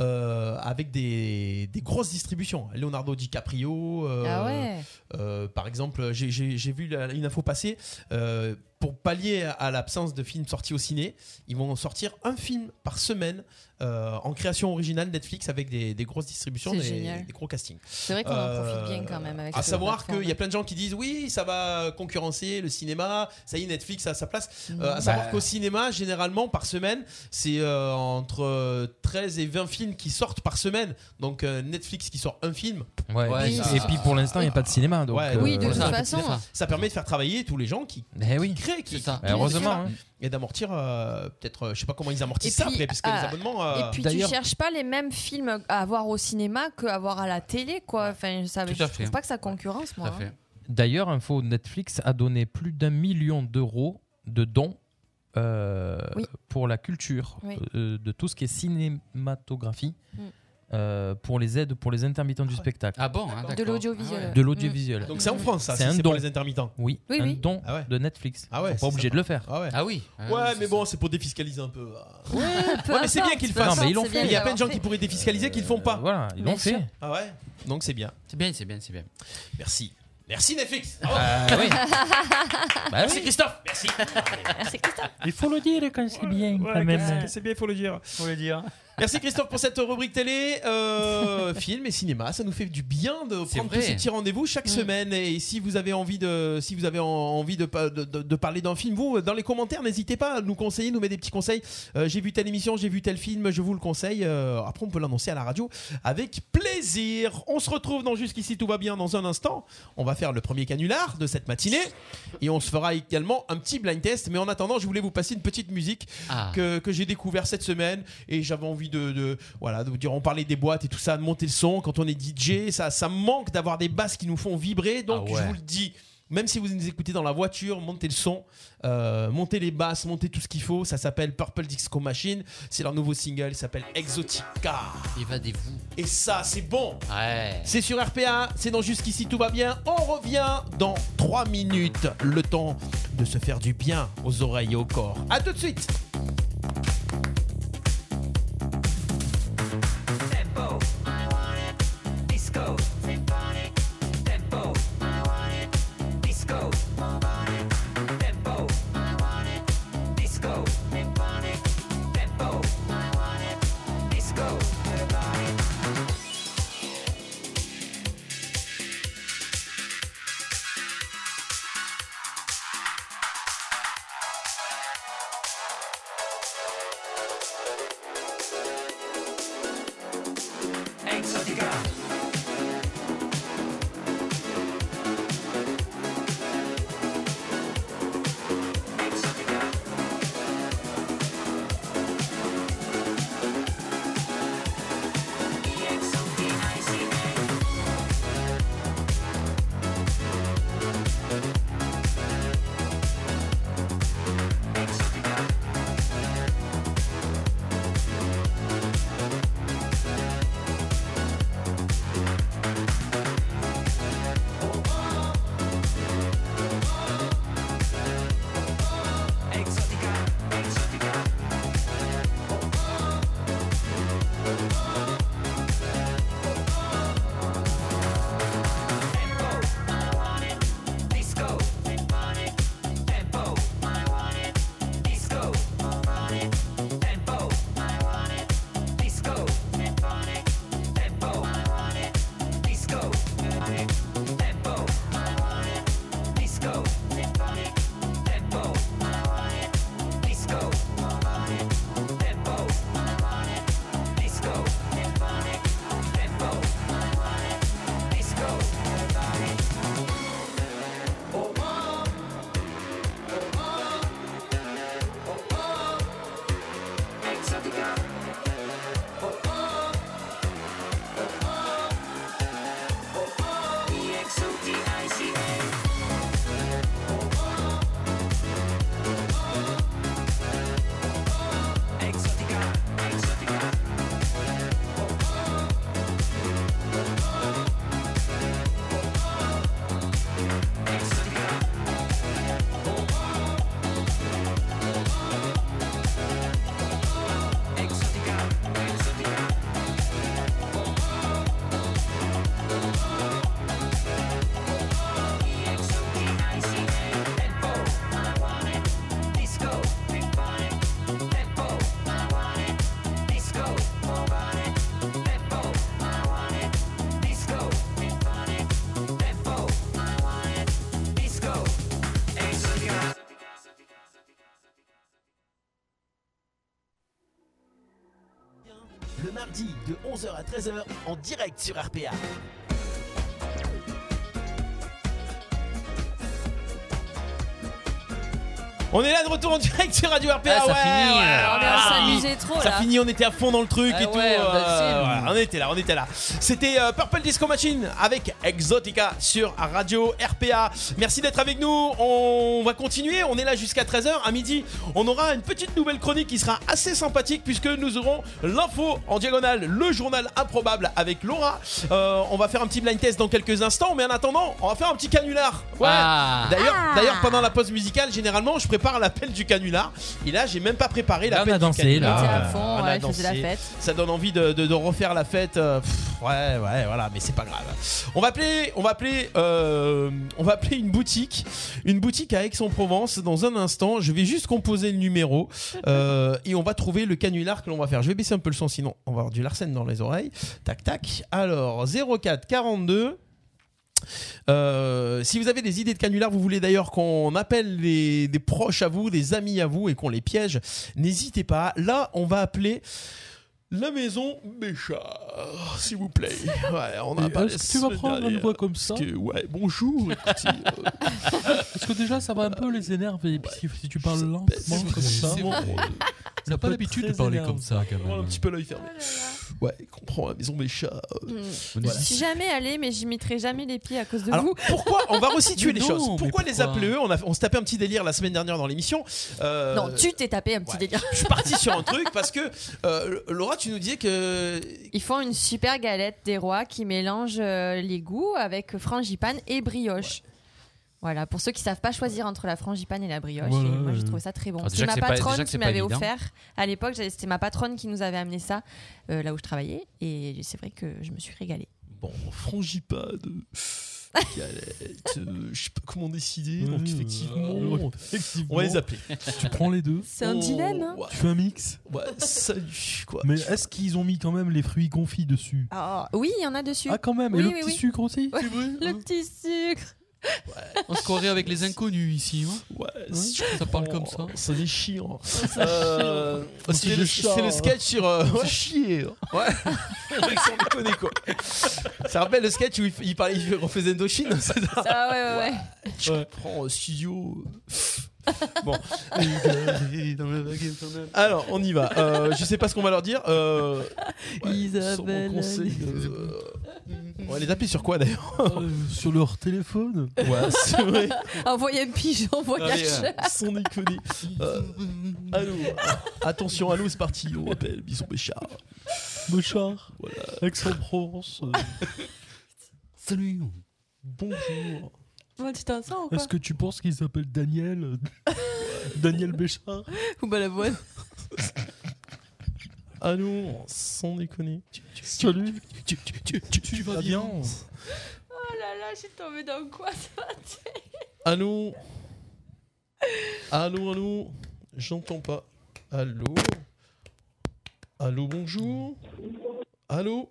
[SPEAKER 7] euh, avec des, des grosses distributions. Leonardo DiCaprio, euh,
[SPEAKER 8] Ah ouais.
[SPEAKER 7] euh, par exemple, j'ai- j'ai j'ai vu la- une info passer. euh, pour pallier à- à l'absence de films sortis au ciné, ils vont sortir un film par semaine euh, en création originale Netflix avec des, des grosses distributions,
[SPEAKER 8] C'est
[SPEAKER 7] des,
[SPEAKER 8] génial.
[SPEAKER 7] des gros castings. Euh,
[SPEAKER 8] C'est vrai qu'on en profite bien quand même avec
[SPEAKER 7] À
[SPEAKER 8] cette
[SPEAKER 7] savoir
[SPEAKER 8] plateforme.
[SPEAKER 7] qu'il y a plein de gens qui disent oui, ça va concurrencer le cinéma, ça y est, Netflix a sa place. Euh, à
[SPEAKER 8] Mmh.
[SPEAKER 9] Bah.
[SPEAKER 7] savoir qu'au cinéma, généralement, par semaine, c'est euh, entre euh, 13 et 20 films qui sortent par semaine. Donc euh, Netflix qui sort un film.
[SPEAKER 9] Ouais,
[SPEAKER 7] Ouais,
[SPEAKER 9] et,
[SPEAKER 7] ça-
[SPEAKER 9] puis, et puis pour l'instant, il n'y a pas de cinéma. Donc,
[SPEAKER 7] Ouais,
[SPEAKER 9] euh,
[SPEAKER 7] donc,
[SPEAKER 9] voilà.
[SPEAKER 7] ça- Ça permet de faire travailler tous les gens qui, qui créent, qui, qui-
[SPEAKER 9] Eh, heureusement,
[SPEAKER 7] qui-
[SPEAKER 9] hein.
[SPEAKER 7] Et d'amortir, euh, peut-être, euh, je sais pas comment ils amortissent ça après, parce que
[SPEAKER 8] ah,
[SPEAKER 7] les abonnements. euh,
[SPEAKER 8] et puis tu cherches pas les mêmes films à voir au cinéma qu'à voir à la télé, quoi. Enfin, ça,
[SPEAKER 9] Tout à
[SPEAKER 8] je
[SPEAKER 9] fait.
[SPEAKER 8] trouve pas que ça concurrence, moi. hein.
[SPEAKER 9] D'ailleurs, info Netflix a donné plus d'un million d'euros de dons euh, pour la culture
[SPEAKER 8] Oui.
[SPEAKER 9] euh, de tout ce qui est cinématographie.
[SPEAKER 8] Mm.
[SPEAKER 9] euh, pour les aides pour les intermittents du spectacle.
[SPEAKER 10] Ah bon, hein, De d'accord. l'audiovisuel. Ah ouais.
[SPEAKER 9] De l'audiovisuel.
[SPEAKER 10] Mm. Donc
[SPEAKER 7] euh,
[SPEAKER 10] c'est en France, ça, si
[SPEAKER 9] un
[SPEAKER 10] c'est
[SPEAKER 9] don.
[SPEAKER 10] pour les intermittents.
[SPEAKER 9] Oui,
[SPEAKER 10] Oui,
[SPEAKER 9] un
[SPEAKER 10] oui.
[SPEAKER 9] don de Netflix.
[SPEAKER 7] Ah ouais,
[SPEAKER 9] Ils sont
[SPEAKER 7] c'est
[SPEAKER 9] pas obligés
[SPEAKER 7] sympa.
[SPEAKER 9] de le faire.
[SPEAKER 7] Ah ouais.
[SPEAKER 10] Ah oui.
[SPEAKER 7] Ouais, mais bon, c'est pour défiscaliser un peu. euh. Ouais,
[SPEAKER 8] peu
[SPEAKER 7] mais c'est
[SPEAKER 8] importe,
[SPEAKER 7] bien qu'ils le
[SPEAKER 8] peu
[SPEAKER 7] fassent.
[SPEAKER 8] importe, Non, mais ils l'ont c'est fait. bien
[SPEAKER 7] Il y a
[SPEAKER 8] de
[SPEAKER 7] plein de gens
[SPEAKER 8] l'avoir
[SPEAKER 7] qui pourraient défiscaliser qu'ils le font Ah, pas.
[SPEAKER 9] voilà, ils l'ont Bien fait. Bah sûr.
[SPEAKER 7] Ah ouais Donc c'est bien.
[SPEAKER 10] C'est bien, c'est bien, c'est bien.
[SPEAKER 7] Merci. Merci Netflix.
[SPEAKER 9] Ah oui.
[SPEAKER 7] Merci Christophe. Merci.
[SPEAKER 8] Ah,
[SPEAKER 9] Il faut le dire quand c'est bien,
[SPEAKER 7] Ouais, qu'est-ce que C'est bien, il faut le dire.
[SPEAKER 10] Faut le dire. [LAUGHS]
[SPEAKER 7] Merci Christophe pour cette rubrique télé, euh, film et cinéma. Ça nous fait du bien de prendre
[SPEAKER 10] vrai.
[SPEAKER 7] tous ces petits rendez-vous chaque semaine. Et si vous avez envie de, si vous avez en- envie de, pa- de, de- de parler d'un film, vous dans les commentaires, n'hésitez pas à nous conseiller, nous mettre des petits conseils. Euh, j'ai vu telle émission, j'ai vu tel film, je vous le conseille. Euh, après, on peut l'annoncer à la radio avec plaisir. On se retrouve dans jusqu'ici tout va bien dans un instant. On va faire le premier canular de cette matinée et on se fera également un petit blind test. Mais en attendant, je voulais vous passer une petite musique
[SPEAKER 10] Ah.
[SPEAKER 7] que, que j'ai découvert cette semaine et j'avais envie de, de- voilà de vous dire on parlait des boîtes et tout ça de monter le son quand on est DJ ça ça me manque d'avoir des basses qui nous font vibrer donc
[SPEAKER 10] Ah ouais.
[SPEAKER 7] je vous le dis même si vous nous écoutez dans la voiture, montez le son, euh, montez les basses, montez tout ce qu'il faut. Ça s'appelle Purple Disco Machine. C'est leur nouveau single, il s'appelle Exotica.
[SPEAKER 10] Évadez-vous.
[SPEAKER 7] Et ça, c'est bon.
[SPEAKER 10] Ouais.
[SPEAKER 7] C'est sur RPA, c'est dans Jusqu'ici tout va bien. On revient dans 3 minutes. Le temps de se faire du bien aux oreilles et au corps. A tout de suite.
[SPEAKER 2] Tempo. Disco. Tempo. Disco. Tempo. Disco. Tempo. Disco.
[SPEAKER 5] mardi de 11h à 13h en direct sur RPA.
[SPEAKER 7] On est là de retour en direct sur Radio RPA.
[SPEAKER 5] Ah, ça
[SPEAKER 7] ouais,
[SPEAKER 5] finit,
[SPEAKER 7] ouais,
[SPEAKER 5] là.
[SPEAKER 7] on est
[SPEAKER 5] Ah,
[SPEAKER 7] là.
[SPEAKER 5] ça s'amusait
[SPEAKER 8] trop,
[SPEAKER 7] Ça
[SPEAKER 8] là.
[SPEAKER 7] finit, on était à fond dans le truc
[SPEAKER 5] Ah
[SPEAKER 7] et tout.
[SPEAKER 5] ouais,
[SPEAKER 7] euh,
[SPEAKER 5] facile.
[SPEAKER 7] voilà, on était là, on était là. C'était euh, Purple Disco Machine avec Exotica sur Radio RPA. Merci d'être avec nous. On va continuer. On est là jusqu'à 13h. À midi, on aura une petite nouvelle chronique qui sera assez sympathique puisque nous aurons l'info en diagonale, le journal improbable avec Laura. Euh, on va faire un petit blind test dans quelques instants, mais en attendant, on va faire un petit canular. Ouais.
[SPEAKER 14] Ah.
[SPEAKER 7] D'ailleurs,
[SPEAKER 14] Ah.
[SPEAKER 7] d'ailleurs, pendant la pause musicale, généralement, je prépare l'appel du canular. Et là, j'ai même pas préparé
[SPEAKER 15] Là, on
[SPEAKER 7] l'appel
[SPEAKER 15] a
[SPEAKER 7] du
[SPEAKER 15] dansé,
[SPEAKER 7] canular.
[SPEAKER 15] là. On était à fond,
[SPEAKER 7] On a
[SPEAKER 15] ouais, faisait la
[SPEAKER 7] dansé.
[SPEAKER 15] fête.
[SPEAKER 7] Ça donne envie de, de- de refaire la fête. euh, pff, ouais, ouais, voilà, mais c'est pas grave. On va appeler, on va appeler, euh, on va appeler une boutique, une boutique à Aix-en-Provence. Dans un instant, je vais juste composer le numéro euh, et on va trouver le canular que l'on va faire. Je vais baisser un peu le son, sinon on va avoir du Larsen dans les oreilles. Tac, tac. Alors 04 42 euh, si vous avez des idées de canular, vous voulez d'ailleurs qu'on appelle les- des proches à vous, des amis à vous et qu'on les piège, n'hésitez pas. Là, on va appeler la maison Béchard, s'il vous plaît. Ouais, on a
[SPEAKER 15] Et
[SPEAKER 7] pas
[SPEAKER 15] est-ce que tu vas prendre une voix comme ça
[SPEAKER 7] Ouais, bonjour. écoutez,
[SPEAKER 15] [LAUGHS]
[SPEAKER 7] euh,
[SPEAKER 15] Parce que déjà, ça va un peu les énerver. Et puis, si, si tu parles lentement
[SPEAKER 7] c'est
[SPEAKER 15] comme
[SPEAKER 7] vrai,
[SPEAKER 15] ça,
[SPEAKER 7] c'est vrai.
[SPEAKER 15] on n'a
[SPEAKER 7] Ça
[SPEAKER 15] pas
[SPEAKER 7] peut
[SPEAKER 15] l'habitude
[SPEAKER 7] être
[SPEAKER 15] de parler
[SPEAKER 7] très
[SPEAKER 15] comme ça, quand
[SPEAKER 7] énervant.
[SPEAKER 15] même.
[SPEAKER 7] Un petit peu l'œil fermé. Ouais, hein, comprends la maison Béchard. euh,
[SPEAKER 8] Mm.
[SPEAKER 7] voilà.
[SPEAKER 8] Je suis jamais allée, mais j'y mettrai jamais les pieds à cause de
[SPEAKER 7] Alors,
[SPEAKER 8] vous.
[SPEAKER 7] pourquoi on va resituer les
[SPEAKER 15] Mais non,
[SPEAKER 7] choses
[SPEAKER 15] mais
[SPEAKER 7] Pourquoi les
[SPEAKER 15] pourquoi
[SPEAKER 7] appeler eux on, a- on se tapait un petit délire la semaine dernière dans l'émission. Euh,
[SPEAKER 8] Non, tu t'es tapé un petit délire.
[SPEAKER 7] Je suis parti sur un truc parce que euh, Laura, tu nous disais que
[SPEAKER 8] Ils font une super galette des rois qui mélange euh, les goûts avec frangipane et brioche. Voilà, pour ceux qui savent pas choisir entre la frangipane et la brioche,
[SPEAKER 15] Voilà,
[SPEAKER 8] et moi j'ai
[SPEAKER 15] ouais.
[SPEAKER 8] trouvé ça très bon.
[SPEAKER 15] Ah,
[SPEAKER 8] c'est
[SPEAKER 15] déjà que
[SPEAKER 8] ma
[SPEAKER 15] c'est pas-
[SPEAKER 8] patronne
[SPEAKER 15] déjà que
[SPEAKER 8] qui
[SPEAKER 15] c'est pas
[SPEAKER 8] m'avait
[SPEAKER 15] évident.
[SPEAKER 8] offert à l'époque, j'avais- c'était ma patronne qui nous avait amené ça euh, là où je travaillais, et c'est vrai que je me suis régalée.
[SPEAKER 7] bon, frangipane, galette, euh, je sais pas comment décider.
[SPEAKER 9] Mmh,
[SPEAKER 7] donc
[SPEAKER 9] euh,
[SPEAKER 7] effectivement, on va les appeler.
[SPEAKER 15] Mmh. Tu prends les deux.
[SPEAKER 8] C'est un
[SPEAKER 7] Oh,
[SPEAKER 8] dilemme, hein.
[SPEAKER 7] ouais.
[SPEAKER 15] Tu fais un mix.
[SPEAKER 7] Ouais, salut quoi.
[SPEAKER 15] Mais est-ce qu'ils ont mis quand même les fruits confits dessus
[SPEAKER 8] Ah, oui, il y en a dessus.
[SPEAKER 15] Ah, quand même, et
[SPEAKER 8] Oui,
[SPEAKER 15] le
[SPEAKER 8] oui,
[SPEAKER 15] petit
[SPEAKER 8] oui.
[SPEAKER 15] sucre aussi
[SPEAKER 8] Ouais, Le petit sucre.
[SPEAKER 14] On se croirait avec les inconnus ici.
[SPEAKER 7] Ouais,
[SPEAKER 14] ça
[SPEAKER 10] Oh.
[SPEAKER 14] parle comme ça.
[SPEAKER 7] Ça déchire.
[SPEAKER 14] Euh,
[SPEAKER 7] c'est le, c'est hein. le sketch sur. euh, ouais. Ouais. [LAUGHS] Sans déconner, quoi. Ça rappelle le sketch où il, il parlait, il refaisait Indochine. hein, c'est ça
[SPEAKER 8] Ah ouais, ouais, ouais.
[SPEAKER 7] Je comprends, euh, studio. bon. Alors, on y va. Euh, je sais pas ce qu'on va leur dire. Euh, sans
[SPEAKER 15] Isabelle.
[SPEAKER 7] mon conseil, euh, on va les appeler sur quoi d'ailleurs
[SPEAKER 15] Sur leur téléphone
[SPEAKER 7] Ouais, c'est vrai.
[SPEAKER 8] Envoyer un pigeon en voyage.
[SPEAKER 10] Ah,
[SPEAKER 7] Allez, euh, sans déconner. Euh, allô, attention, allô, c'est parti. On appelle Bison Béchard.
[SPEAKER 15] Bouchard,
[SPEAKER 7] Voilà.
[SPEAKER 15] Aix-en-Provence.
[SPEAKER 14] Salut.
[SPEAKER 7] Bonjour.
[SPEAKER 8] Moi, tu t'en sors ou quoi
[SPEAKER 15] Est-ce que tu penses qu'ils s'appellent Daniel Daniel Béchard
[SPEAKER 8] Ou bah Balavoine
[SPEAKER 7] Allô, sans déconner.
[SPEAKER 15] Salut
[SPEAKER 7] Tu, tu- tu- tu- tu vas bien
[SPEAKER 8] Oh là là, j'ai tombé dans quoi ça
[SPEAKER 7] Allô Allô, allô J'entends pas. Allô Allô, bonjour Allô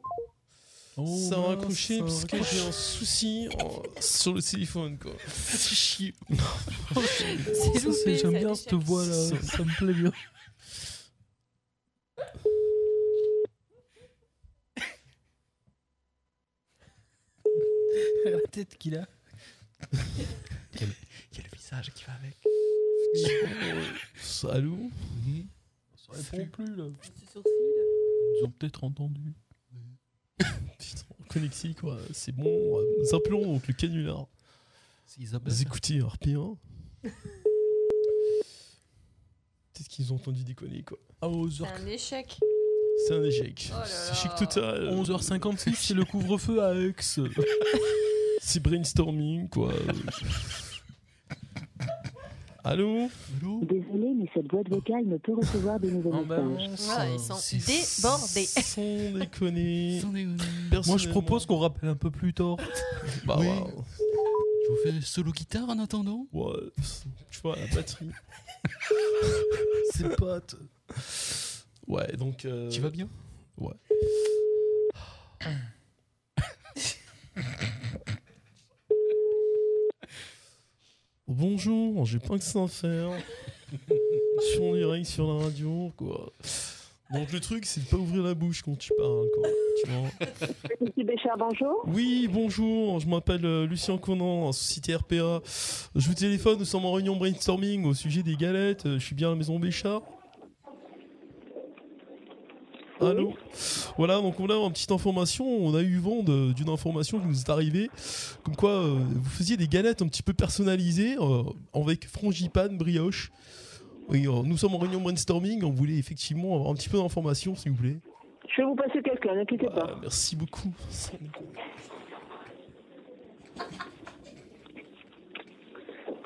[SPEAKER 7] Ça a
[SPEAKER 15] mince,
[SPEAKER 7] raccroché
[SPEAKER 15] ça a
[SPEAKER 7] parce que
[SPEAKER 15] raccroché.
[SPEAKER 7] j'ai un souci en- sur le téléphone, quoi. C'est chier.
[SPEAKER 15] Ça, c'est- J'aime bien cette voix là,
[SPEAKER 7] Ça-
[SPEAKER 15] ça me plaît bien. [LAUGHS] La tête qu'il a.
[SPEAKER 14] Il y a le- il y a le visage qui va avec.
[SPEAKER 7] Allô
[SPEAKER 15] Ça répond plus là. Mhm. Ils ont peut-être entendu.
[SPEAKER 7] [LAUGHS] Connecté, quoi. C'est bon. Nous appelons donc le canular. Vous écoutez [LAUGHS] RP1 Peut-être qu'ils ont entendu déconner, quoi.
[SPEAKER 15] Ah, aux
[SPEAKER 8] C'est un échec.
[SPEAKER 7] C'est un échec.
[SPEAKER 8] Oh
[SPEAKER 7] C'est échec total.
[SPEAKER 15] 11h56, c'est le couvre-feu à Aix.
[SPEAKER 7] [LAUGHS] C'est brainstorming,
[SPEAKER 15] [LAUGHS]
[SPEAKER 7] quoi. Allô
[SPEAKER 3] Désolé, mais cette boîte vocale ne peut recevoir de nouveaux
[SPEAKER 8] Ah, ils sont débordés.
[SPEAKER 7] Sans déconner.
[SPEAKER 15] Moi, je propose qu'on rappelle un peu plus tard.
[SPEAKER 7] Bah,
[SPEAKER 14] Oui.
[SPEAKER 7] waouh.
[SPEAKER 14] Je vous fais solo guitare en attendant.
[SPEAKER 7] Ouais, tu vois, la batterie.
[SPEAKER 15] [LAUGHS] C'est potes.
[SPEAKER 7] Ouais, donc. euh,
[SPEAKER 14] Tu vas bien
[SPEAKER 7] Ouais. Bonjour, j'ai pas que ça à faire. Je suis en direct sur la radio, quoi.
[SPEAKER 15] Donc le truc, c'est de pas ouvrir la bouche quand tu parles, quoi. Tu vois
[SPEAKER 3] Monsieur Béchard, bonjour.
[SPEAKER 15] Oui, bonjour, je m'appelle euh, Lucien Conan, Société RPA. Je vous téléphone, nous sommes en réunion brainstorming au sujet des galettes. Euh, Je suis bien à la maison Béchard. Allô Voilà, donc on a une petite information. On a eu vent de- d'une information qui nous est arrivée. Comme quoi, euh, vous faisiez des galettes un petit peu personnalisées euh, avec frangipane, brioche. Oui, euh, nous sommes en réunion brainstorming. On voulait effectivement avoir un petit peu d'informations, s'il vous plaît. Ah,
[SPEAKER 3] Je vais vous passer quelqu'un, n'inquiétez pas.
[SPEAKER 15] Merci beaucoup.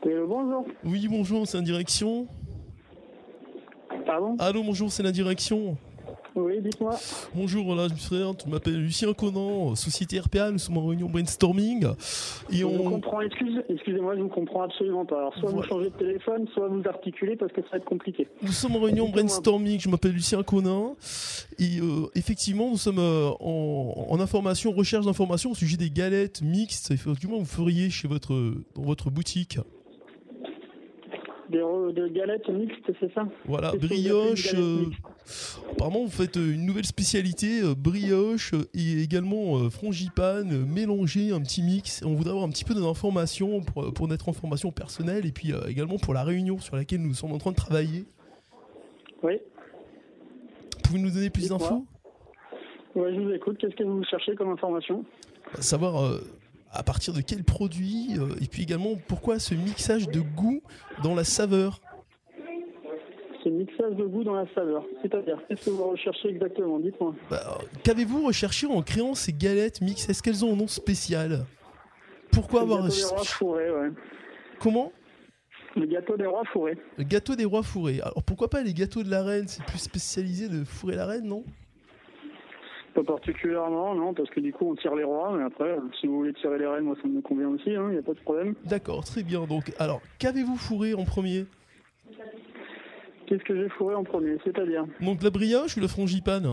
[SPEAKER 3] Eh, bonjour.
[SPEAKER 15] Oui, bonjour, c'est la direction.
[SPEAKER 3] Pardon
[SPEAKER 15] Allô, bonjour, c'est la direction.
[SPEAKER 3] Oui, dites-moi.
[SPEAKER 15] Bonjour, voilà, je me souviens, tu m'appelles Lucien Conan, euh, Société RPA, nous sommes en réunion brainstorming. Et
[SPEAKER 3] Je
[SPEAKER 15] on.
[SPEAKER 3] vous comprends, excuse- excusez-moi, je vous comprends absolument pas. Alors, soit vous changez de téléphone, soit vous articulez parce que ça va être compliqué.
[SPEAKER 15] Nous sommes en réunion brainstorming, je m'appelle Lucien Conin, et euh, effectivement, nous sommes euh, en, en information, recherche d'informations au sujet des galettes mixtes, effectivement, vous feriez chez votre, dans votre boutique.
[SPEAKER 3] Des re- de galettes mixtes, c'est ça
[SPEAKER 15] Voilà,
[SPEAKER 3] Qu'est-ce que vous appelez
[SPEAKER 15] Ah, brioche,
[SPEAKER 3] une galette
[SPEAKER 15] euh,
[SPEAKER 3] mixte
[SPEAKER 15] apparemment vous faites euh, une nouvelle spécialité, euh, brioche, euh, et également euh, frangipane, euh, mélangé, un petit mix, on voudrait avoir un petit peu d'informations pour, pour notre information personnelle, et puis euh, également pour la réunion sur laquelle nous sommes en train de travailler.
[SPEAKER 3] Oui.
[SPEAKER 15] Pouvez-vous nous donner plus d'infos
[SPEAKER 3] Ouais, je vous écoute. Qu'est-ce que vous cherchez comme information
[SPEAKER 15] savoir euh, à partir de quel produit euh, et puis également pourquoi ce mixage de goût dans la saveur.
[SPEAKER 3] C'est mixage de goût dans la saveur. C'est-à-dire, qu'est-ce que vous recherchez exactement Dites-moi.
[SPEAKER 15] Bah, euh, Qu'avez-vous recherché en créant ces galettes mixtes Est-ce qu'elles ont un nom spécial Pourquoi avoir
[SPEAKER 3] Le gâteau des rois fourré, ouais.
[SPEAKER 15] Comment
[SPEAKER 3] Le gâteau des rois fourré.
[SPEAKER 15] le gâteau des rois fourrés Alors pourquoi pas les gâteaux de la reine C'est plus spécialisé de fourrer la reine, non
[SPEAKER 3] Pas particulièrement, non, parce que du coup, on tire les rois, mais après, euh, si vous voulez tirer les reines, moi, ça me convient aussi, il n'y a pas de problème.
[SPEAKER 15] D'accord, très bien. Donc alors qu'avez-vous fourré en premier
[SPEAKER 3] Qu'est-ce que j'ai fourré en premier C'est-à-dire
[SPEAKER 15] Donc la brioche ou le frangipane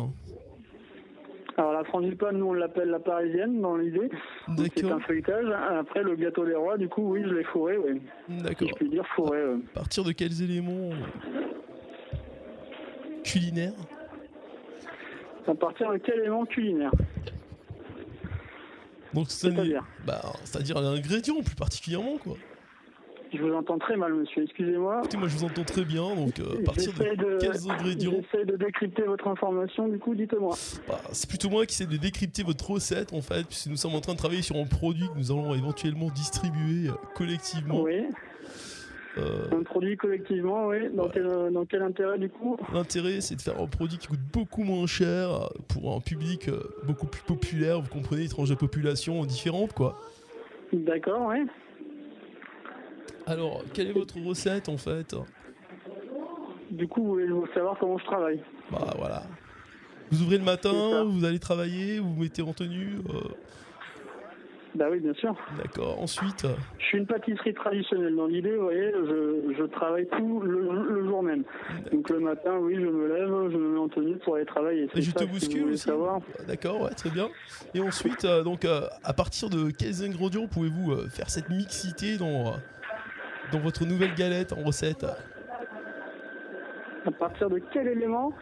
[SPEAKER 3] Alors, la frangipane, nous, on l'appelle la parisienne, dans l'idée. Donc, C'est un feuilletage. Après, le gâteau des rois, du coup, oui, je l'ai fourré, oui.
[SPEAKER 15] D'accord.
[SPEAKER 3] Si je puis dire fourré, ouais.
[SPEAKER 15] À partir de quels éléments euh, culinaires
[SPEAKER 3] À partir de quel élément culinaire
[SPEAKER 15] Donc c'est-à-dire bah, C'est-à-dire l'ingrédient plus particulièrement quoi.
[SPEAKER 3] Je vous entends très mal, monsieur, excusez-moi.
[SPEAKER 15] Écoutez, moi je vous entends très bien, donc euh, à partir de,
[SPEAKER 3] J'essaie de,
[SPEAKER 15] quels ingrédients
[SPEAKER 3] j'essaie de décrypter votre information, du coup, dites-moi.
[SPEAKER 15] Bah, C'est plutôt moi qui essaie de décrypter votre recette en fait, puisque nous sommes en train de travailler sur un produit que nous allons éventuellement distribuer euh, collectivement.
[SPEAKER 3] Oui.
[SPEAKER 15] Euh,
[SPEAKER 3] Un produit collectivement, oui. Dans, quel, euh, dans quel intérêt, du coup
[SPEAKER 15] L'intérêt, c'est de faire un produit qui coûte beaucoup moins cher euh, pour un public euh, beaucoup plus populaire, vous comprenez, les tranches de population différentes quoi.
[SPEAKER 3] D'accord, oui.
[SPEAKER 15] Alors, quelle est votre recette en fait
[SPEAKER 3] Du coup, vous voulez savoir comment je travaille
[SPEAKER 15] Bah voilà. Vous ouvrez le matin, vous allez travailler, vous vous mettez en tenue. euh,
[SPEAKER 3] Bah oui, bien sûr.
[SPEAKER 15] D'accord. Ensuite, euh,
[SPEAKER 3] Je suis une pâtisserie traditionnelle. Dans l'idée, vous voyez, je, je travaille tout le, le jour même. Donc le matin, oui, je me lève, je me mets en tenue pour aller travailler.
[SPEAKER 15] Et je te
[SPEAKER 3] ça que vous
[SPEAKER 15] bouscule
[SPEAKER 3] voulez
[SPEAKER 15] aussi
[SPEAKER 3] savoir.
[SPEAKER 15] d'accord, ouais, très bien. Et ensuite, euh, donc, euh, à partir de quels ingrédients pouvez-vous euh, faire cette mixité dans, euh, dans votre nouvelle galette en recette
[SPEAKER 3] À partir de quel élément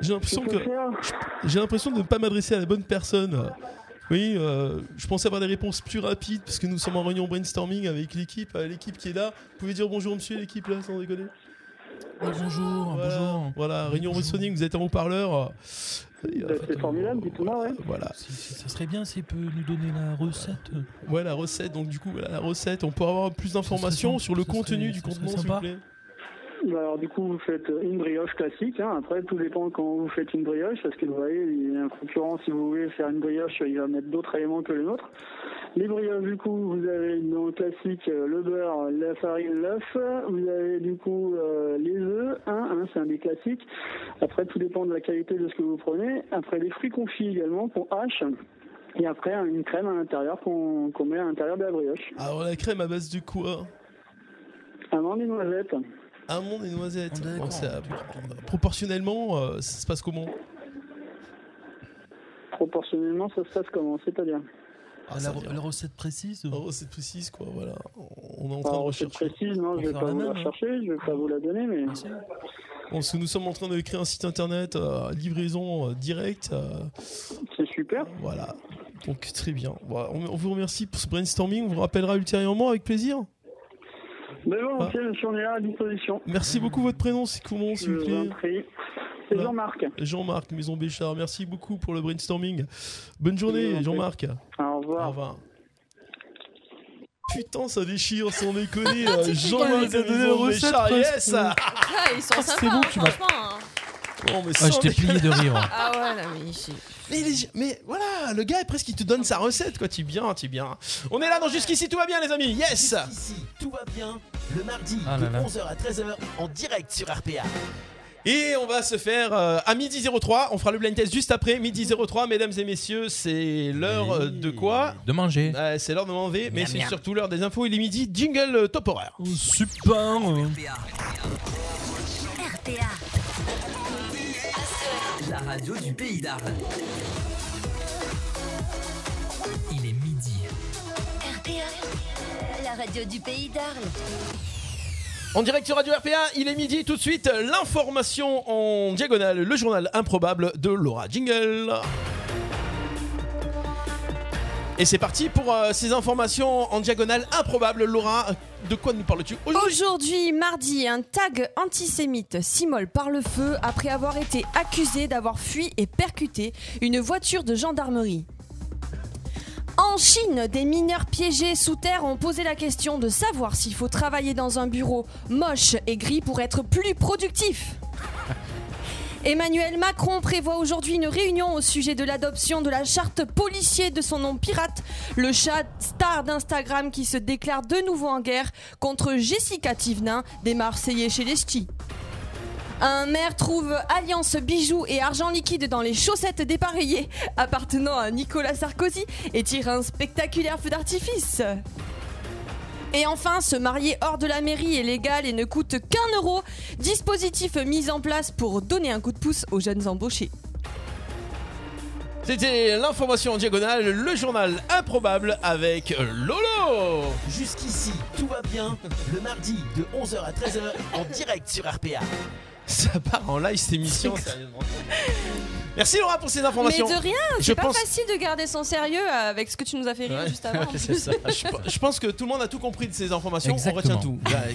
[SPEAKER 15] J'ai l'impression
[SPEAKER 3] Je
[SPEAKER 15] que
[SPEAKER 3] peux faire
[SPEAKER 15] j'ai l'impression de ne pas m'adresser à la bonne personne. Oui, euh, je pensais avoir des réponses plus rapides parce que nous sommes en réunion brainstorming avec l'équipe, euh, l'équipe qui est là. Vous pouvez dire bonjour monsieur l'équipe là sans déconner.
[SPEAKER 9] bonjour,
[SPEAKER 15] voilà,
[SPEAKER 9] bonjour.
[SPEAKER 15] Voilà, réunion brainstorming, vous êtes en haut-parleur. Euh,
[SPEAKER 3] Bah, C'est formidable, dites-moi, ouais.
[SPEAKER 15] Voilà.
[SPEAKER 9] Ça serait bien s'il peut nous donner la recette.
[SPEAKER 15] Ouais, la recette, donc du coup, voilà, la recette, on pourra avoir plus d'informations sur le contenu du contenant, s'il vous plaît.
[SPEAKER 3] Bah alors du coup vous faites une brioche classique, hein. après tout dépend quand vous faites une brioche, parce que vous voyez, il y a un concurrent, si vous voulez faire une brioche, il va mettre d'autres éléments que les nôtres. Les brioches du coup, vous avez dans le classique euh, le beurre, la farine, l'œuf, vous avez du coup euh, les œufs, hein, hein, c'est un des classiques. Après tout dépend de la qualité de ce que vous prenez. Après les fruits confits également qu'on hache, et après une crème à l'intérieur qu'on qu'on met à l'intérieur de la brioche.
[SPEAKER 15] Alors Ah, la crème à base de quoi
[SPEAKER 3] Amandes et noisettes.
[SPEAKER 15] Amandes et
[SPEAKER 9] Ah,
[SPEAKER 15] noisettes. Bon, c'est à- proportionnellement, euh, ça se passe comment
[SPEAKER 3] Proportionnellement, ça se passe comment C'est-à-dire
[SPEAKER 9] la, recette précise
[SPEAKER 15] Ah, La recette précise, quoi, voilà. On est en train de
[SPEAKER 3] Alors,
[SPEAKER 15] rechercher.
[SPEAKER 3] Bah, précise, non, je vais
[SPEAKER 15] faire
[SPEAKER 3] pas
[SPEAKER 15] la
[SPEAKER 3] vous la
[SPEAKER 15] même, hein.
[SPEAKER 3] chercher, je vais pas vous la donner, mais
[SPEAKER 7] On se- nous sommes en train de créer un site internet, euh, livraison euh, directe.
[SPEAKER 3] C'est super.
[SPEAKER 7] Voilà. Donc très bien. Voilà, on, on vous remercie pour ce brainstorming. On vous rappellera ultérieurement avec plaisir.
[SPEAKER 3] Mais bon,
[SPEAKER 15] Bah.
[SPEAKER 3] ok, je suis à disposition.
[SPEAKER 7] Merci beaucoup. Votre prénom, c'est comment, s'il vous
[SPEAKER 3] Je vous en
[SPEAKER 7] plaît
[SPEAKER 15] Bah.
[SPEAKER 3] C'est Jean-Marc.
[SPEAKER 7] Jean-Marc, Maison Béchard. Merci beaucoup pour le brainstorming. Bonne
[SPEAKER 3] Je vous en
[SPEAKER 7] journée,
[SPEAKER 3] prie.
[SPEAKER 7] Jean-Marc.
[SPEAKER 3] Au revoir.
[SPEAKER 7] Au revoir. Putain, ça déchire, sans déconner.
[SPEAKER 3] Tu fais
[SPEAKER 7] Jean-Marc
[SPEAKER 3] gagner
[SPEAKER 7] a
[SPEAKER 3] des
[SPEAKER 7] donné
[SPEAKER 3] maisons
[SPEAKER 7] le Béchard.
[SPEAKER 3] Béchard,
[SPEAKER 7] Yes!
[SPEAKER 3] parce
[SPEAKER 8] Ah, ils sont
[SPEAKER 7] Ah,
[SPEAKER 8] sympas,
[SPEAKER 7] c'est bon,
[SPEAKER 8] hein,
[SPEAKER 7] tu m'as-
[SPEAKER 8] franchement, hein.
[SPEAKER 7] Oh, mais
[SPEAKER 9] Ah,
[SPEAKER 7] sans
[SPEAKER 9] j'étais
[SPEAKER 7] déconner.
[SPEAKER 9] plié de rire.
[SPEAKER 8] Ah ouais, non, mais ici.
[SPEAKER 7] Mais, il est- mais voilà, le gars, presque, il te donne sa recette, quoi. T'es bien, t'es bien. On est là, dans jusqu'ici, tout va bien, les amis. Yes!
[SPEAKER 5] Tout va bien le mardi
[SPEAKER 7] Ah
[SPEAKER 5] de
[SPEAKER 7] là là.
[SPEAKER 5] 11h à 13h en direct sur RPA.
[SPEAKER 7] Et on va se faire euh, à midi 03. On fera le blind test juste après. Midi 03, mesdames et messieurs, c'est l'heure euh, de quoi
[SPEAKER 9] De manger.
[SPEAKER 7] Euh, c'est l'heure de manger, mais
[SPEAKER 9] Miam,
[SPEAKER 7] c'est
[SPEAKER 9] miam.
[SPEAKER 7] surtout l'heure des infos. Il est midi. Jingle euh, top horaire. Super.
[SPEAKER 20] RPA.
[SPEAKER 4] La radio du pays d'Arles. Il est midi.
[SPEAKER 20] RPA. La radio du pays d'Arles.
[SPEAKER 7] En direct sur Radio RPA, il est midi. Tout de suite, l'information en diagonale, le journal improbable de Laura Jingle. Et c'est parti pour euh, ces informations en diagonale improbable. Laura, de quoi nous parles-tu aujourd'hui
[SPEAKER 8] Aujourd'hui, mardi, un tag antisémite s'immole par le feu après avoir été accusé d'avoir fui et percuté une voiture de gendarmerie. En Chine, des mineurs piégés sous terre ont posé la question de savoir s'il faut travailler dans un bureau moche et gris pour être plus productif. Emmanuel Macron prévoit aujourd'hui une réunion au sujet de l'adoption de la charte policier de son nom pirate, le chat star d'Instagram qui se déclare de nouveau en guerre contre Jessica Thivenin, des Marseillais chez les Ch'tis. Un maire trouve alliance bijoux et argent liquide dans les chaussettes dépareillées appartenant à Nicolas Sarkozy et tire un spectaculaire feu d'artifice. Et enfin, se marier hors de la mairie est légal et ne coûte qu'un euro. Dispositif mis en place pour donner un coup de pouce aux jeunes embauchés.
[SPEAKER 7] C'était l'information en diagonale, le journal improbable avec euh, Lolo.
[SPEAKER 5] Jusqu'ici, tout va bien le mardi de 11h à 13h en direct sur RPA.
[SPEAKER 7] Ça part en live cette émission. sérieusement. Merci Laura pour ces
[SPEAKER 8] Mais
[SPEAKER 7] informations.
[SPEAKER 8] de rien,
[SPEAKER 7] bah, Je
[SPEAKER 8] c'est pas
[SPEAKER 7] pense-
[SPEAKER 8] facile de garder son sérieux euh, avec ce que tu nous as fait rire
[SPEAKER 7] Ouais. [LAUGHS]
[SPEAKER 8] juste avant. en
[SPEAKER 7] Ouais,
[SPEAKER 8] plus.
[SPEAKER 7] c'est ça. je, pe- je pense que tout le monde a tout compris de ces informations.
[SPEAKER 9] Exactement.
[SPEAKER 7] On retient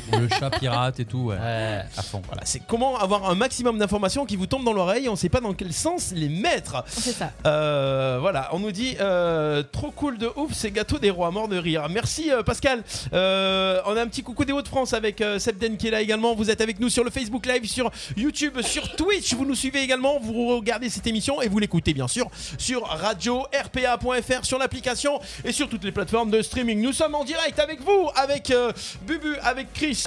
[SPEAKER 7] tout.
[SPEAKER 9] Le chat pirate et tout, ouais. à fond.
[SPEAKER 7] Voilà, c'est comment avoir un maximum d'informations qui vous tombent dans l'oreille. On sait pas dans quel sens les mettre.
[SPEAKER 8] C'est ça.
[SPEAKER 7] Euh, voilà, on nous dit euh, trop cool de ouf, c'est gâteau des rois, mort de rire. Merci euh, Pascal. Euh, on a un petit coucou des Hauts-de-France avec euh, Seb Den qui est là également. Vous êtes avec nous sur le Facebook Live, sur YouTube, sur Twitch. Vous nous suivez également, vous regardez cette émission et vous l'écoutez bien sûr sur radio rpa.fr, sur l'application et sur toutes les plateformes de streaming. Nous sommes en direct avec vous, avec euh, Bubu, avec Chris.